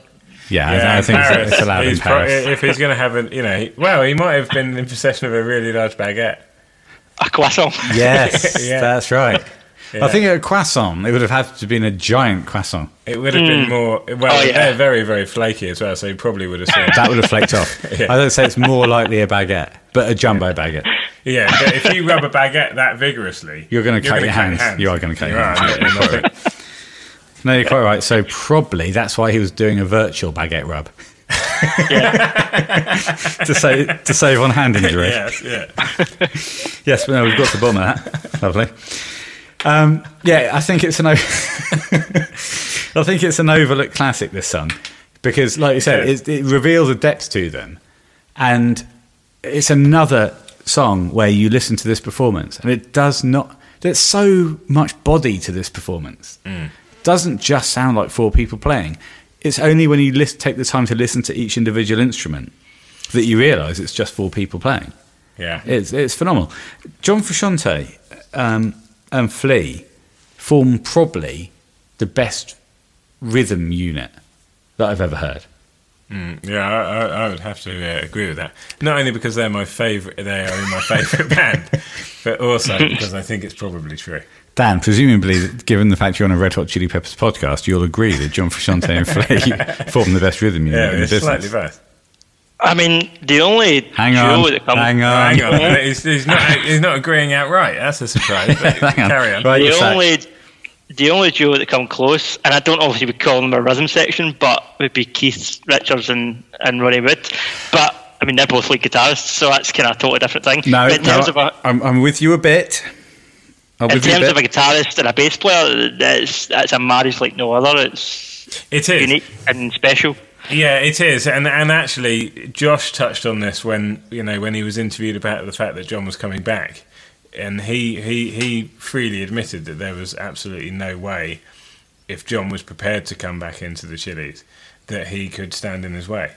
A: Yeah, I-
B: Yeah,
A: I,
B: in
A: think
B: Paris.
A: it's, it's allowed
B: He's
A: in Paris.
B: pro- if he's going to have an, you know, he- well, he might have been in possession of a really large baguette.
C: a croissant.
A: yes,
B: (laughs) Yeah.
A: that's right.
B: Yeah.
A: I think a croissant. It would have had to been a giant croissant.
B: It would have been more. Well,
C: Oh, yeah.
B: they're very, very flaky as well, so he probably would (laughs) have seen.
A: That would have flaked off.
B: Yeah.
A: I don't say it's more likely a baguette, but a jumbo baguette.
B: yeah, but if you rub a baguette that vigorously,
A: You're gonna cut your hands. You are gonna cut your hands.
B: are, you're not-
A: (laughs) No, you're quite right. So probably that's why he was doing a virtual baguette rub. (laughs) to save to save on hand injury.
B: (laughs) yes, yeah.
A: Yes, but no, we've got the bomb of that. Lovely. Um, yeah, I think it's an o- (laughs) I think it's an overlooked classic. This song, because, like you said,
B: Yeah.
A: it, it reveals a depth to them, and it's another song where you listen to this performance, and it does not. There's so much body to this performance. It doesn't just sound like four people playing. It's only when you list, take the time to listen to each individual instrument that you realise it's just four people playing.
B: Yeah.
A: It's it's phenomenal. John Frusciante um, and Flea form probably the best rhythm unit that I've ever heard.
B: Mm, Yeah, I, I, I would have to uh, agree with that. Not only because they're my (laughs) favorite, they are in my favorite band, but also because I think it's probably true.
A: Dan, presumably, given the fact you're on a Red Hot Chili Peppers podcast, you'll agree that John Frusciante and (laughs) Flea form the best rhythm unit
B: Yeah,
A: in the
B: it's slightly
A: business.
B: both.
C: I mean, the only
A: Hang
C: duo
A: on,
C: that comes
A: hang on,
B: Hang on, he's, he's not he's not agreeing outright. That's a surprise.
A: (laughs)
B: But
A: Hang
B: carry on.
A: Right,
C: the
A: you're sacked.
C: only the only duo that come close, and I don't know if you would call them a rhythm section, but would be Keith Richards and, and Ronnie Wood. But I mean, they're both lead guitarists, so that's kind of a totally different thing.
A: No,
C: But in terms
A: no,
C: of a
A: I'm, I'm with you a bit. I'm
C: in
A: with you a bit.
C: terms of a guitarist and a bass player, that's that's a marriage like no other. It's
B: It is.
C: unique and special.
B: Yeah, it is, and and actually, Josh touched on this when you know when he was interviewed about the fact that John was coming back, and he he he freely admitted that there was absolutely no way, if John was prepared to come back into the Chili's, that he could stand in his way.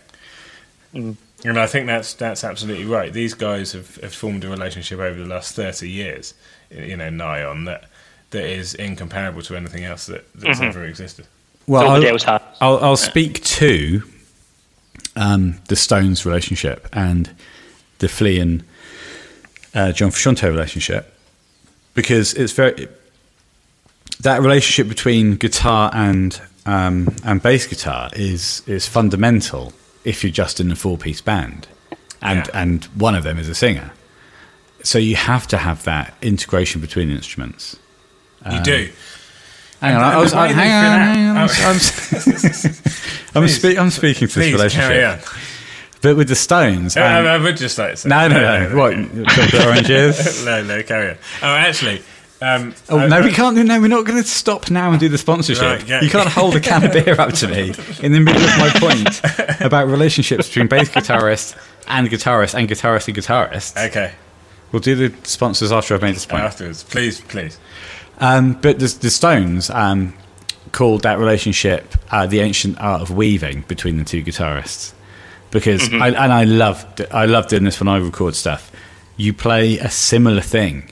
B: And I think that's that's absolutely right. These guys have, have formed a relationship over the last thirty years, you know, nigh on that that is incomparable to anything else that, that's ever existed.
A: well,
C: Nobody
A: I'll,
C: else has.
A: I'll, I'll speak to um, the Stones relationship and the Flea and uh, John Frusciante relationship because it's very that relationship between guitar and um, and bass guitar is is fundamental if you're just in a four piece band and
B: Yeah.
A: and one of them is a singer, so you have to have that integration between instruments.
B: you do.
A: Hang on, I was,
B: Why
A: I,
B: do
A: hang
B: you
A: on,
B: feel that?
A: hang on. I'm,
B: Oh.
A: I'm,
B: (laughs)
A: I'm, spe- I'm speaking to this
B: Please carry on.
A: relationship, but with the Stones.
B: Uh,
A: and-
B: I would just like to say.
A: no, no, no. What? Chocolate oranges?
B: (laughs) no, no, carry on. Oh, actually. Um,
A: Oh,
B: I-
A: no, we
B: I-
A: can't. do- No, we're not going to stop now and do the sponsorship.
B: Right, yeah.
A: You can't hold a can of beer up to me in the middle of my point about relationships between bass guitarists and guitarists and guitarists and guitarists.
B: Okay,
A: We'll do the sponsors after I've made this point.
B: afterwards. Please, please.
A: Um, but the, the Stones um, called that relationship uh, the ancient art of weaving between the two guitarists because
B: Mm-hmm.
A: I, and I loved I love doing this when I record stuff. You play a similar thing,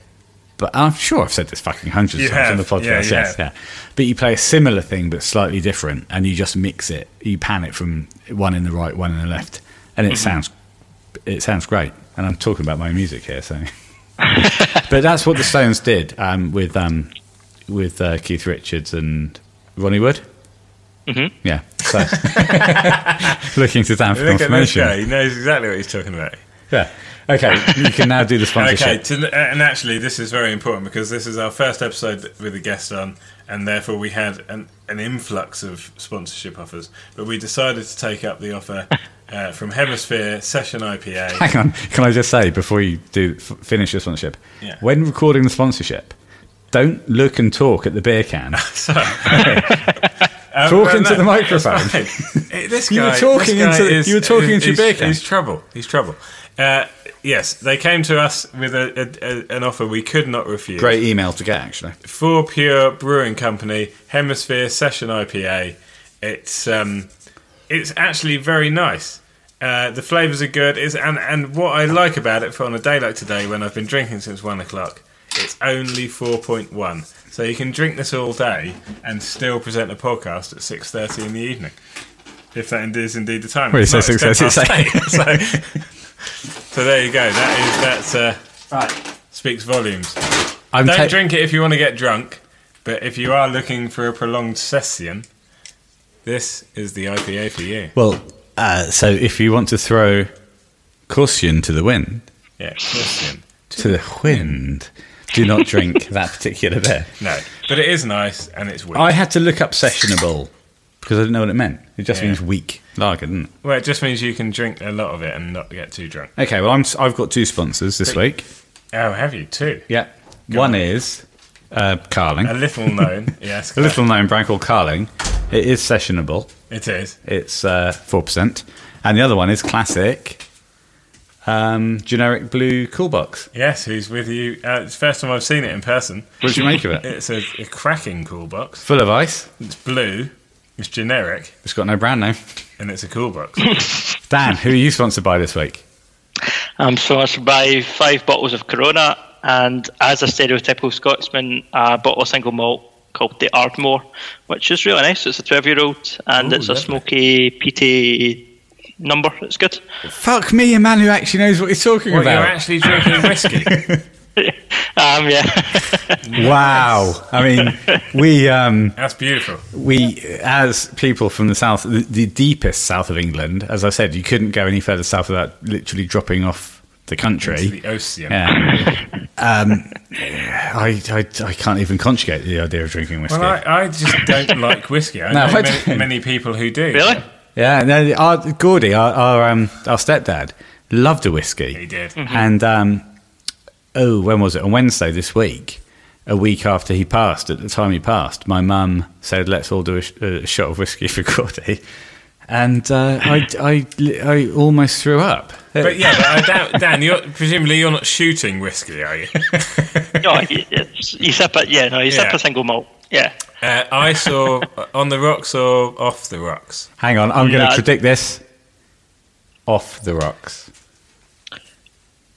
A: but I'm sure I've said this fucking hundreds
B: You
A: of times on the
B: have. Yeah,
A: podcast.
B: you
A: yes,
B: have.
A: yeah. But you play a similar thing but slightly different, and you just mix it. You pan it from one in the right, one in the left, and
B: Mm-hmm.
A: it sounds it sounds great. And I'm talking about my own music here, so. (laughs) but that's what the Stones did um, with um, with uh, Keith Richards and Ronnie Wood. Mm-hmm. Yeah.
B: (laughs)
A: So looking to Dan for
B: Look at this
A: confirmation.
B: guy. He knows exactly what he's talking about.
A: Yeah. Okay. You can now do the sponsorship.
B: (laughs) Okay, to, uh, and actually, this is very important because this is our first episode th- with a guest on, and therefore we had an, an influx of sponsorship offers. But we decided to take up the offer
A: (laughs)
B: uh, from Hemisphere Session IPA.
A: Hang on. Can I just say before you do f- finish the sponsorship?
B: Yeah.
A: When recording the sponsorship, don't look and talk at the beer
B: (laughs)
A: can. (laughs)
B: Um,
A: Talk
B: well,
A: into
B: no,
A: the
B: that's
A: microphone.
B: fine. Eh, this guy,
A: You were
B: this
A: talking
B: guy
A: into-
B: is-
A: you were talking
B: is-
A: into your
B: is-
A: beer can.
B: He's trouble. He's trouble. Uh, yes, they came to us with a, a, a, an offer we could not refuse.
A: Great email to get actually.
B: Four Pure Brewing Company Hemisphere Session IPA. It's um, it's actually very nice. Uh, the flavours are good. Is and and what I like about it for on a day like today when I've been drinking since one o'clock, it's only four point one. So you can drink this all day and still present a podcast at six thirty in the evening, if that is indeed the time.
A: Well, you
B: It's
A: say
B: not, it's
A: 6:30,
B: 10
A: (laughs)
B: past eight, (laughs) so, so there you go. That is that's uh, speaks volumes.
A: I'm
B: Don't
A: ta-
B: drink it if you want to get drunk, but if you are looking for a prolonged session, this is the IPA for you.
A: Well, uh, so if you want to throw caution to the wind,
B: Yeah, Christian.
A: to the wind, do not drink (laughs) that particular beer.
B: No, but it is nice and it's weak.
A: I had to look up sessionable because I didn't know what it meant. It just
B: Yeah.
A: means weak lager, doesn't it?
B: well, it just means you can drink a lot of it and not get too drunk.
A: Okay, well, I'm, s- I've got two sponsors this week.
B: Oh, have you too?
A: Yeah. One is uh, Carling,
B: A little
A: (laughs)
B: known, yes.
A: a little known brand called Carling. It is sessionable,
B: It is.
A: it's uh, 4%. And the other one is Classic um, Generic Blue Cool Box.
B: Yes, who's with you? Uh, it's the first time I've seen it in person.
A: What do you make of (laughs) it?
B: It's a, a cracking cool box.
A: Full of ice.
B: It's blue, it's generic,
A: It's got no brand name.
B: and it's a cool box.
A: Dan, who are you sponsored by this week?
C: I'm sponsored by five bottles of Corona, and as a stereotypical Scotsman, a bottle of single malt called the Ardmore, which is really nice. It's a 12 year old, and
B: Ooh,
C: it's
B: lovely.
C: a smoky, peaty number. It's good.
A: Fuck me, a man who actually knows what he's talking
B: Well, you're
A: about. (laughs)
B: actually drinking whiskey.
C: um, yeah. (laughs)
A: Wow. I mean, we um,
B: That's beautiful.
A: we as people from the south, the, the deepest south of England, as I said, you couldn't go any further south without literally dropping off the country.
B: The ocean.
A: Yeah. um, I, I I can't even conjugate the idea of drinking whiskey.
B: Well, I, I just don't like whiskey. I
A: No,
B: know
A: I
B: many,
A: don't.
B: many people who do. (laughs)
C: Really?
A: Yeah, no, our, Gordy, our our, um, our stepdad, loved a whiskey.
B: He did.
A: And um, oh, when was it? On Wednesday this week, a week after he passed, at the time he passed, my mum said, "Let's all do a, sh- a shot of whiskey for (laughs) Gordy," and uh, I, I, I almost threw up.
B: But yeah, but I doubt, Dan, you're, presumably you're not shooting
A: (laughs)
B: whiskey, are you?
C: No, you, it's- you sip it. Yeah, no, you sip
B: Yeah.
C: a single malt. Yeah.
B: Uh, I saw on the rocks or off the rocks.
A: Hang on, I'm going
C: No.
A: to predict this. Off the rocks.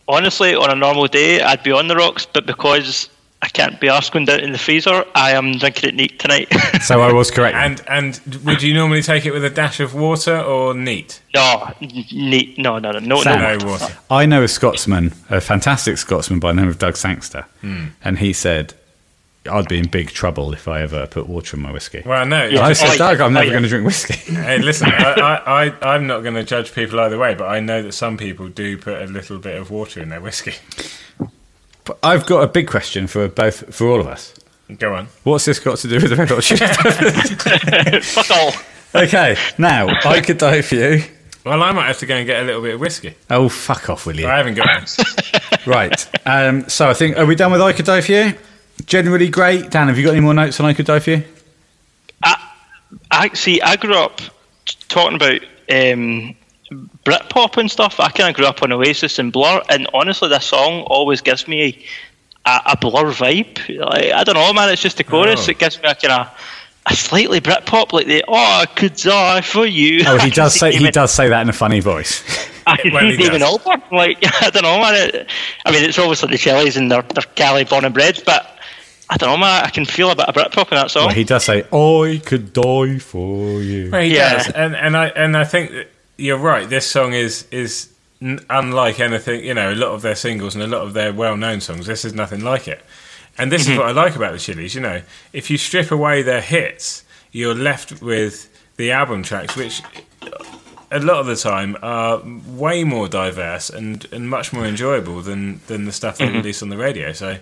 C: Honestly, on a normal day, I'd be on the rocks, but because I can't be arsed going down in the freezer, I am drinking it neat tonight. (laughs)
A: So I was
B: (laughs)
A: correct.
B: And and would you normally take it with a dash of water or neat?
C: no, n- neat. No, no, no, no,
A: Sam.
C: no.
B: No water.
A: I know a Scotsman, a fantastic Scotsman by the name of Doug Sangster, and he said, "I'd be in big trouble if I ever put water in my whiskey."
B: Well, no.
C: Yeah.
A: I said,
C: Oh,
A: "Doug, I'm never
C: yeah. Oh, yeah.
A: going to drink (laughs) whiskey."
B: Hey, listen, I, I, I, I'm not going to judge people either way, but I know that some people do put a little bit of water in their whiskey.
A: But I've got a big question for both for all of us.
B: Go on.
A: What's this got to do with the Red Hot Chili (laughs) Peppers?
C: Fuck all.
A: okay, now I could die for you.
B: Well, I might have to go and get a little bit of whiskey.
A: Oh, fuck off, will you?
B: I haven't got
A: (laughs)
B: it.
A: Right. Um, so I think are we done with I could die for you? Generally great. Dan, have you got any more notes on I could die for you?
C: I see. I grew up t- talking about um, Britpop and stuff. I kind of grew up on Oasis and Blur, and honestly, this song always gives me a, a Blur vibe. Like, I don't know, man. It's just the chorus.
B: Oh.
C: It gives me a kind of a slightly Britpop, like the "Oh, I could die for you." (laughs)
A: Oh, he does say he
C: Even-
A: does say that in a funny voice.
C: I
B: Well, he
C: didn't even
B: does.
C: open. Like (laughs) I don't know, man. It, I mean, it's obviously the Chili's and their their Cali born and bred, but I don't know, man. I can feel a bit of Britpop in that song.
A: Well, he does say, "I could die for you."
B: Well, (laughs) he
C: Yeah.
B: does, and and I and I think that you're right. This song is is n- unlike anything. You know, a lot of their singles and a lot of their well-known songs. This is nothing like it. And this is what I like about the Chili's. You know, if you strip away their hits, you're left with the album tracks, which a lot of the time are way more diverse and, and much more enjoyable than, than the stuff they release on the radio. So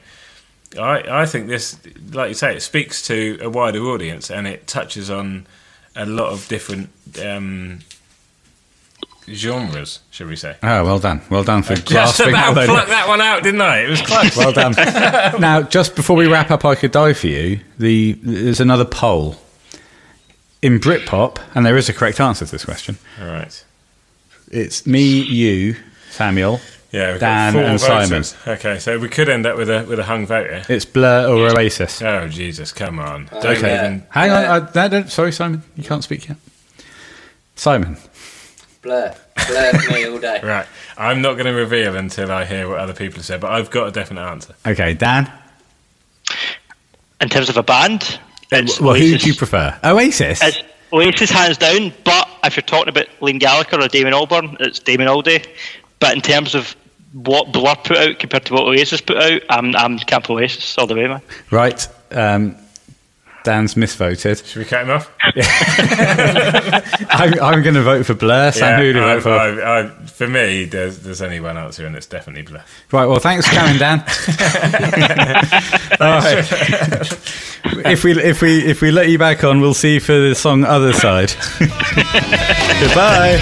B: I, I think this, like you say, it speaks to a wider audience and it touches on a lot of different um, genres, should we say.
A: Oh, well done. Well done for
B: (laughs) Just
A: grasping
B: about (laughs)
A: that.
B: plucked that one out, didn't I? It was (laughs) close.
A: Well done.
B: (laughs)
A: now, just before we wrap up, I could die for you. The there's another poll in Britpop, and there is a correct answer to this question.
B: All right.
A: It's me, you, Samuel.
B: Yeah, we've
A: Dan
B: got four
A: and Simon.
B: voters. Okay, so we could end up with a with a hung vote here.
A: It's Blur or Oasis.
B: Oh Jesus, come on! Don't
A: Okay.
B: even.
A: Hang on. I, no, no, sorry, Simon. You can't speak yet. Simon.
E: Blur. Blur for me
A: (laughs)
E: all day.
B: Right, I'm not going to reveal until I hear what other people have said, but I've got a definite answer.
A: Okay, Dan.
C: in terms of a band, it's
A: well, who
C: Oasis.
A: do you prefer? Oasis.
C: It's Oasis hands down, but if you're talking about Liam Gallagher or Damon Albarn, it's Damon Alday. But in terms of what Blur put out compared to what Oasis put out, I'm I'm Camp Oasis all the way, man.
A: Right. Um, Dan's misvoted.
B: Should we cut him off?
A: I'm, I'm going to vote for Blur. Sam, who do you
B: I,
A: vote for?
B: I, I, for me, there's, there's only one answer, and it's definitely Blur.
A: Right, well, thanks for coming, Dan. All right. if we if we if we let you back on, we'll see you for the song "Other Side." Goodbye.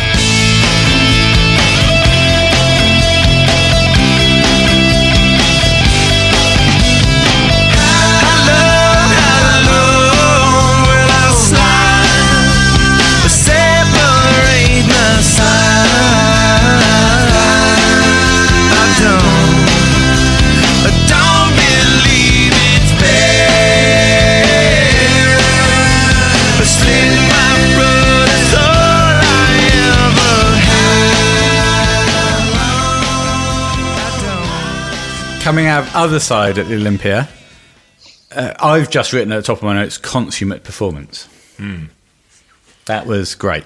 G: Slit my throat is all I ever
A: Coming out of "Other Side" at the Olympia, uh, I've just written at the top of my notes "consummate performance." That was great.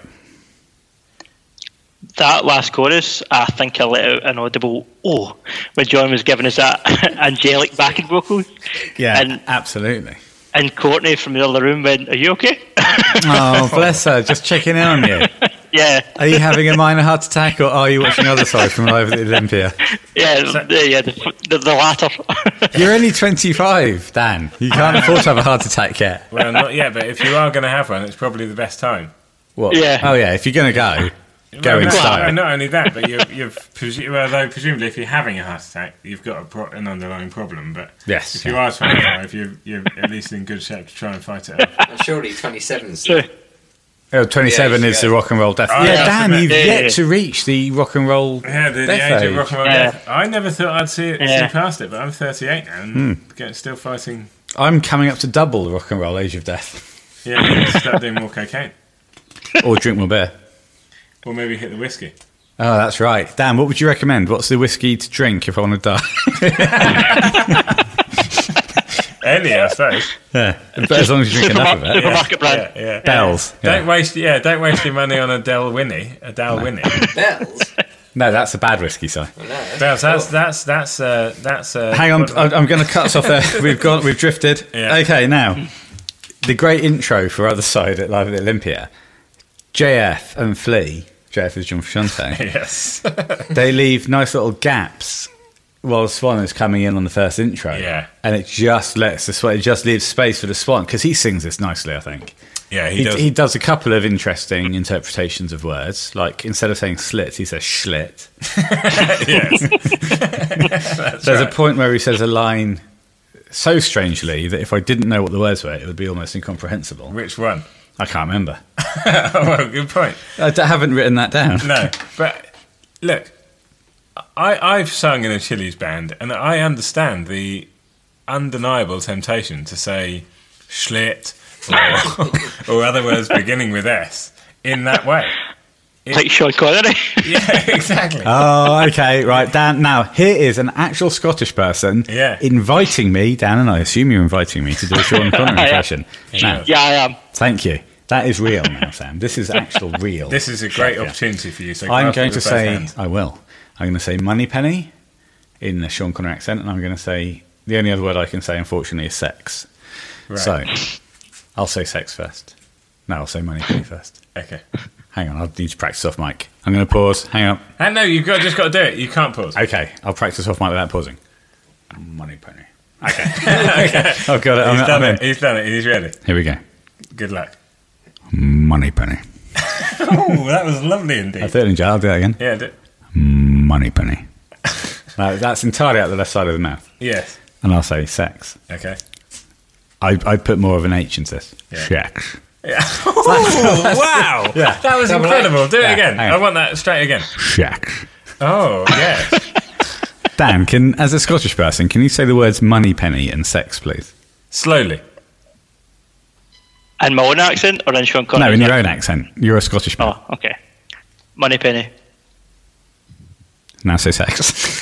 C: that last chorus, I think I let out an audible "oh" when John was giving us that (laughs) angelic backing vocal,
A: Yeah,
C: And-
A: absolutely.
C: and Courtney from the other room went, "Are you okay?" (laughs)
A: Oh, bless her. Just checking in on you.
C: yeah,
A: Are you having a minor heart attack or are you watching Other Side from Live at the Olympia?
C: yeah, the, yeah, the, the, the latter. (laughs)
A: You're only 25, Dan. You can't afford to have a heart attack yet.
B: Well, not yet, but if you are going to have one, it's probably the best time.
A: What?
C: Yeah.
A: Oh, yeah. If you're going to go, go in
B: no,
A: style.
B: Not only that, but you've, you've presu- well, though presumably if you're having a heart attack, you've got a pro- an underlying problem. But
A: Yes,
B: if
A: yeah.
B: you are 25, you're, you're at least in good shape to try and fight it
C: (laughs)
B: off.
E: I'm surely
A: (laughs)
E: 27.
C: so,
A: Oh, 27
E: Yeah,
A: is
E: yeah.
A: the rock and roll death.
B: Oh,
A: yeah,
B: yeah.
A: Dan, you've
C: Yeah,
A: yet
C: yeah.
A: to reach the rock and roll
B: Yeah, the, the
A: death
B: age
A: age.
B: of rock and roll.
C: Yeah.
B: death. I never thought I'd see it
C: Yeah.
B: see past it, but I'm 38 now and
A: Hmm.
B: get, still fighting.
A: I'm coming up to double the rock and roll age of death.
B: Yeah, I'm gonna start doing more cocaine,
A: or drink more beer.
B: or maybe hit the whiskey.
A: Oh, that's right. Dan, what would you recommend? What's the whiskey to drink if I want to die? (laughs)
B: Any, I suppose.
A: yeah. But as long as you
C: (laughs)
A: drink enough of
C: supermarket,
A: it.
C: supermarket brand.
B: Yeah, yeah.
A: Bells. Yeah.
B: Don't waste, yeah, don't waste your money on a Del Winnie, a Del Winnie.
E: Bells?
A: No, that's a bad whiskey, sorry.
E: Oh, no, that's
B: That's that's
E: cool.
B: that's that's uh, that's. Uh,
A: Hang on,
B: what-
A: I'm, I'm going to cut us off (laughs) there. We've gone, we've drifted.
B: Yeah.
A: Okay, now the great intro for other side at Live at the Olympia. JF and Flea. JF is John (laughs) Frusciante.
B: (laughs) Yes.
A: they leave nice little gaps while Swan is coming in on the first intro.
B: Yeah.
A: and it just lets the Swan. It just leaves space for the Swan because he sings this nicely. I think
B: Yeah,
A: he, he, does. a couple of interesting interpretations of words. Like instead of saying slit, he says schlit. (laughs)
B: (laughs)
A: There's a point where he says a line so strangely that if I didn't know what the words were, it would be almost incomprehensible.
B: Which one? (laughs)
A: I can't remember.
B: oh, well, good point.
A: I d- haven't written that down.
B: No, but look, I I've sung in a Chili's band, and I understand the undeniable temptation to say schlit or, (laughs) or other words beginning with s in
A: (laughs)
B: that way.
C: like Sean Connery. (laughs)
B: Yeah, exactly.
A: (laughs) Oh, okay, right, Dan. Now here is an actual Scottish person
B: Yeah.
A: inviting me, Dan, and I assume you're inviting me to do a Sean
B: (laughs)
A: Connery
C: Yeah.
A: impression. Now,
C: yeah, I am.
A: thank you. That is real now, Sam. This is actual real.
B: (laughs) This is a great
A: Yeah.
B: opportunity for you. So
A: I'm
B: grasp it
A: going
B: with
A: to
B: both
A: say
B: hands.
A: I will. I'm going to say moneypenny in the Sean Connery accent, and I'm going to say the only other word I can say, unfortunately, is sex.
B: Right.
A: So I'll say sex first. No, I'll say moneypenny first.
B: okay.
A: Hang on, I need to practice off mic. I'm going to pause. Hang on.
B: And no, you've got just got to do it. You can't pause.
A: Okay, I'll practice off mic without pausing. Moneypenny. (laughs) Okay. okay. I've got it. I'm,
B: He's
A: I'm
B: done
A: in.
B: it. He's done it. He's ready.
A: Here we go.
B: Good luck.
A: Moneypenny.
B: Oh, that was lovely
A: I
B: indeed.
A: third in jail. I'll do that again.
B: Yeah. d-
A: (laughs) Moneypenny. Now, that's entirely out the left side of the mouth.
B: Yes.
A: And I'll say sex.
B: Okay.
A: I, I put more of an H into this.
B: Yeah.
A: Sex.
B: Oh, wow.
A: Yeah.
B: That was incredible. Do it
A: Yeah,
B: again.
A: hang on.
B: I want that straight again.
A: Sex.
B: Oh, yes.
A: Dan, can as a Scottish person, can you say the words moneypenny and sex, please?
B: (laughs) Slowly.
C: In my own accent or in Sean Connery?
A: No, in your own accent. You're a Scottish man.
C: Oh, okay. Money penny.
A: Now say
C: (laughs)
A: sex.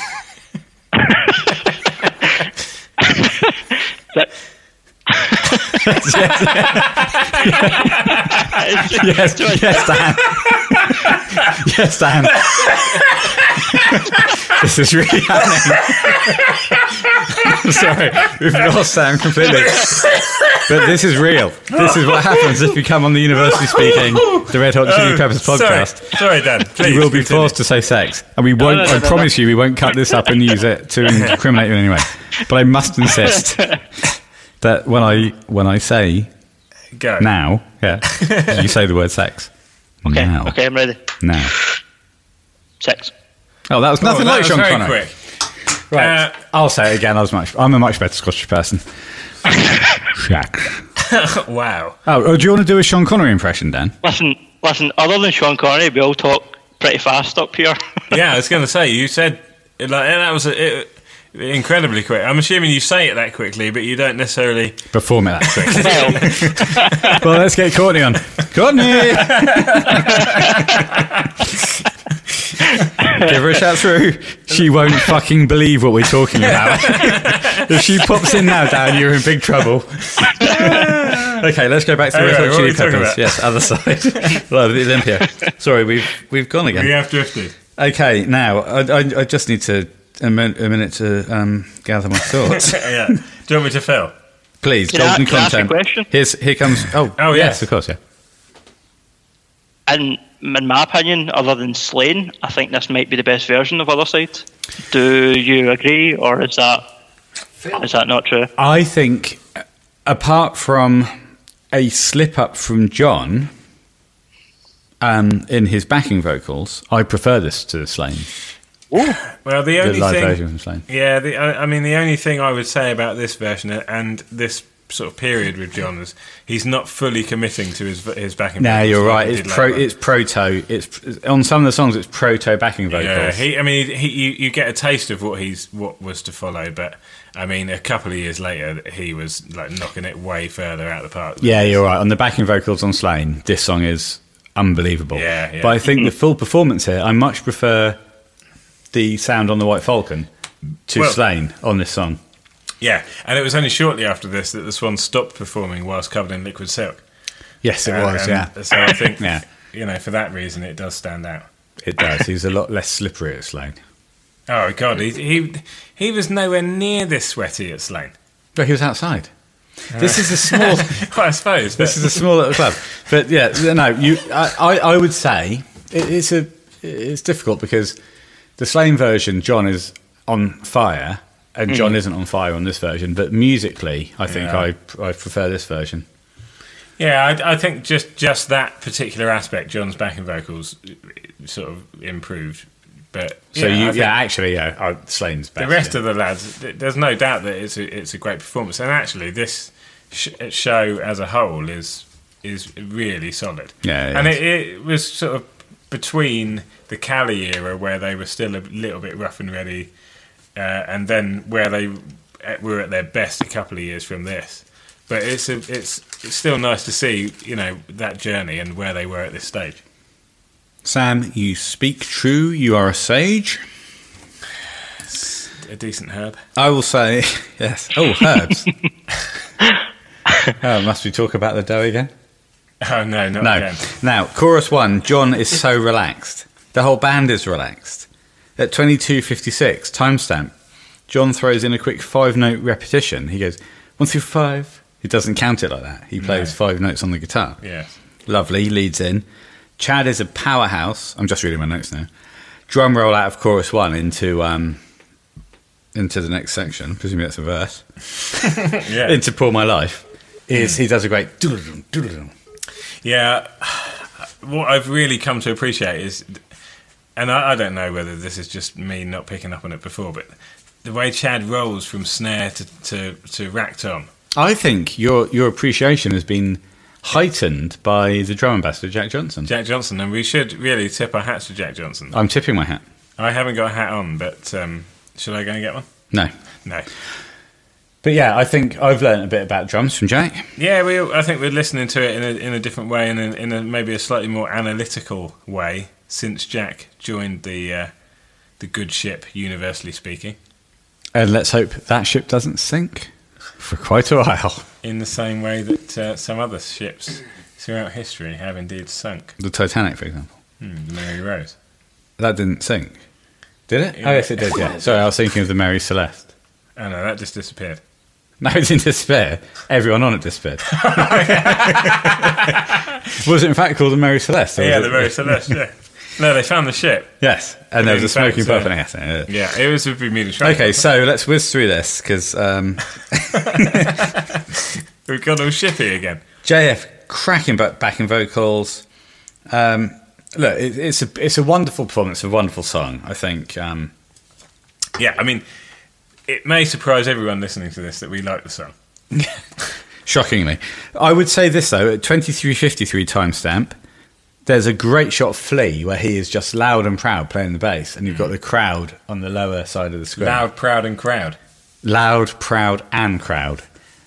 A: yes, (laughs) yes, Dan.
C: (laughs)
A: yes, Dan. (laughs) this is really happening. (laughs) I'm sorry, we've lost Sam completely. But this is real. This is what happens if you come on the University Speaking, the Red Hot
C: Oh,
A: Chili Peppers
B: sorry.
A: podcast.
B: Sorry, Dan. Please.
A: You will be
B: continue.
A: forced to say sex, and we won't.
C: no, no,
A: I
C: no,
A: promise you, we won't cut this up and use it
C: (laughs)
A: to incriminate you in any way. But I must insist that when I when I say
B: Go.
A: now, yeah, (laughs) you say the word sex.
C: Okay,
A: Now.
C: okay, I'm ready.
A: Now.
C: Six.
A: Oh, that was
B: Oh,
A: nothing
B: that
A: like
B: was
A: Sean
B: very
A: Connery.
B: quick. (laughs)
A: Right.
B: Uh,
A: I'll say it again. I was much. I'm a much better Scottish person. (laughs) Sex.
B: Wow.
A: Oh, oh, do you want to do a Sean Connery impression, Dan?
C: Listen, listen. Other than Sean Connery, we all talk pretty fast up here. (laughs)
B: Yeah, I was going to say, you said, like, that was a, it, incredibly quick. I'm assuming you say it that quickly, but you don't necessarily.
A: Perform it
B: (laughs)
A: that quick.
C: well,
F: (laughs)
A: well, let's get Courtney on. Courtney. Give her a shout through. She won't fucking believe what
F: (laughs)
A: we're talking about. if she pops in now, Dan, you're in big trouble.
F: okay, let's go back to
B: Anyway,
F: the Red Hot
B: what are
F: Chili
B: we talking
F: Peppers.
B: about?
F: Yes, other side. (laughs) Love the Olympia. Sorry, we've we've gone again.
B: We have drifted. (laughs)
F: Okay, now I, I, I just need to a, min- a minute to um, gather my thoughts.
B: yeah. Do you want me to fail?
F: Please,
C: Can I-
F: golden
C: can I ask a
F: content.
C: question?
F: Here's here comes. Oh,
B: Oh, yeah.
F: yes, of course, yeah.
C: And in my opinion, other than Slain, I think this might be the best version of Other Side. Do you agree, or is that is that not true?
A: I think, uh, apart from a slip up from John um, in his backing vocals, I prefer this to the Slain,
B: Well, the
A: the
B: only
A: live
B: thing.
A: version of Slain.
B: Yeah, the, I, I mean, the only thing I would say about this version and this sort of period with John is he's not fully committing to his his backing.
A: No,
B: vocals
A: you're
B: like
A: right.
B: he
A: It's
B: did later
A: pro.
B: on.
A: It's proto. It's on some of the songs. It's proto backing vocals.
B: yeah. He, I mean, he, you, you get a taste of what he's what was to follow, but I mean, a couple of years later, he was like knocking it way further out the park.
A: Yeah, you're right. On the backing vocals on Slain, this song is unbelievable.
B: Yeah, yeah.
A: But I think the full performance here, I much prefer the sound on the White Falcon to
B: Well-
A: Slain on this song.
B: yeah. And it was only shortly after this that the Swan stopped performing whilst covered in liquid silk.
A: Yes, it was.
B: And-
A: Yeah,
B: and So I
A: (laughs)
B: think,
A: Yeah.
B: you know, for that reason, it does stand out.
A: it does. He's a lot less slippery at Slain.
B: Oh God, he he, he was nowhere near this sweaty at Slane.
A: But he was outside.
B: Uh,
A: This is a
B: (laughs)
A: small. (laughs)
B: Well, I suppose
A: this is a small little club. But yeah, no. You, I, I, I would say it, it's a. It's difficult because the Slain version, John is on fire, and John isn't on fire on this version. But musically, I think
B: Yeah.
A: I I prefer this version.
B: yeah. I, I think just just that particular aspect, John's backing vocals uh, sort of improved. But
A: So
B: yeah, I
A: you,
B: think
A: yeah, actually, yeah, uh, Slane's
B: the
A: best.
B: rest
A: yeah.
B: of the lads, th- there's no doubt that it's a, it's a great performance. And actually, this sh- show as a whole is is really solid.
A: Yeah, it
B: and
A: is.
B: it, it was sort of between the Cali era where they were still a little bit rough and ready, uh, and then where they uh, were at their best a couple of years from this. But it's a, it's it's still nice to see you know that journey and where they were at this stage.
A: Sam, you speak true. You are a sage.
B: A decent herb. (laughs)
A: I will say (laughs) yes. Oh, (laughs) herbs. oh, must we talk about the dough again?
B: Oh no, not
A: No.
B: again.
A: Now, chorus one, John is so relaxed. The whole band is relaxed. At 22.56, timestamp, John throws in a quick five note repetition. He goes, one through five. He doesn't count it like that. He plays five notes on the guitar.
B: Yeah.
A: Lovely, leads in. Chad is a powerhouse. I'm just reading my notes now. Drum roll out of chorus one into um, into the next section. Presumably that's a verse.
B: Yeah.
A: Into Poor My Life. Is he does a great doodle doodle
B: Yeah, what I've really come to appreciate is, and I, I don't know whether this is just me not picking up on it before, but the way Chad rolls from snare to to, to rack tom.
A: I think your your appreciation has been heightened by the drum ambassador Jack Johnson.
B: Jack Johnson, and we should really tip our hats to Jack Johnson.
A: I'm tipping my hat.
B: I haven't got a hat on, but um, should I go and get one?
A: No,
B: No.
A: but yeah, I think I've learned a bit about drums from Jack.
B: Yeah, we. all- I think we're listening to it in a, in a different way, in a, in a maybe a slightly more analytical way since Jack joined the uh, the good ship, universally speaking.
A: And let's hope that ship doesn't sink for quite a while.
B: in the same way that uh, some other ships throughout history have indeed sunk.
A: The Titanic, for example,
B: Hmm, the Mary Rose.
A: that didn't sink, did it?
B: Yeah.
A: Oh yes, it did. Yeah. Sorry, I was thinking of the Mary Celeste.
B: Oh no, that just disappeared.
A: No, it's in despair. Everyone on it despaired. (laughs) was it in fact called the Mary Celeste? or was
B: yeah,
A: Oh, it-
B: the Mary
A: (laughs)
B: Celeste. Yeah. No, they found the ship.
A: Yes, and there was
B: In
A: a smoking
B: fact,
A: puff
B: uh,
A: and a gas. in it.
B: Yeah, it was a Bermuda Triangle.
A: Okay, so let's whiz through this because um,
B: we've got all shippy again.
A: JF cracking back backing vocals. Um, look, it, it's a it's a wonderful performance, a wonderful song. I think um,
B: Yeah, I mean, it may surprise everyone listening to this that we like the song.
A: shockingly, I would say this though at twenty three fifty three timestamp. There's a great shot of Flea where he is just loud and proud playing the bass, and you've got the crowd on the lower side of the screen.
B: Loud, proud, and crowd.
A: loud, proud, and crowd.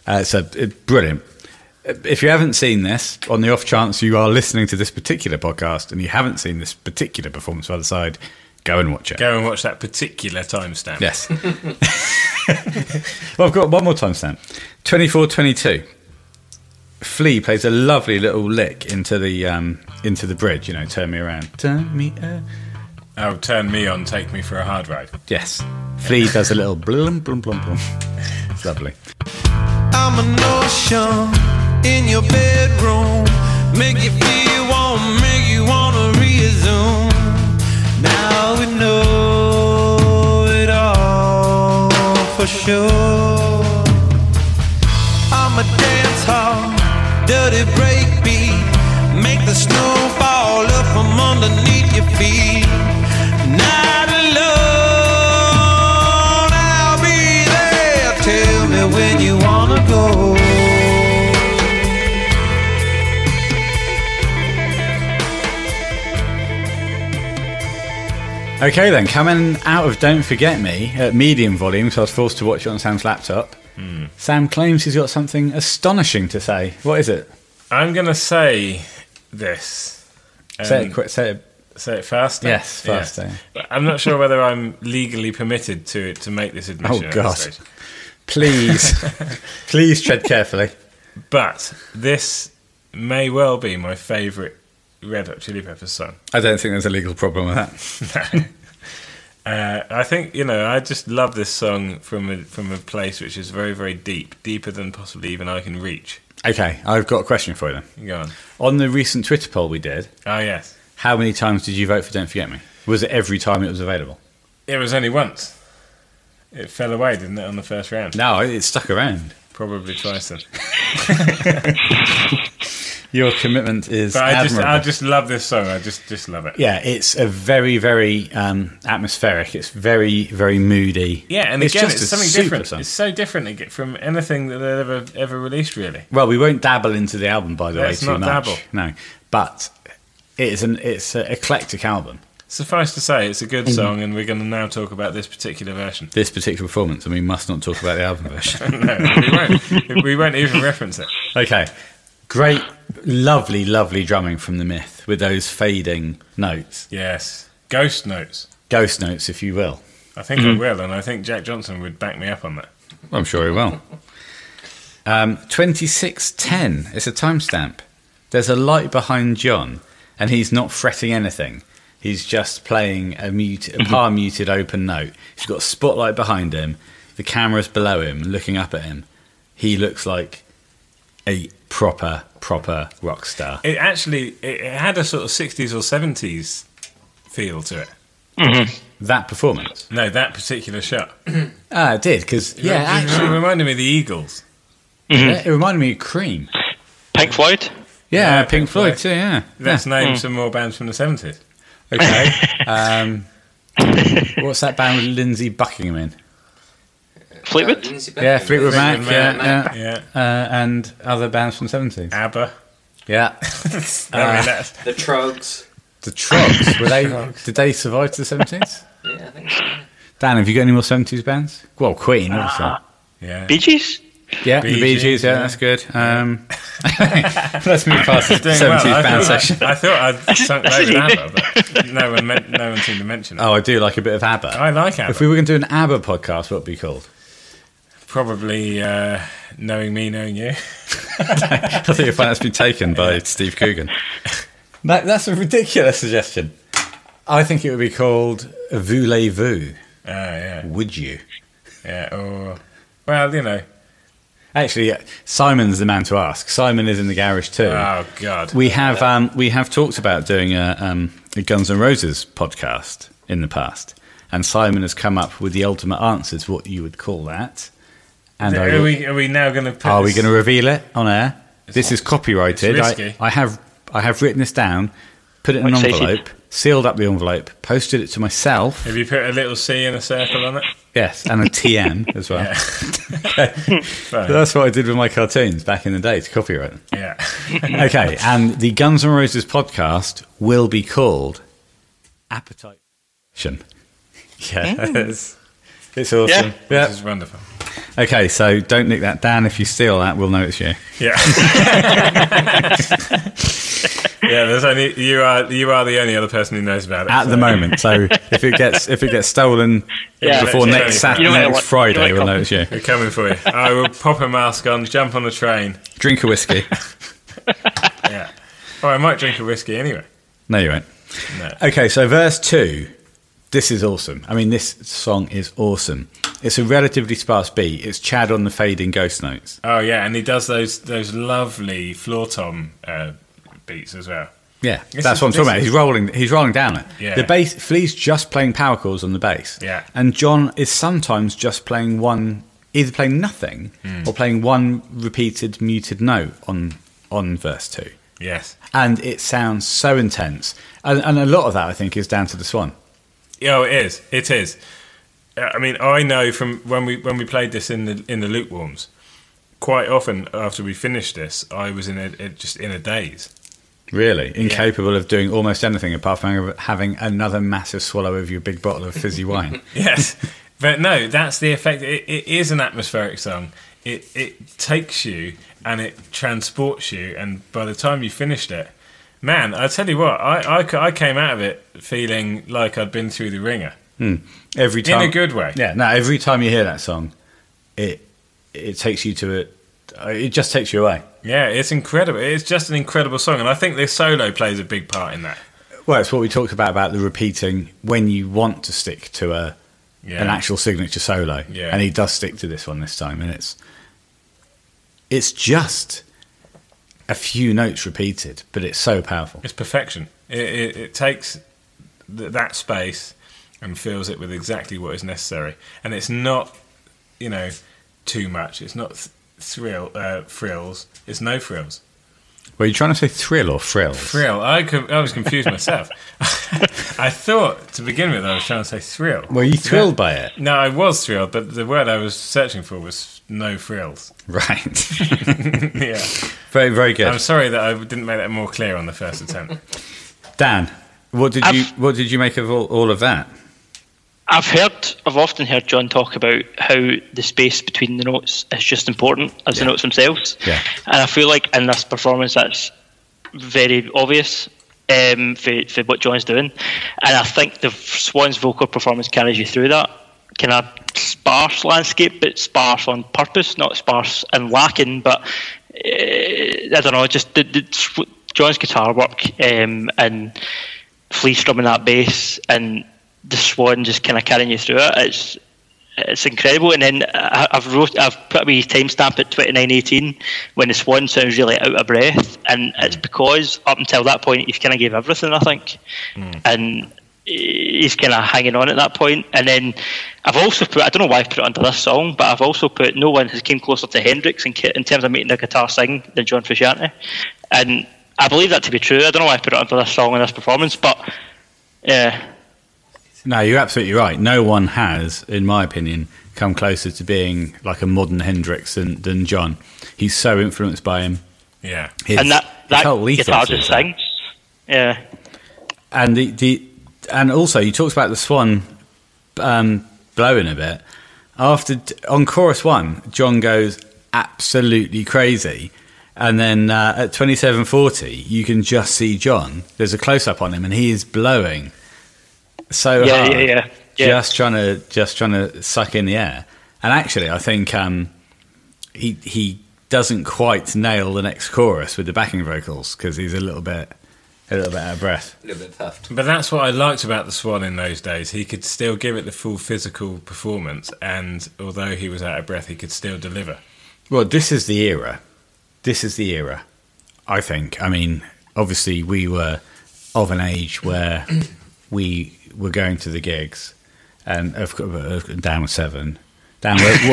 A: Uh, it's a, it, brilliant. Uh, If you haven't seen this, on the off chance you are listening to this particular podcast and you haven't seen this particular performance by the side, go and watch it.
B: Go and watch that particular timestamp.
A: Yes. (laughs) well, I've got one more timestamp. 24.22. Flea plays a lovely little lick into the um, into the bridge. You know, turn me around, turn me. Around.
B: Oh, turn me on, take me for a hard ride.
A: Yes, Flea does a little (laughs) blum blum blum blum. It's lovely.
D: I'm an ocean in your bedroom. Make you feel warm, make you wanna resume. Now we know it all for sure. I'm a dance hall, dirty break beat. Make the snow fall up from underneath your feet. Not alone, I'll be there. Tell me when you wanna go.
A: Okay, then coming out of Don't Forget Me at medium volume, so I was forced to watch it on Sam's laptop.
B: Hmm.
A: Sam claims he's got something astonishing to say. What is it?
B: I'm going to say this.
A: say
B: Um,
A: it quick. Say it.
B: Say it faster.
A: Yes, eh? faster.
B: But I'm not sure whether I'm legally permitted to to make this admission.
A: Oh,
B: at this
A: God.
B: stage.
A: Please,
B: (laughs)
A: please tread carefully.
B: But this may well be my favourite Red Hot Chili Peppers song. (laughs)
A: I don't think there's a legal problem with that.
B: Uh, I think you know I just love this song from a, from a place which is very very deep, deeper than possibly even I can reach.
A: Okay, I've got a question for you then.
B: Go on.
A: On the recent Twitter poll we did,
B: Oh yes,
A: how many times did you vote for Don't Forget Me? Was it every time it was available?
B: it was only once. It fell away, didn't it, on the first round?
A: No, it stuck around.
B: Probably twice then.
A: Your commitment is
B: But I just
A: admirable.
B: I just love this song. I just just love it.
A: yeah, it's a very, very um, atmospheric. It's very, very moody.
B: Yeah, and
A: it's
B: again,
A: just
B: it's
A: a
B: something
A: super
B: different.
A: song.
B: It's so different ag- from anything that they've ever ever released, really.
A: Well, we won't dabble into the album, by the
B: Let's
A: way, too
B: not
A: much.
B: dabble.
A: No, but it is an it's an eclectic album.
B: Suffice to say, it's a good
A: Mm.
B: song, and we're going to now talk about this particular version. (laughs)
A: This particular performance, and we must not talk about the album version.
B: No, we won't. (laughs) we won't even reference it.
A: okay, great, lovely, lovely drumming from the Myth with those fading notes,
B: Yes, Ghost Notes.
A: ghost notes, if you will.
B: I think
A: Mm.
B: I will, and I think Jack Johnson would back me up on that.
A: I'm sure he will. Um, 2610, it's a timestamp. There's a light behind John, and he's not fretting anything. He's just playing a, mute, a (laughs) par muted open note. He's got a spotlight behind him, the camera's below him, looking up at him. He looks like a proper, proper rock star.
B: It actually it it had a sort of sixties or seventies feel to it.
A: That performance.
B: No, that particular shot.
A: Ah, it did, because, yeah,
B: it
A: actually,
B: reminded me of the Eagles.
A: it reminded me of Cream.
C: Pink Floyd. (laughs)
A: Yeah,
B: Yeah,
A: Pink,
B: Pink
A: Floyd,
B: Floyd.
A: too, yeah.
B: Let's
A: yeah. Mm.
B: name some more bands from
A: (laughs)
B: the seventies.
A: Okay. Um, what's that band with Lindsay Buckingham in?
C: Fleetwood?
A: Yeah, Fleetwood Mac.
B: Fleetwood
A: yeah, yeah.
B: Mac, yeah.
A: Uh, and other bands from the 70s.
B: ABBA.
A: Yeah.
B: I mean, that's-
E: The Trogs.
A: The Trogs. Were they, did they survive to the 70s?
E: Yeah, I think so.
A: Dan, have you got any more 70s bands? Well, Queen, obviously.
B: yeah.
C: Bee Gees?
A: yeah, the
B: Bee
A: Bee Gees,
B: Gees,
A: yeah,
B: yeah.
A: that's good. Um, (laughs) let's move past the 70s
B: I
A: band
B: thought,
A: section.
B: I, thought I'd sunk low
C: That's
B: with
C: an easy-
B: ABBA, but no one, meant, no one seemed to mention it.
A: Oh, I do like a bit of ABBA.
B: I like ABBA.
A: If we were going to do an ABBA podcast, what would it be called? (laughs)
B: Probably uh, knowing me, knowing you.
A: I think you'll find that's been taken by Steve Coogan. That, that's a ridiculous suggestion. I think it would be called Voulez-vous,
B: Oh, yeah.
A: would you?
B: Yeah, or... Well, you know.
A: Actually, yeah, Simon's the man to ask. Simon is in the garage too.
B: Oh, God.
A: we have um, we have talked about doing a, um, a Guns N' Roses podcast in the past, and Simon has come up with the ultimate answer to what you would call that. And I
B: Are
A: will-
B: we, are we now going to
A: Are we going to reveal it on air? this is copyrighted.
B: it's
A: I,
B: risky.
A: I have I have written this down, put it in an
C: Like safety.
A: envelope, sealed up the envelope, posted it to
B: (laughs)
A: myself.
B: Have you put a little C in a circle
A: (laughs)
B: on it?
A: Yes, and a TM as well.
B: (laughs) Fine.
A: That's what I did with my cartoons back in the day to copyright them. (laughs)
B: Yeah.
A: Okay, and the Guns N' Roses podcast will be called Appetite. Yes. It's awesome.
B: This
A: Yeah.
B: is wonderful.
A: Okay, so don't nick that. Dan, if you steal that, we'll know it's you.
B: Yeah. (laughs) Yeah, there's only you are you are the only other person who knows about it
A: at
B: so-
A: the moment. So if it gets if it gets stolen
C: Yeah,
A: before
B: that's
A: next
B: it.
A: Sat-
C: You know what I
A: next
C: want- you know
A: Friday,
C: what I
A: we'll
C: want.
A: know it's you.
B: We're coming for you. I will pop a mask on, jump on the train.
A: Drink a whiskey.
B: Yeah. Or I might drink a whiskey anyway.
A: No, you won't.
B: No.
A: Okay, so verse two. This is awesome. I mean, this song is awesome. It's a relatively sparse beat. It's Chad on the fading ghost notes.
B: Oh yeah, and he does those those lovely floor tom uh, beats as well.
A: Yeah,
B: This
A: that's
B: is-
A: what I'm talking
B: this
A: about.
B: is-
A: He's rolling. He's rolling down it.
B: Yeah.
A: The bass. Flea's just playing power chords on the bass.
B: Yeah.
A: And John is sometimes just playing one, either playing nothing
B: Hmm.
A: or playing one repeated muted note on on verse two,
B: Yes.
A: and it sounds so intense. And, and a lot of that, I think, is down to the Swan.
B: Yeah, oh, it is. It is. Uh, I mean, I know from when we when we played this in the in the lukewarms. Quite often after we finished this, I was in a, a just in a daze.
A: Really, incapable of doing almost anything apart from having another massive swallow of your big bottle of fizzy
B: (laughs)
A: wine.
B: Yes, but no, that's the effect. It, it is an atmospheric song. It it takes you and it transports you. And by the time you finished it, man, I tell you what, I I, ca- I came out of it feeling like I'd been through the ringer
A: Every
B: in
A: time,
B: a good way.
A: Yeah, no. Every time you hear that song, it it takes you to a, it just takes you away.
B: Yeah, it's incredible. It's just an incredible song, and I think this solo plays a big part in that.
A: Well, it's what we talked about about the repeating when you want to stick to a
B: Yeah.
A: an actual signature solo,
B: Yeah.
A: and he does stick to this one this time, and it's it's just a few notes repeated, but it's so powerful.
B: It's perfection. It, it, it takes th- that space and fills it with exactly what is necessary, and it's not, you know, too much. It's not th- thrill uh, frills. It's no frills.
A: (laughs) Were you trying to say thrill or frills?
B: Thrill. I co- I was confused myself. (laughs) I thought to begin with I was trying to say thrill.
A: Were you thrilled by it?
B: No, I was thrilled, but the word I was searching for was no frills.
A: (laughs) Right.
B: (laughs) yeah.
A: (laughs) very, very good.
B: I'm sorry that I didn't make that more clear on the first attempt.
A: Dan, what did you what did you make of all, all of that?
C: I've heard, I've often heard John talk about how the space between the notes is just important as the notes themselves.
A: Yeah.
C: And I feel like in this performance, that's very obvious um, for, for what John's doing. And I think the Swans vocal performance carries you through that kind of sparse landscape, but sparse on purpose, not sparse and lacking, but uh, I don't know, just the, the, sw- John's guitar work um, and flea strumming that bass and the swan just kind of carrying you through it. It's it's incredible. And then uh, I, I've wrote I've put a wee timestamp at twenty nine eighteen when the swan sounds really out of breath, and it's because up until that point he's kind of gave everything I think, and he's kind of hanging on at that point. And then I've also put I don't know why I put it under this song, but I've also put no one has came closer to Hendrix in, in terms of making the guitar sing than John Frusciante, and. I believe that to be true. I don't know why I put it under this song and this performance, but yeah,
A: No, you're absolutely right. No one has, in my opinion, come closer to being like a modern Hendrix than, than John. He's so influenced by him.
B: Yeah.
A: His,
C: and that that
A: his whole ethos
C: guitar
A: is
C: just
A: that.
C: sings. Yeah,
A: And the, the and also you talked about the swan um, blowing a bit. After on chorus one, John goes absolutely crazy, and then uh, at twenty seven forty, you can just see John. There's a close up on him, and he is blowing so
C: yeah,
F: Ah,
A: hard.
C: yeah, yeah, yeah.
A: just trying to just trying to suck in the air. And actually, I think um, he he doesn't quite nail the next chorus with the backing vocals because he's a little bit a little bit out of breath.
E: A little bit puffed.
B: But that's what I liked about the Swan in those days. He could still give it the full physical performance, and although he was out of breath, he could still deliver.
A: Well, this is the era. This is the era. I think. I mean, obviously, we were of an age where (coughs) we were going to the gigs, and of course, Dan was seven. Dan, what,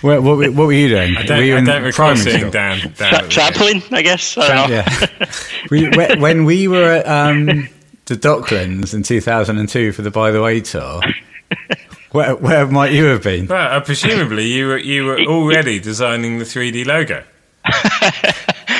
A: what, were- what, were- what were you doing?
B: I don't,
A: were you
B: I
A: in
B: don't recall
A: primary
B: seeing
A: school?
B: Dan. Dan
C: Tra-
B: at the gig.
C: trampoline, I guess. I don't know.
A: Yeah. we, when- when we were at um, the Docklands in 2002 for the By the Way tour, where, where might you have been?
B: Well, uh, presumably you were you
C: (laughs)
B: were already designing the 3D logo.
C: Uh,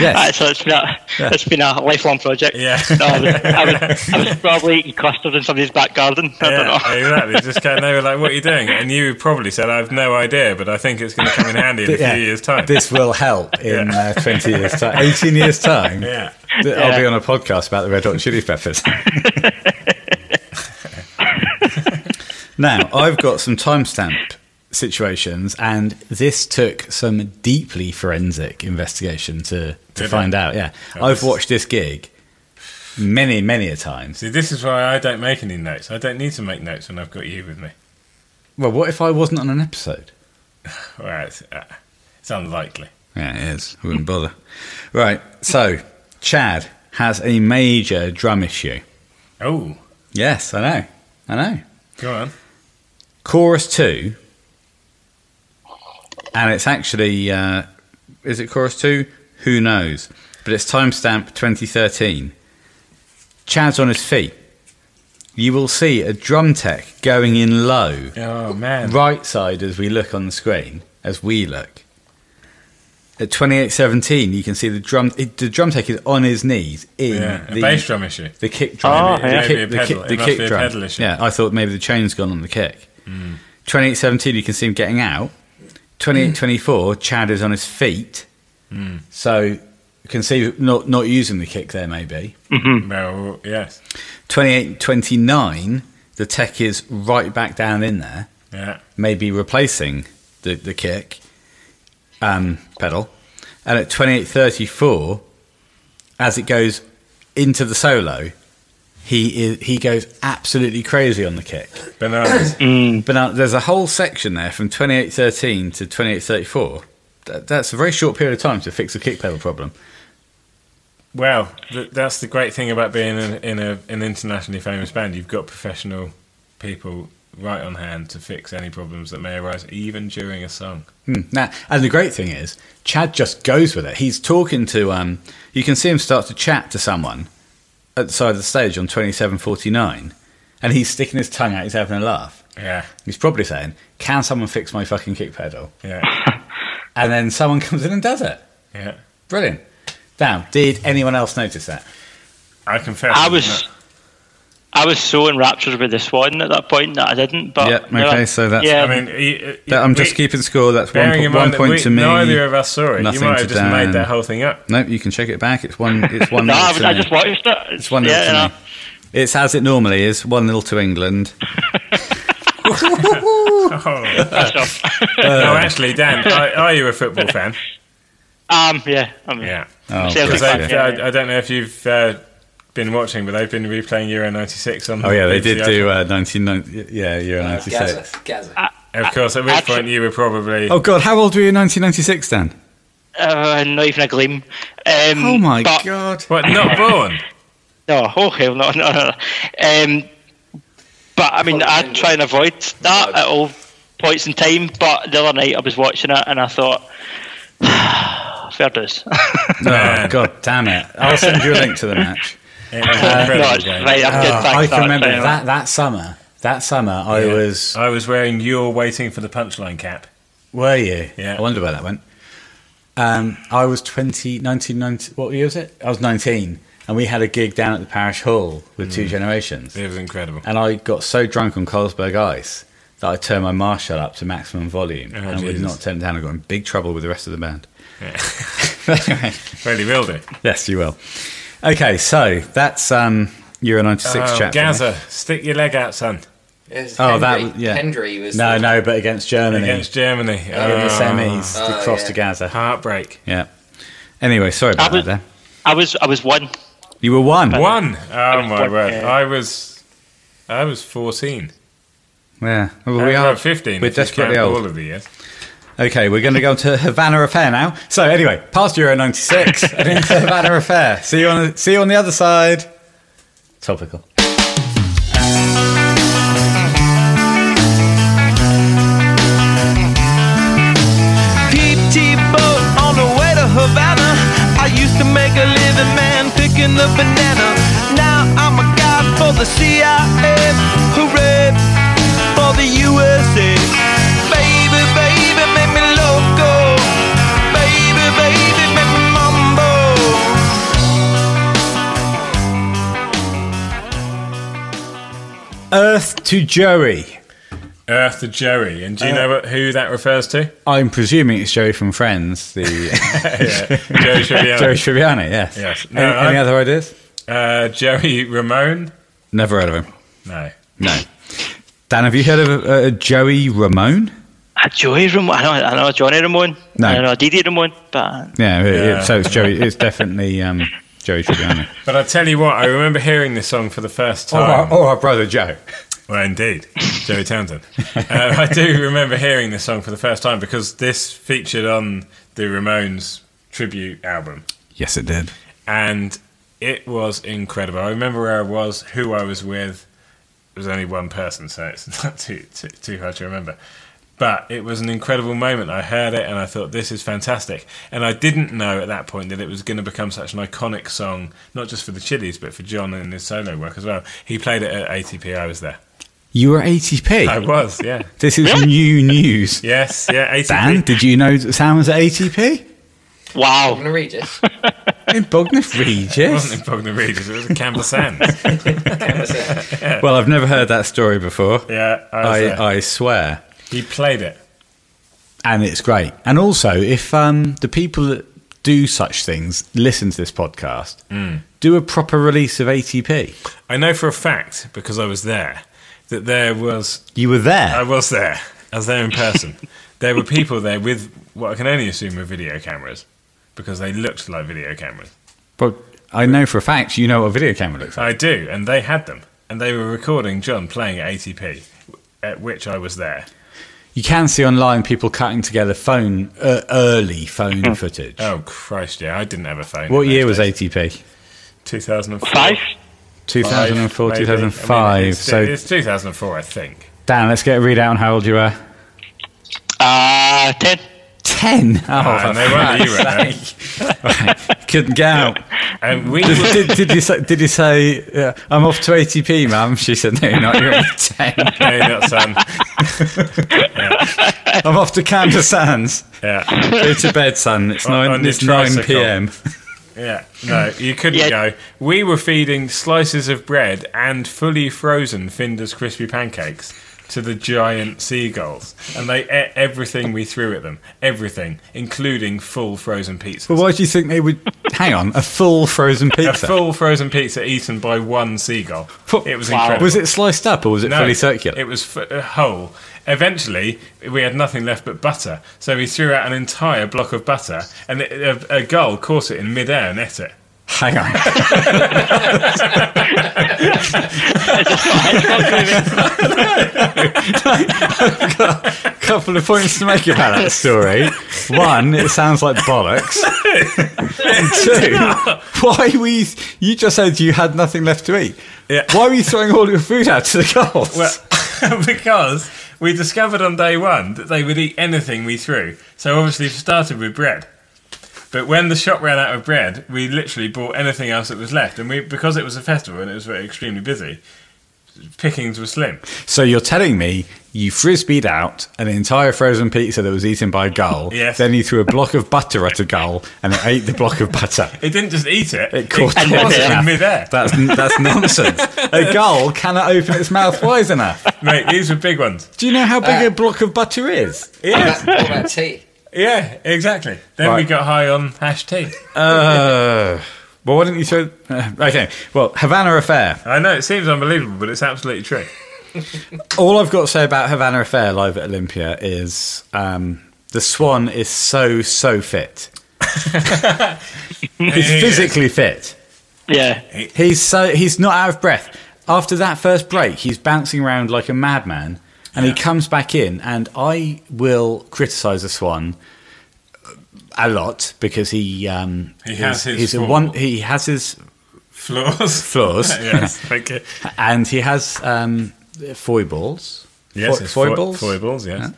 A: Yes.
C: so it's been a it's been a lifelong project.
B: Yeah.
C: No, I, was, I, was, I was probably eating custard in somebody's back garden. I
B: yeah,
C: don't know.
B: exactly. Just kind of, they were like, "What are you doing?" And you probably said, "I have no idea, but I think it's going to come in handy in a few
A: (laughs) Yeah.
B: years' time."
A: This will help in uh, 20 years' time, 18 years' time.
B: yeah,
A: I'll be on a podcast about the Red Hot Chili Peppers. (laughs) now, I've got some timestamp situations, and this took some deeply forensic investigation to, to
B: it?
A: find out. Yeah.
B: Oh,
A: I've
B: this-
A: watched this gig many, many a times.
B: See, this is why I don't make any notes. I don't need to make notes when I've got you with me.
A: Well, what if I wasn't on an episode?
B: All right, it's, uh, it's unlikely.
A: Yeah, it is. I wouldn't bother. Right. So, Chad has a major drum issue.
B: Oh,
A: Yes, I know. I know.
B: go on.
A: chorus two, and it's actually uh, is it chorus two? Who knows? But it's timestamp 2013. Chad's on his feet. You will see a drum tech going in low,
B: Oh man,
A: right side as we look on the screen, as we look. At 28.17, you can see the drum. It, the drum tech is on his knees in
B: yeah, a
A: the
B: bass drum issue.
A: the kick drum.
C: Oh, yeah.
A: the
B: Maybe a
A: kick, the
B: pedal.
A: kick,
B: Ah, It
A: the
B: must
A: kick
B: be a
A: drum.
B: pedal issue. Hmm.
A: Yeah, I thought maybe the chain's gone on the kick. Twenty-eight seventeen, you can see him getting out. Twenty-eight twenty-four, Chad is on his feet.
B: Hmm.
A: So you can see not not using the kick there maybe.
F: Hmm.
B: Well, yes,
A: Twenty-eight twenty-nine, the tech is right back down in there,
B: yeah.
A: maybe replacing the the kick um, pedal. And at twenty-eight thirty-four, as it goes into the solo. He is, he goes absolutely crazy on the kick.
B: Bananas.
F: (coughs)
A: But now there's a whole section there from 2813 to 2834. That, that's a very short period of time to fix a kick pedal problem.
B: well, th- that's the great thing about being in, in a, an internationally famous band. You've got professional people right on hand to fix any problems that may arise, even during a song.
A: Hmm. Now, and the great thing is, Chad just goes with it. He's talking to, um, you can see him start to chat to someone at the side of the stage on 2749, and he's sticking his tongue out, he's having a laugh.
B: Yeah,
A: He's probably saying, Can someone fix my fucking kick pedal?
B: yeah,
A: And then someone (laughs) comes in and does it.
B: yeah.
A: Brilliant. Now, did anyone else notice that?
B: I confess.
C: I
B: I'm
C: was. I was so enraptured with the Swan at that point that I didn't. But
F: Yep,
C: now
F: okay,
C: I-
F: so that's-
B: not-
C: yeah,
B: I mean, you- you-
F: That- I'm just
B: we-
F: keeping score. That's one,
B: Bearing
F: po-
B: in
F: one
B: mind that
F: point
B: we-
F: to me.
B: Neither of us saw it. You
F: nothing
B: might have
F: to
B: just
F: Dan.
B: made that whole thing up. (laughs)
F: Nope, you can check it back. It's one. It's
C: (laughs)
F: one.
C: no,
F: nil
C: I,
F: to
C: was- I
F: me.
C: just watched it.
F: It's one nil
C: yeah,
F: to
C: no.
F: me. It's as it normally is. One nil to England.
B: Oh.
F: (laughs)
C: That's all.
B: no, actually, Dan, are, are you a football
F: (laughs)
B: fan?
C: um, yeah, I mean,
B: Yeah.
F: Oh, good.
C: Celtic fan,
B: Because
C: yeah.
B: I, I don't know if you've uh, been watching, but they've been replaying Euro '96 on.
A: Oh, yeah, they
B: BBC.
A: did do uh, 1990. Yeah, you're 96.
E: Gaza. Gaza.
B: Of course, at which
C: Actually-
B: point you were probably.
A: Oh God, how old were you in 1996, Dan?
C: Uh, not even a gleam. Um,
A: Oh my
C: but-
A: God!
B: What? Not born.
C: No, oh hell no, no, no. Um, but I mean, I try and avoid that at all points in time. But the other night I was watching it and I thought, (sighs) fair dues. no,
A: Oh, God damn it! I'll send you a link to the match.
B: It was
C: it's
B: incredible game.
C: Uh, right, I'm good,
A: Oh,
C: thanks,
A: I can
C: that's
A: remember
C: fine.
A: that that summer. That summer, I
B: Yeah.
A: was.
B: I was wearing your waiting for the punchline cap.
A: Were you?
B: Yeah.
A: I wonder where that went. Um, I was 20, 1990 What year was it? I was 19, and we had a gig down at the Parish Hall with Two Generations.
B: It was incredible.
A: And I got so drunk on Carlsberg Ice that I turned my Marshall up to maximum volume
B: Oh,
A: and would
B: Jesus.
A: not turn it down. I got in big trouble with the rest of the band. (laughs)
B: Yeah. (laughs) Really will do.
A: Yes, you will. Okay, so that's um, Euro 96
B: Oh,
A: chat.
B: Gaza, stick your leg out, son,
E: It's
A: Oh, that
E: Hendry.
A: was- yeah.
E: Hendry was.
A: No,
E: the-
A: no, but against Germany
B: against Germany.
A: in the
B: Oh,
A: semis, the
E: Oh,
A: cross
E: yeah.
A: to Gaza.
B: Heartbreak.
A: Yeah. Anyway, sorry about
C: I was-
A: that. There,
C: I was, I was one.
A: you were one.
B: One. Oh my
C: one,
B: word!
C: yeah.
B: I was, I was fourteen.
A: Yeah. Well,
B: I
A: we
B: was
A: are
B: about fifteen.
A: We're
B: if you
A: desperately
B: count
A: old.
B: All of the years.
A: Okay, we're going to go to Havana Affair now. So anyway, past Euro 96 (laughs) and
B: (laughs)
A: into Havana Affair. See you on see you on the other side. Topical.
D: PT boat on the way to Havana. I used to make a living, man, picking a banana. Now I'm a guy for the CIA. Hooray for the USA. Baby, baby, make me loco. Baby, baby, make me mumbo.
A: Earth to Joey.
B: Earth to Jerry. And do
A: Uh,
B: you know what, who that refers to?
A: I'm presuming it's Joey from Friends,
B: (laughs)
A: the (laughs)
B: Jerry Schiavone.
A: Joey Tribbiani. Yes.
B: Yes. No,
A: Any, any
B: I-
A: other ideas?
B: Uh, Jerry Ramone?
A: Never heard of him.
B: No.
A: No. Dan, have you heard of uh, Joey Ramone?
C: A Joey Ramone. I know, I know a Johnny Ramone.
A: No.
C: I know a Didi Ramone, but
A: Yeah. it- it-
B: Yeah.
A: so it's Joey. It's definitely um, Joey Tribbiani.
B: But I tell you what, I remember hearing this song for the first
A: or, our,
B: time.
A: or our brother Joe.
B: Well, indeed, Joey Townsend. uh, I do remember hearing this song for the first time because this featured on the Ramones tribute album,
A: Yes, it did.
B: and it was incredible. I remember where I was, who I was with. It was only one person, so it's (laughs) not too too, too hard to remember. But it was an incredible moment. I heard it and I thought, this is fantastic. And I didn't know at that point that it was going to become such an iconic song, not just for the Chili's, but for John and his solo work as well. He played it at ATP, I was there.
A: You were ATP.
B: I was, yeah.
A: This is new news.
B: Yes, yeah, ATP.
A: Dan, did you know that Sam was at
B: (laughs)
A: ATP?
E: I'm
C: wow.
E: going to
A: (laughs)
E: read it.
A: In Bognor
B: It
A: Regis?
B: wasn't in Bognor Regis, it was in Campbell Sands.
A: Well, I've never heard that story before.
B: yeah, I was
A: I,
B: there.
A: uh, I swear.
B: he played it.
A: And it's great. And also, if um, the people that do such things listen to this podcast,
B: Hmm.
A: do a proper release of ATP.
B: I know for a fact, because I was there, that there was.
A: You were
B: I
A: there.
B: was there. I was there in person. there were people there with what I can only assume were video cameras, because they looked like video cameras.
A: But I know for a fact you know what a video camera looks like.
B: I do, and they had them. And they were recording John playing at ATP, at which I was there.
A: You can see online people cutting together phone, uh, early phone footage.
B: Oh, Christ, yeah, I didn't have a phone.
A: What
B: in
A: year
B: those
A: was
B: days.
A: ATP?
B: 2004.
C: Five?
A: 2004,
B: maybe. I mean,
A: 2005.
B: it's-
A: so,
B: it's 2004, I think.
A: Dan, let's get a readout on how old you were.
C: Uh,
A: (laughs)
C: ten.
A: 10. Oh,
B: Ah,
A: (laughs) for
B: no wonder you were there.
A: fuck. (laughs) couldn't get out.
B: And we
A: (laughs)
B: were-
A: did, did, did you say, did you say uh, I'm off to ATP, ma'am? She said, No, you're not. You're only 10.
B: (laughs) No, not son.
A: I'm off to Canberra Sands.
B: Yeah,
A: Go to bed, son. It's
B: On-
A: 9,
B: on
A: it's
B: your
A: 9
B: tricycle.
A: p.m.
B: yeah. No, you couldn't
C: Yeah.
B: go. We were feeding slices of bread and fully frozen Finder's crispy pancakes to the giant seagulls, and they ate everything we threw at them. Everything, including full frozen pizzas.
A: But why do you think they would. Hang on, a full frozen
B: A
A: pizza?
B: full frozen pizza eaten by one seagull. It was incredible.
A: Was it sliced up or was it
B: No,
A: fully circular?
B: It was f- uh, whole. Eventually, we had nothing left but butter, so we threw out an entire block of butter, and it, a, a gull caught it in midair and ate it.
A: Hang on. A couple of points to make about that story. One, it sounds like bollocks. And two, why were you? You just said you had nothing left to eat.
B: Yeah.
A: Why were you throwing all your food out to the gulls?
B: Well, (laughs) because we discovered on day one that they would eat anything we threw. So obviously, we started with bread. But when the shop ran out of bread, we literally bought anything else that was left, and we because it was a festival and it was very extremely busy, pickings were slim.
A: so you're telling me you frisbeed out an entire frozen pizza that was eaten by a gull.
B: Yes.
A: Then you threw a block of butter at a gull and it ate the block of butter.
B: It didn't just eat it;
A: It caught
B: it,
A: it.
B: caught it in midair.
A: That's that's nonsense. A gull cannot open its mouth wide enough.
B: Mate, these were big ones.
A: Do you know how big a block of butter is?
B: Yeah,
E: What about tea?
B: yeah, exactly. Then we
A: Right.
B: got high on hash tea.
A: Uh, well, why didn't you throw? Uh, okay, well, Havana Affair.
B: I know it seems unbelievable, but it's absolutely true.
A: All I've got to say about Havana Affair live at Olympia is um, the Swan is so so
B: (laughs)
A: fit. he's physically fit.
C: Yeah.
A: He's so he's not out of breath. After that first break, he's bouncing around like a madman, and he comes back in. And I will criticise the Swan a lot because he um,
B: He
A: he's-
B: has his
A: he's a
B: fault.
A: one he has his
B: Floors,
A: flaws,
B: (laughs) yes, thank you.
A: and he has um, foibles.
B: Yes,
A: Fo-
B: it's fo- Foibles, yes.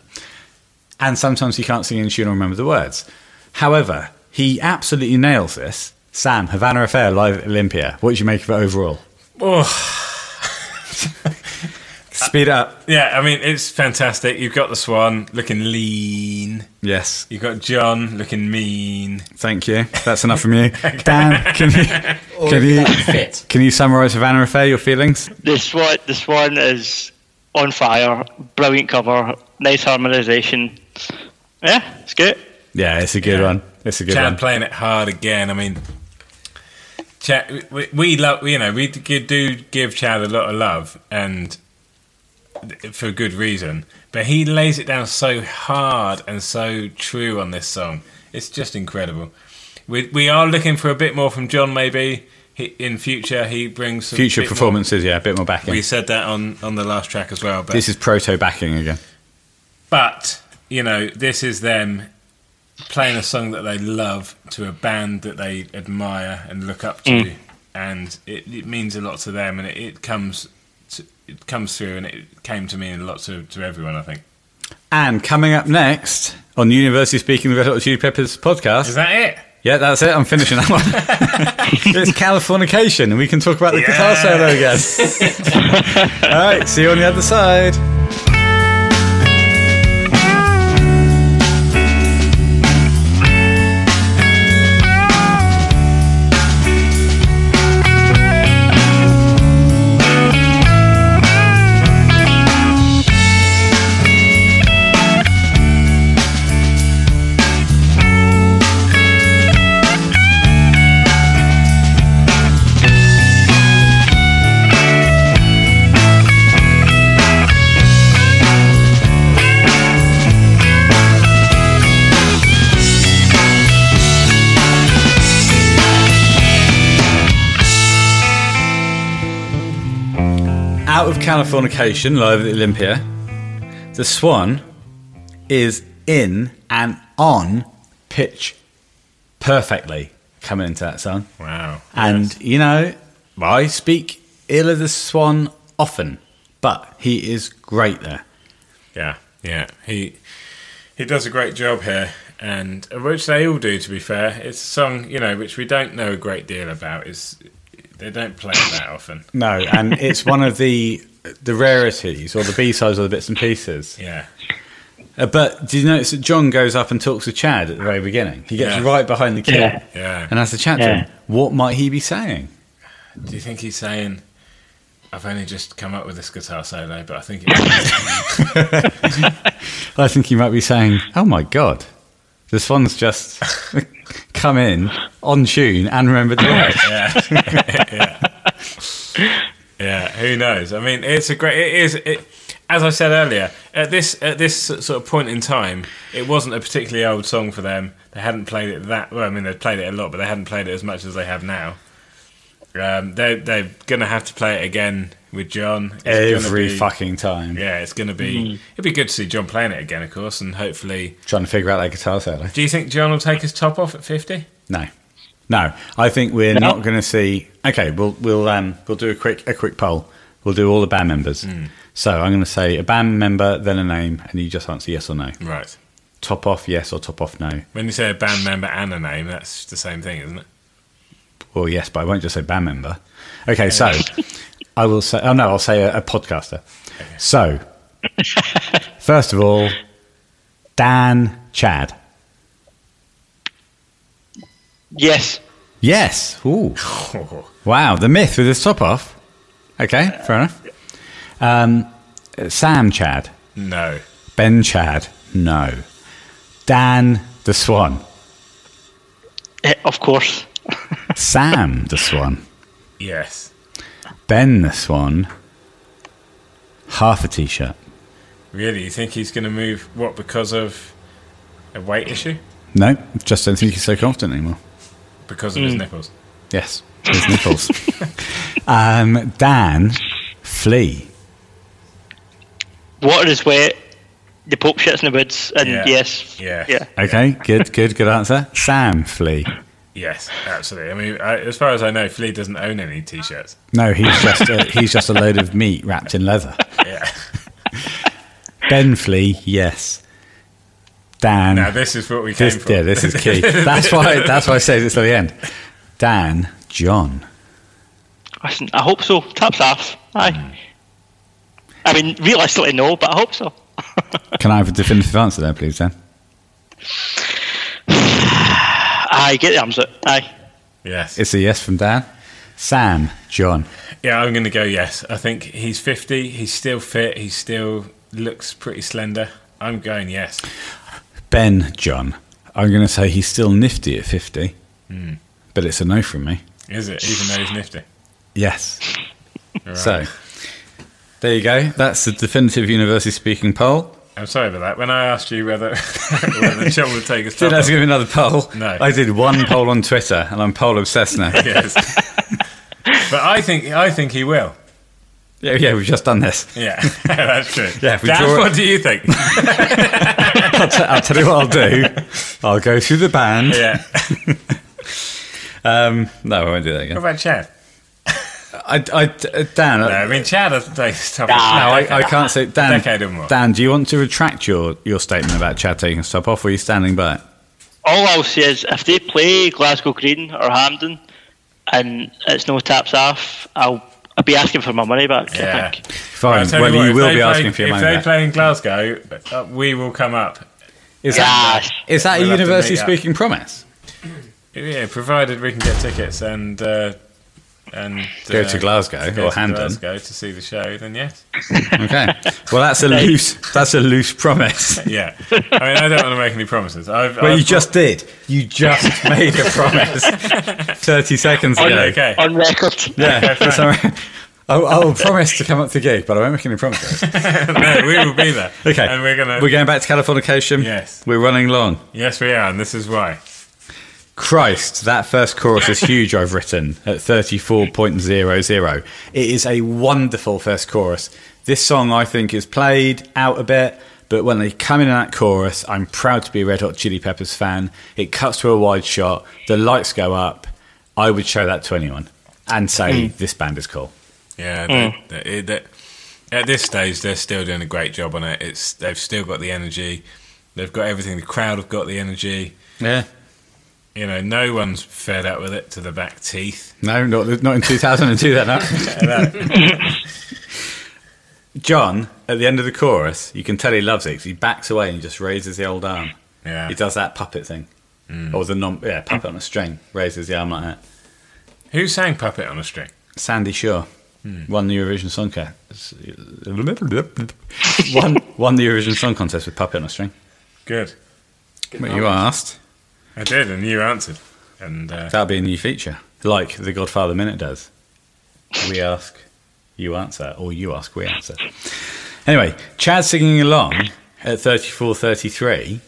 A: and sometimes he can't sing in tune or remember the words. However, he absolutely nails this. Sam, Havana Affair live at Olympia. What did you make of it overall?
B: Oh,
A: Speed up.
B: yeah, I mean, it's fantastic. You've got the swan looking lean.
A: Yes.
B: You've got John looking mean.
A: Thank you. That's enough
B: (laughs)
A: from you. Dan, can you
E: Or
A: can
E: if
A: you (laughs)
E: that fit.
A: can you summarise Havana Affair your feelings?
C: The Swan, the Swan is on fire, brilliant cover, nice harmonisation. Yeah, it's good.
A: Yeah, it's a good one. It's a good
B: Chad
A: one.
B: playing it hard again. I mean, Chad, we, we love you know we d- do give Chad a lot of love and th- for good reason, but he lays it down so hard and so true on this song. It's just incredible. We we are looking for a bit more from John. Maybe he, in future he brings some
A: Future
B: bit more-
A: performances, yeah, a bit more backing.
B: We said that on on the last track as well. But
A: This is proto backing again.
B: but you know, this is them playing a song that they love to a band that they admire and look up to, and it, it means a lot to them, and it, it comes to, it comes through, and it came to me and a lot to, to everyone. I think
A: And coming up next on University Speaking the Red Hot Chili Peppers podcast.
B: is that it.
A: yeah, that's it. I'm finishing
B: (laughs)
A: that one. it's Californication, and we can talk about the guitar solo again. (laughs) All right, see you on the other side. Out of Californication, live at the Olympia, the Swan is in and on pitch perfectly coming into that song.
B: Wow,
A: And you know, I speak ill of the Swan often, but he is great there.
B: yeah, yeah, he he does a great job here. And uh, which they all do, to be fair. It's a song, you know, which we don't know a great deal about. Is they don't play it that often.
A: No, and (laughs) it's one of the the rarities or the B sides or the bits and pieces.
B: Yeah,
A: Uh, but do you notice that John goes up and talks to Chad at the very beginning? He gets
B: Yeah.
A: right behind the kid
C: Yeah.
B: yeah.
A: and has to chat to
C: Yeah.
A: him. What might he be saying?
B: Do you think he's saying, I've only just come up with this guitar solo, but I think
A: (laughs)
B: it's.
A: I think he might be saying, "Oh my god, this one's just (laughs) come in on tune and remembered the words."
B: yeah. yeah. (laughs) Yeah, who knows? I mean, it's a great. It is. It, as I said earlier, at this at this sort of point in time, it wasn't a particularly old song for them. They hadn't played it that. Well, I mean, they'd played it a lot, but they hadn't played it as much as they have now. Um, they they're gonna have to play it again with John It's
A: (laughs)
B: gonna
A: Every
B: be-
A: fucking Mm. time,
B: Yeah, it's gonna be. It'd be good to see John playing it again, of course, and hopefully.
A: trying to figure out that guitar solo.
B: Do you think John will take his top off at fifty?
A: No, no. I think we're
C: No?
A: not going to see. Okay, we'll we'll um we'll do a quick a quick poll. We'll do all the band members. So I'm going to say a band member, then a name, and you just answer yes or no.
B: Right.
A: Top off yes or top off no.
B: When you say a band member and a name, that's the same thing, isn't it?
A: Well, yes, but I won't just say band member. Okay, so I will say. Oh no, I'll say a, a podcaster. So, first of all, Dan Chad.
C: Yes.
A: Yes. Ooh.
B: (laughs)
A: Wow. The myth with his top off. Okay, fair enough. Um, Sam Chad.
B: No.
A: Ben Chad. No. Dan the Swan.
C: Eh, Of course.
A: Sam the Swan.
B: Yes.
A: Ben the Swan. Half a t-shirt.
B: Really? You think he's going to move, what, because of a weight issue?
A: No, just don't think he's so confident anymore.
B: Because of his nipples?
A: Yes, his nipples. um, Dan, flea.
C: Water is wet. The Pope shits in the woods, and
B: Yeah.
C: yes,
B: Yes.
C: yeah,
A: Okay, good, good, good answer. Sam, flea.
B: Yes, absolutely. I mean, I, as far as I know, Flea doesn't own any t shirts.
A: No, he's just a, he's just a load of meat wrapped in leather.
B: (laughs) Yeah.
A: Ben Flea, yes. Dan,
B: now, this is what we came
A: this,
B: for.
A: yeah, this is
B: (laughs)
A: key. That's why that's why I say this to the end. Dan, John.
C: Listen, I hope so. Taps off.
B: Hmm.
C: Aye. I mean, realistically, no, but I hope so.
A: Can I have a definitive answer there, please, Dan?
C: Aye, get the arms out. Aye.
B: Yes.
A: It's a yes from Dan. Sam, John.
B: Yeah, I'm going to go yes. I think he's 50. He's still fit. He still looks pretty slender. I'm going yes.
A: Ben, John. I'm going to say he's still nifty at 50,
B: Hmm.
A: but it's a no from me.
B: Is it? Even though he's nifty.
A: Yes.
B: Right.
F: So there you go. That's the definitive university speaking poll.
B: I'm sorry about that. When I asked you whether, (laughs) whether John would take us
F: Did I
B: top,
F: give another poll?
B: Uh-huh. No.
F: I did one poll on Twitter, and I'm poll obsessed
B: (laughs)
F: now.
B: yes. but I think I think he will.
F: yeah, yeah, we've just done this.
B: Yeah, (laughs) that's true.
F: Yeah, if we
B: Dan,
F: draw it-
B: what do you think?
A: I'll, t- I'll tell you what
F: (laughs)
A: I'll do. I'll go through the band.
B: yeah.
F: Um, no, I won't do that
B: What
F: again.
B: about Chad?
F: I, I, uh, Dan,
B: No, I
F: I,
B: mean, Chad doesn't take us top.
F: no, I, I can't say. Dan,
B: Decade or more.
A: Dan, do you want to retract your, your statement about Chad taking us top off, or are you standing by it?
C: All I'll say is if they play Glasgow Green or Hampden and it's no taps off, I'll, I'll be asking for my money back,
B: Yeah.
C: I think.
A: Fine.
B: I'll tell
A: Well, you,
B: what, if
A: will
B: they
A: be
B: play-
A: asking for your
B: If
A: money
B: they
A: back.
B: play in Glasgow, uh, we will come up.
A: Is
C: Yes.
A: Is that
B: We'll
A: a
B: have to meet
A: university
B: up.
A: speaking promise?
B: Yeah, provided we can get tickets and uh, and
A: Go
B: uh,
A: to Glasgow
B: go
A: or
B: to
A: Hampden.
B: Glasgow to see the show. Then yes,
F: okay. Well, that's
B: (laughs)
F: a loose. That's a loose promise.
B: yeah. I mean, I don't want to make any promises. I've,
F: Well,
B: I've
F: you just did. You just
B: (laughs)
F: made a promise thirty seconds
B: Oh,
F: ago.
B: okay.
C: On record.
F: Yeah.
A: (laughs)
B: fine.
F: sorry.
A: Oh, I will promise to come up to gig, but I won't make any promises.
B: no, we will be there.
F: Okay.
B: and we're gonna.
F: We're going back to Californication.
B: Yes.
F: We're running long.
B: yes, we are, and this is why.
A: Christ, that first chorus is huge. I've written at thirty-four point zero zero. It is a wonderful first chorus. This song, I think, is played out a bit, but when they come in that chorus, I'm proud to be a Red Hot Chili Peppers fan. It cuts to a wide shot. The lights go up. I would show that to anyone and say
B: Hmm.
A: this band is cool.
B: Yeah, they,
A: Mm.
B: they- it- that- at this stage, they're still doing a great job on it. It's they've still got the energy. They've got everything. The crowd have got the energy.
F: Yeah.
B: You know, no one's fed up with it to the back teeth.
A: No, not, not in 2002, that no. John, at the end of the chorus, you can tell he loves it 'cause he backs away and he just raises the old arm.
B: Yeah,
A: He does that puppet thing. Or the non, yeah, puppet on a string, raises the arm like that.
B: Who sang "Puppet on a String"?
A: Sandy Shaw won the Eurovision Song (laughs) Contest. won, won the Eurovision Song Contest with Puppet on a String.
B: Good.
F: Well,
E: Oh.
F: you asked.
B: I did, and you answered. And uh,
A: That'll be a new feature, like The Godfather Minute does. We ask, you answer, or you ask, we answer. Anyway, Chad's singing along at 34.33,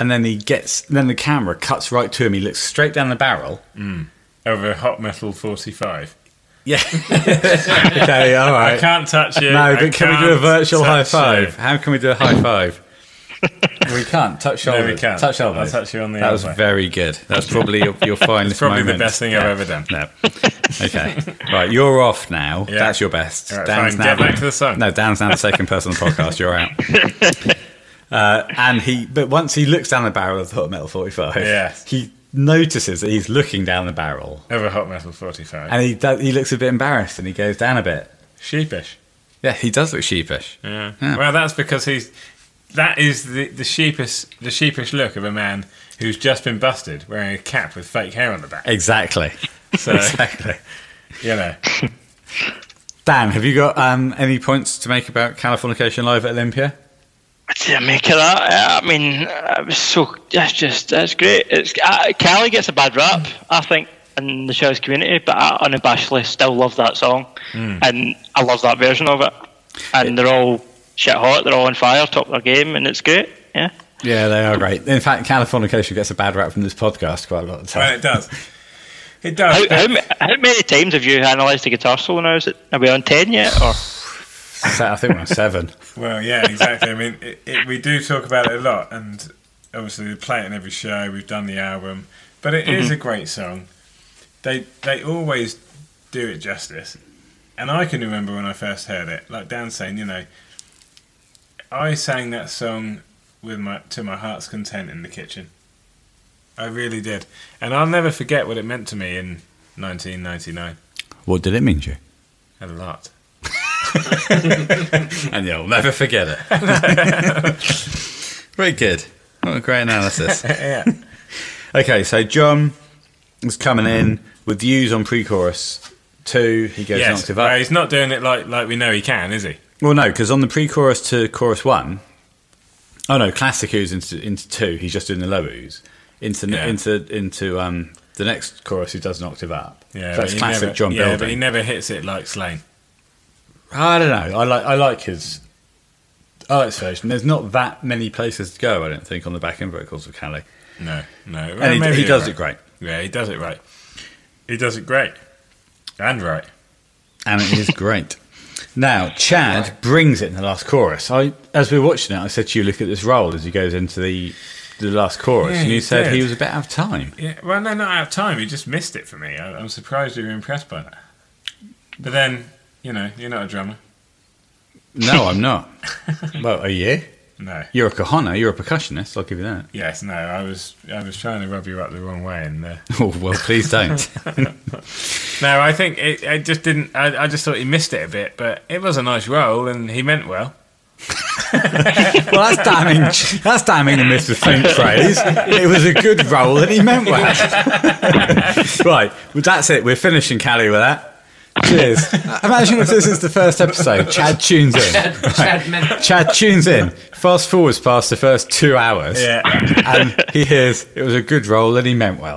A: and then he gets, then the camera cuts right to him. He looks straight down the barrel.
B: over Hot Metal 45.
A: Yeah. (laughs) okay, all
B: I
A: right.
B: can't touch you.
A: No,
B: I
A: but can we do a
B: can't
A: virtual high
B: touch
A: five?
B: you.
A: How can we do a high
B: (laughs)
A: five? we can't. Touch
B: No, we
A: shoulders.
B: can't.
A: Touch
B: I'll
A: shoulders.
B: touch you on the
A: That was
B: elbow.
A: very good. That's probably your,
B: (laughs)
A: your finest
B: Probably
A: moment.
B: the best thing I've ever done.
A: No. Okay. right, you're off now.
B: Yeah.
A: That's your best.
B: All right, fine. Get back to the song.
A: No, Dan's now the second person on the podcast. You're out. (laughs) Uh, and he, but once he looks down the barrel of the Hot Metal 45,
B: Yes.
A: he notices that he's looking down the barrel,
B: Over Hot Metal 45.
A: and he does, he looks a bit embarrassed, and he goes down a bit.
B: Sheepish.
F: Yeah, he does look sheepish.
B: Yeah.
F: Yeah.
B: Well, that's because he's. That is the, the sheepish the sheepish look of a man who's just been busted wearing a cap with fake hair on the back. (laughs)
A: Exactly.
B: So
A: Exactly.
B: you know,
A: Dan, have you got um, any points to make about Californication Live at Olympia?
C: Did I make of that? I mean, it was so. That's just. That's great. It's uh, Cali gets a bad rap, I think, in the show's community, but I unabashedly still love that song, and I love that version of it. And they're all shit hot. They're all on fire, top of their game, and it's great. Yeah.
A: Yeah, they are great. In fact, Californication gets a bad rap from this podcast quite a lot of
B: well,
A: time.
B: it does. It
C: How,
B: does.
C: how, ma- how many times have you analysed a guitar solo now? Is it are we on ten yet? Or
A: (laughs) So I think we're on seven.
B: Well, yeah, exactly. I mean, it, it, we do talk about it a lot, and obviously we play it in every show. We've done the album, but it is a great song. They they always do it justice, and I can remember when I first heard it, like Dan saying, you know, I sang that song with my to my heart's content in the kitchen. I really did, and I'll never forget what it meant to me in 1999.
A: What did it mean to you?
B: A lot.
A: And you'll never forget it. (laughs)
F: Very good. What a great analysis.
B: (laughs) yeah.
A: Okay, so John was coming in, with views on pre-chorus. Two, he goes an
B: yes,
A: octave up.
B: well, he's not doing it like like we know he can, is he?
A: Well, no, because on the pre-chorus to chorus one, oh no, classic ooze into, into two. He's just doing the low ooze into
B: Yeah.
A: into into um, the next chorus. He does an octave up.
B: Yeah,
A: so
B: but
A: it's
B: he
A: classic
B: never,
A: John
B: yeah,
A: Building.
B: but he never hits it like Slane.
A: I don't know. I like I like his. I like his version. There's not that many places to go. I don't think on the back end vocals of Calais,
B: No, no. Well,
A: and
B: maybe
A: he, he
B: you're
A: does
B: right.
A: it great.
B: Yeah, he does it right. He does it great and right.
A: and it is (laughs) great. Now, Chad brings it in the last chorus. I, as we were watching it, I said to you, "Look at this roll as he goes into the the last chorus,"
B: Yeah,
A: and you
B: he
A: said
B: did.
A: he was a bit out of time.
B: Yeah, well, no, not out of time. He just missed it for me. I, I'm surprised you were impressed by that. But then, you know, you're not a drummer.
A: No, I'm
B: (laughs)
A: not. well, are you?
B: No.
A: You're a kahana. You're a percussionist. I'll give you that. (laughs)
B: Yes, no. I was, I was trying to rub you up the wrong way, and (laughs) uh,
A: Oh well, please don't.
B: no, I think it, I just didn't. I, I just thought he missed it a bit, but it was a nice roll, and he meant well.
A: well, that's damning. That's damning the miss with faint praise. It was a good roll, and he meant well. (laughs) right. Well, that's it. We're finishing Callie with that. Cheers. Imagine if this is the first episode. Chad tunes in.
E: Chad meant
A: Chad tunes in. Fast forwards past the first two hours, and he hears it was a good roll and he meant
B: (laughs)
A: well.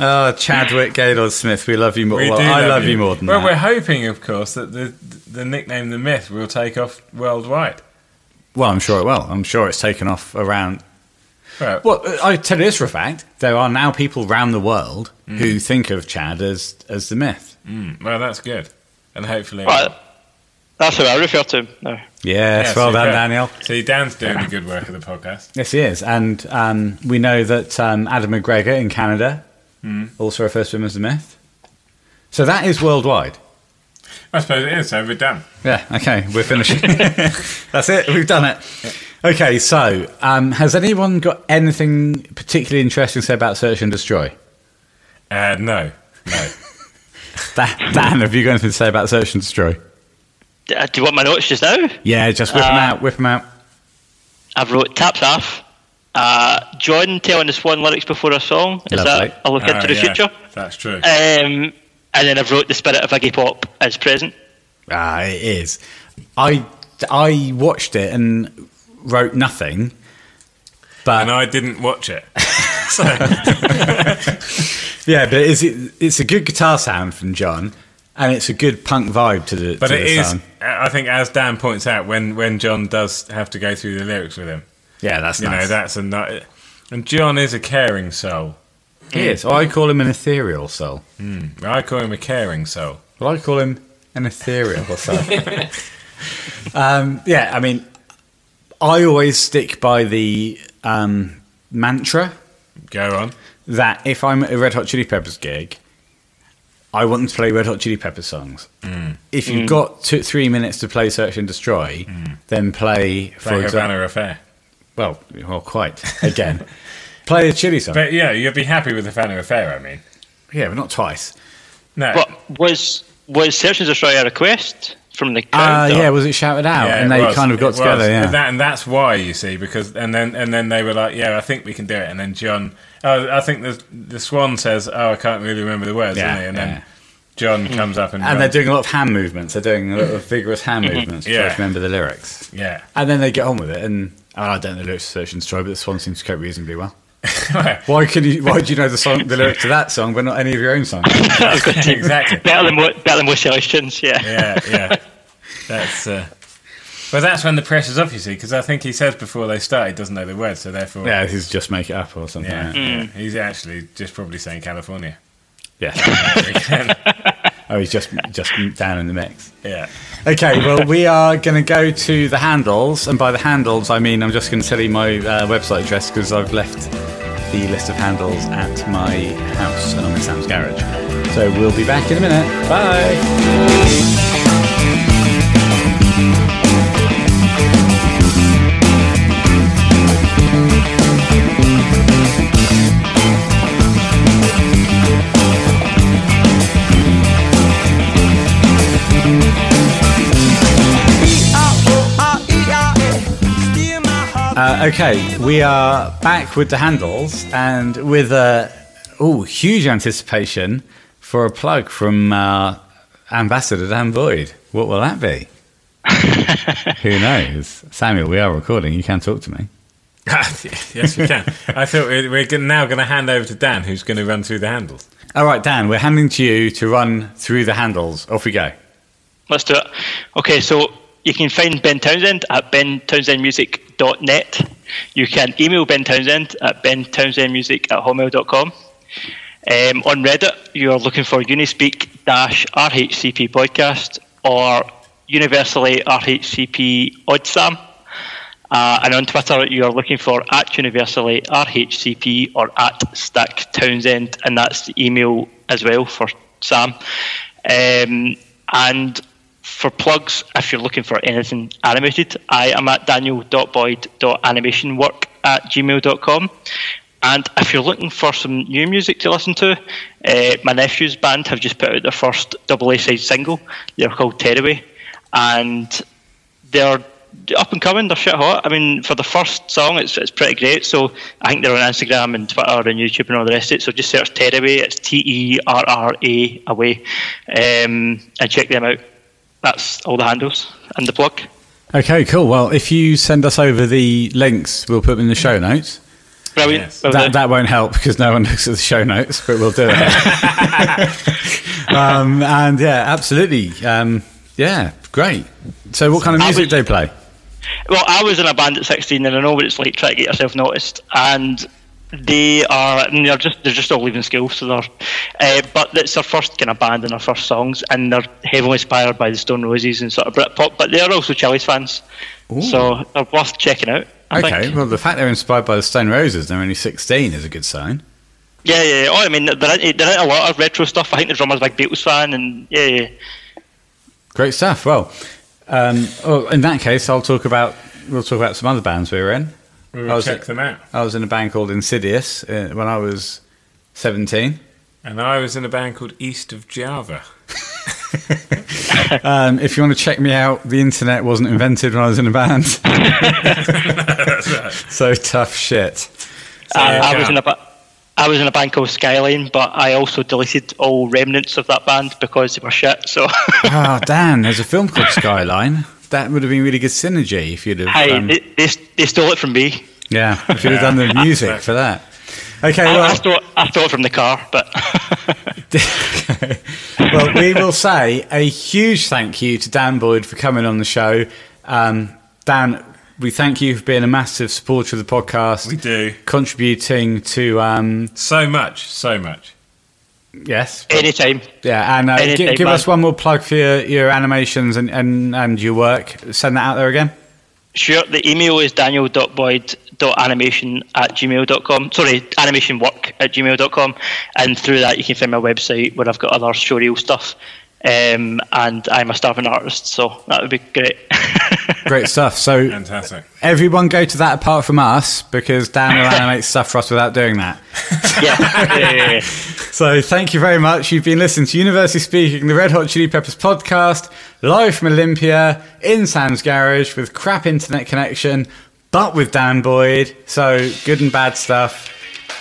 A: oh, Chadwick Gaylord Smith, we love you more.
B: We
A: well,
B: do
A: I love you, more than
B: well,
A: that.
B: we're hoping, of course, that the the nickname the myth will take off worldwide.
A: Well, I'm sure it will. I'm sure it's taken off around.
B: Well,
A: Well, uh, I tell you this for a fact: there are now people around the world who think of Chad as as the myth.
B: mm, well, that's good, and hopefully,
C: Right. That's how I refer to him now.
A: Yes,
B: Yeah,
A: well
B: super.
A: done, Daniel.
B: See, Dan's doing the good work of the podcast.
A: Yes, he is, and um, we know that um, Adam McGregor in Canada also refers to him as the myth. So that is worldwide.
B: I suppose it is. So we're done.
A: Yeah, okay, we're finishing. That's it, we've done it. Okay, so um, has anyone got anything particularly interesting to say about Search and Destroy?
B: Uh, no, no.
A: Da- Dan, have you got anything to say about Search and Destroy?
C: D- uh, Do you want my notes just now?
A: Yeah, just whip them
C: Uh,
A: out, whip them out.
C: I've wrote Taps Off. Uh, John telling us one lyrics before a song. Is
A: Lovely.
C: that a look into
B: Ah,
C: the
B: yeah,
C: future?
B: That's true.
C: Um, and then I've wrote The Spirit of Iggy Pop as present.
A: Ah, it is. I, I watched it and wrote nothing, but
B: and I didn't watch it.
A: yeah, but it's, it's a good guitar sound from John, and it's a good punk vibe to the,
B: But
A: to
B: it
A: the
B: is. uh,
A: song.
B: I think, as Dan points out, when when John does have to go through the lyrics with him,
A: Yeah, that's
B: you
A: nice.
B: know, that's a nut. And John is a caring soul.
A: He is. I call him an ethereal soul.
B: I call him a caring soul.
A: Well, I call him an ethereal or (laughs) something. um, yeah, I mean, I always stick by the um, mantra
B: Go on.
A: that if I'm at a Red Hot Chili Peppers gig, I want them to play Red Hot Chili Peppers songs. If you've
B: Mm.
A: got two, three minutes to play Search and Destroy, then play, for
B: Play
A: example,
B: Havana Affair.
A: well, well, quite
B: (laughs)
A: again. play a chili song.
B: But yeah, you'd be happy with Havana Affair, I mean.
A: yeah, but not twice.
B: No.
C: But was was Search and Destroy a request from the
A: Uh,
C: crowd? or- (laughs)
A: yeah, was it shouted out?
B: Oh, Yeah,
A: and
B: it
A: they
B: was.
A: kind of got
B: It
A: together.
B: was.
A: Yeah.
B: And, that, and that's why you see because and then and then they were like, yeah, I think we can do it. And then John, oh, I think the the Swan says, oh, I can't really remember the words,
A: Yeah,
B: doesn't he? And
A: yeah.
B: then John comes up and,
A: And they're
B: runs-
A: doing a lot of hand movements. They're doing a lot of vigorous hand movements to try
B: (laughs) Yeah.
A: to remember the lyrics.
B: yeah. (laughs)
A: And then they get on with it. And oh, I don't know the lyrics to Search and Destroy, but this one seems to cope reasonably well. Why could you? Why do you know the song, the lyrics to that song, but not any of your own songs?
B: exactly.
C: (laughs) Better than what, better than most Celestians, yeah.
B: yeah, yeah. That's. Uh, well, that's when the pressure's off, you see, because I think he says before they start he doesn't know the words, so therefore,
A: yeah, this is just make it up or something.
B: yeah,
A: like that.
B: yeah. he's actually just probably saying California.
A: Yeah. (laughs)
B: Again.
A: Oh, he's just just down in the mix.
B: yeah.
A: Okay, well, we are going to go to the handles, and by the handles, I mean I'm just going to tell you my uh, website address because I've left the list of handles at my house, and I'm in Sam's garage. So we'll be back in a minute. Bye.
D: Uh, e,
A: Uh, okay, we are back with the handles and with a oh, huge anticipation for a plug from uh, Ambassador Dan Boyd. What will that be? Who knows? Samuel, we are recording. You can talk to me.
B: (laughs) yes, we can. I thought we- we're gonna- now going to hand over to Dan, who's going to run through the handles.
A: All right, Dan, we're handing to you to run through the handles. Off we go.
C: Let's do it. Okay, so you can find Ben Townsend at bentownsendmusic.net. You can email Ben Townsend at bentownsendmusic at homemail.com. Um, on Reddit, you are looking for Unispeak RHCP podcast or universally RHCP Oddsam. Uh, and on Twitter, you are looking for at universally RHCP or at Stack Townsend, and that's the email as well for Sam. Um, and for plugs, if you're looking for anything animated, I am at daniel.boyd.animationwork at gmail.com. And if you're looking for some new music to listen to, uh, my nephew's band have just put out their first double A side single. They're called Tearaway. And they're up and coming. They're shit hot. I mean, for the first song, it's it's pretty great. So I think they're on Instagram and Twitter and YouTube and all the rest of it. So just search Tearaway. It's T E R R A away, um, and check them out. That's all the handles and the plug.
A: Okay, cool. Well, if you send us over the links, we'll put them in the show notes.
C: Brilliant. Well
A: That,
C: done.
A: that won't help because no one (laughs) looks at the show notes, but we'll do it. um, and yeah, absolutely. Um, yeah, great. So, what kind of
C: I
A: music
C: would-
A: do they play?
C: Well, I was in a band at 16, and I know what it's like trying to get yourself noticed. And they are, and they're just they're just all leaving school, so they're. Uh, but it's their first kind of band and their first songs, and they're heavily inspired by the Stone Roses and sort of Britpop. But they are also Chili's fans, so they're worth checking out. I
A: okay,
C: think.
A: well, the fact they're inspired by the Stone Roses, they're only 16, is a good sign.
C: Yeah, yeah. yeah. Oh, I mean, there ain't, there ain't a lot of retro stuff. I think the drummer's a big Beatles fan, and yeah, yeah.
A: Great stuff. Well, um, oh, in that case, I'll talk about we'll talk about some other bands we were in.
B: We
A: I
B: will
A: was-
B: check them out.
A: I was in a band called Insidious uh, when I was 17.
B: And I was in a band called East of Java.
A: Um, if you want to check me out, the internet wasn't invented when I was in a band. so tough shit.
C: I, I
B: yeah.
C: was in a ba- I was in a band called Skyline, but I also deleted all remnants of that band because they were shit. (laughs) So.
A: Oh, Dan, there's a film called Skyline. That would have been really good synergy if you'd have.
C: Hey,
A: um,
C: they, they, they stole it from me.
A: yeah, if you'd have done the music for that. Okay,
C: I, I,
A: (laughs) well,
C: stole, I stole it from the car, but (laughs)
A: Okay. well, we will say a huge thank you to Dan Boyd for coming on the show. Um, Dan, we thank you for being a massive supporter of the podcast.
B: We do.
A: Contributing to, um,
B: So much, so much.
A: yes,
C: anytime.
A: yeah, and uh, gi-
C: Anything,
A: give
C: man.
A: us one more plug for your, your animations and, and, and your work. Send that out there again.
C: Sure, the email is daniel.boyd.animation at gmail.com. Sorry, animationwork at gmail.com. And through that, you can find my website where I've got other showreel stuff. Um, and I'm a starving artist, so that would be great. (laughs)
A: Great stuff. So
B: Fantastic.
A: everyone go to that apart from us because Dan will animate stuff for us without doing that.
C: yeah, (laughs) yeah, yeah, yeah.
A: So thank you very much. You've been listening to University Speaking, the Red Hot Chili Peppers podcast, live from Olympia in Sam's garage with crap internet connection, but with Dan Boyd. So good and bad stuff.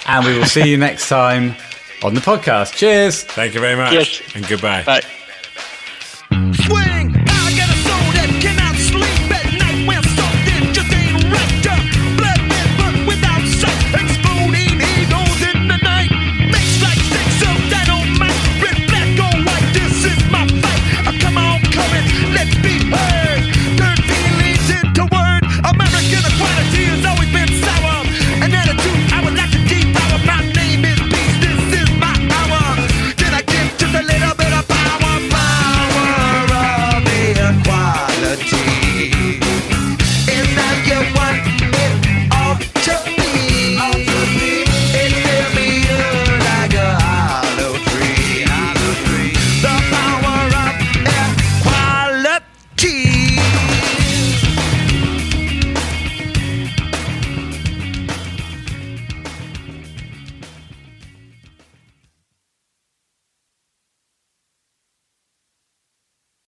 A: And we will see you next time on the podcast. Cheers.
B: Thank you very much.
C: Yes.
B: And goodbye.
C: Right.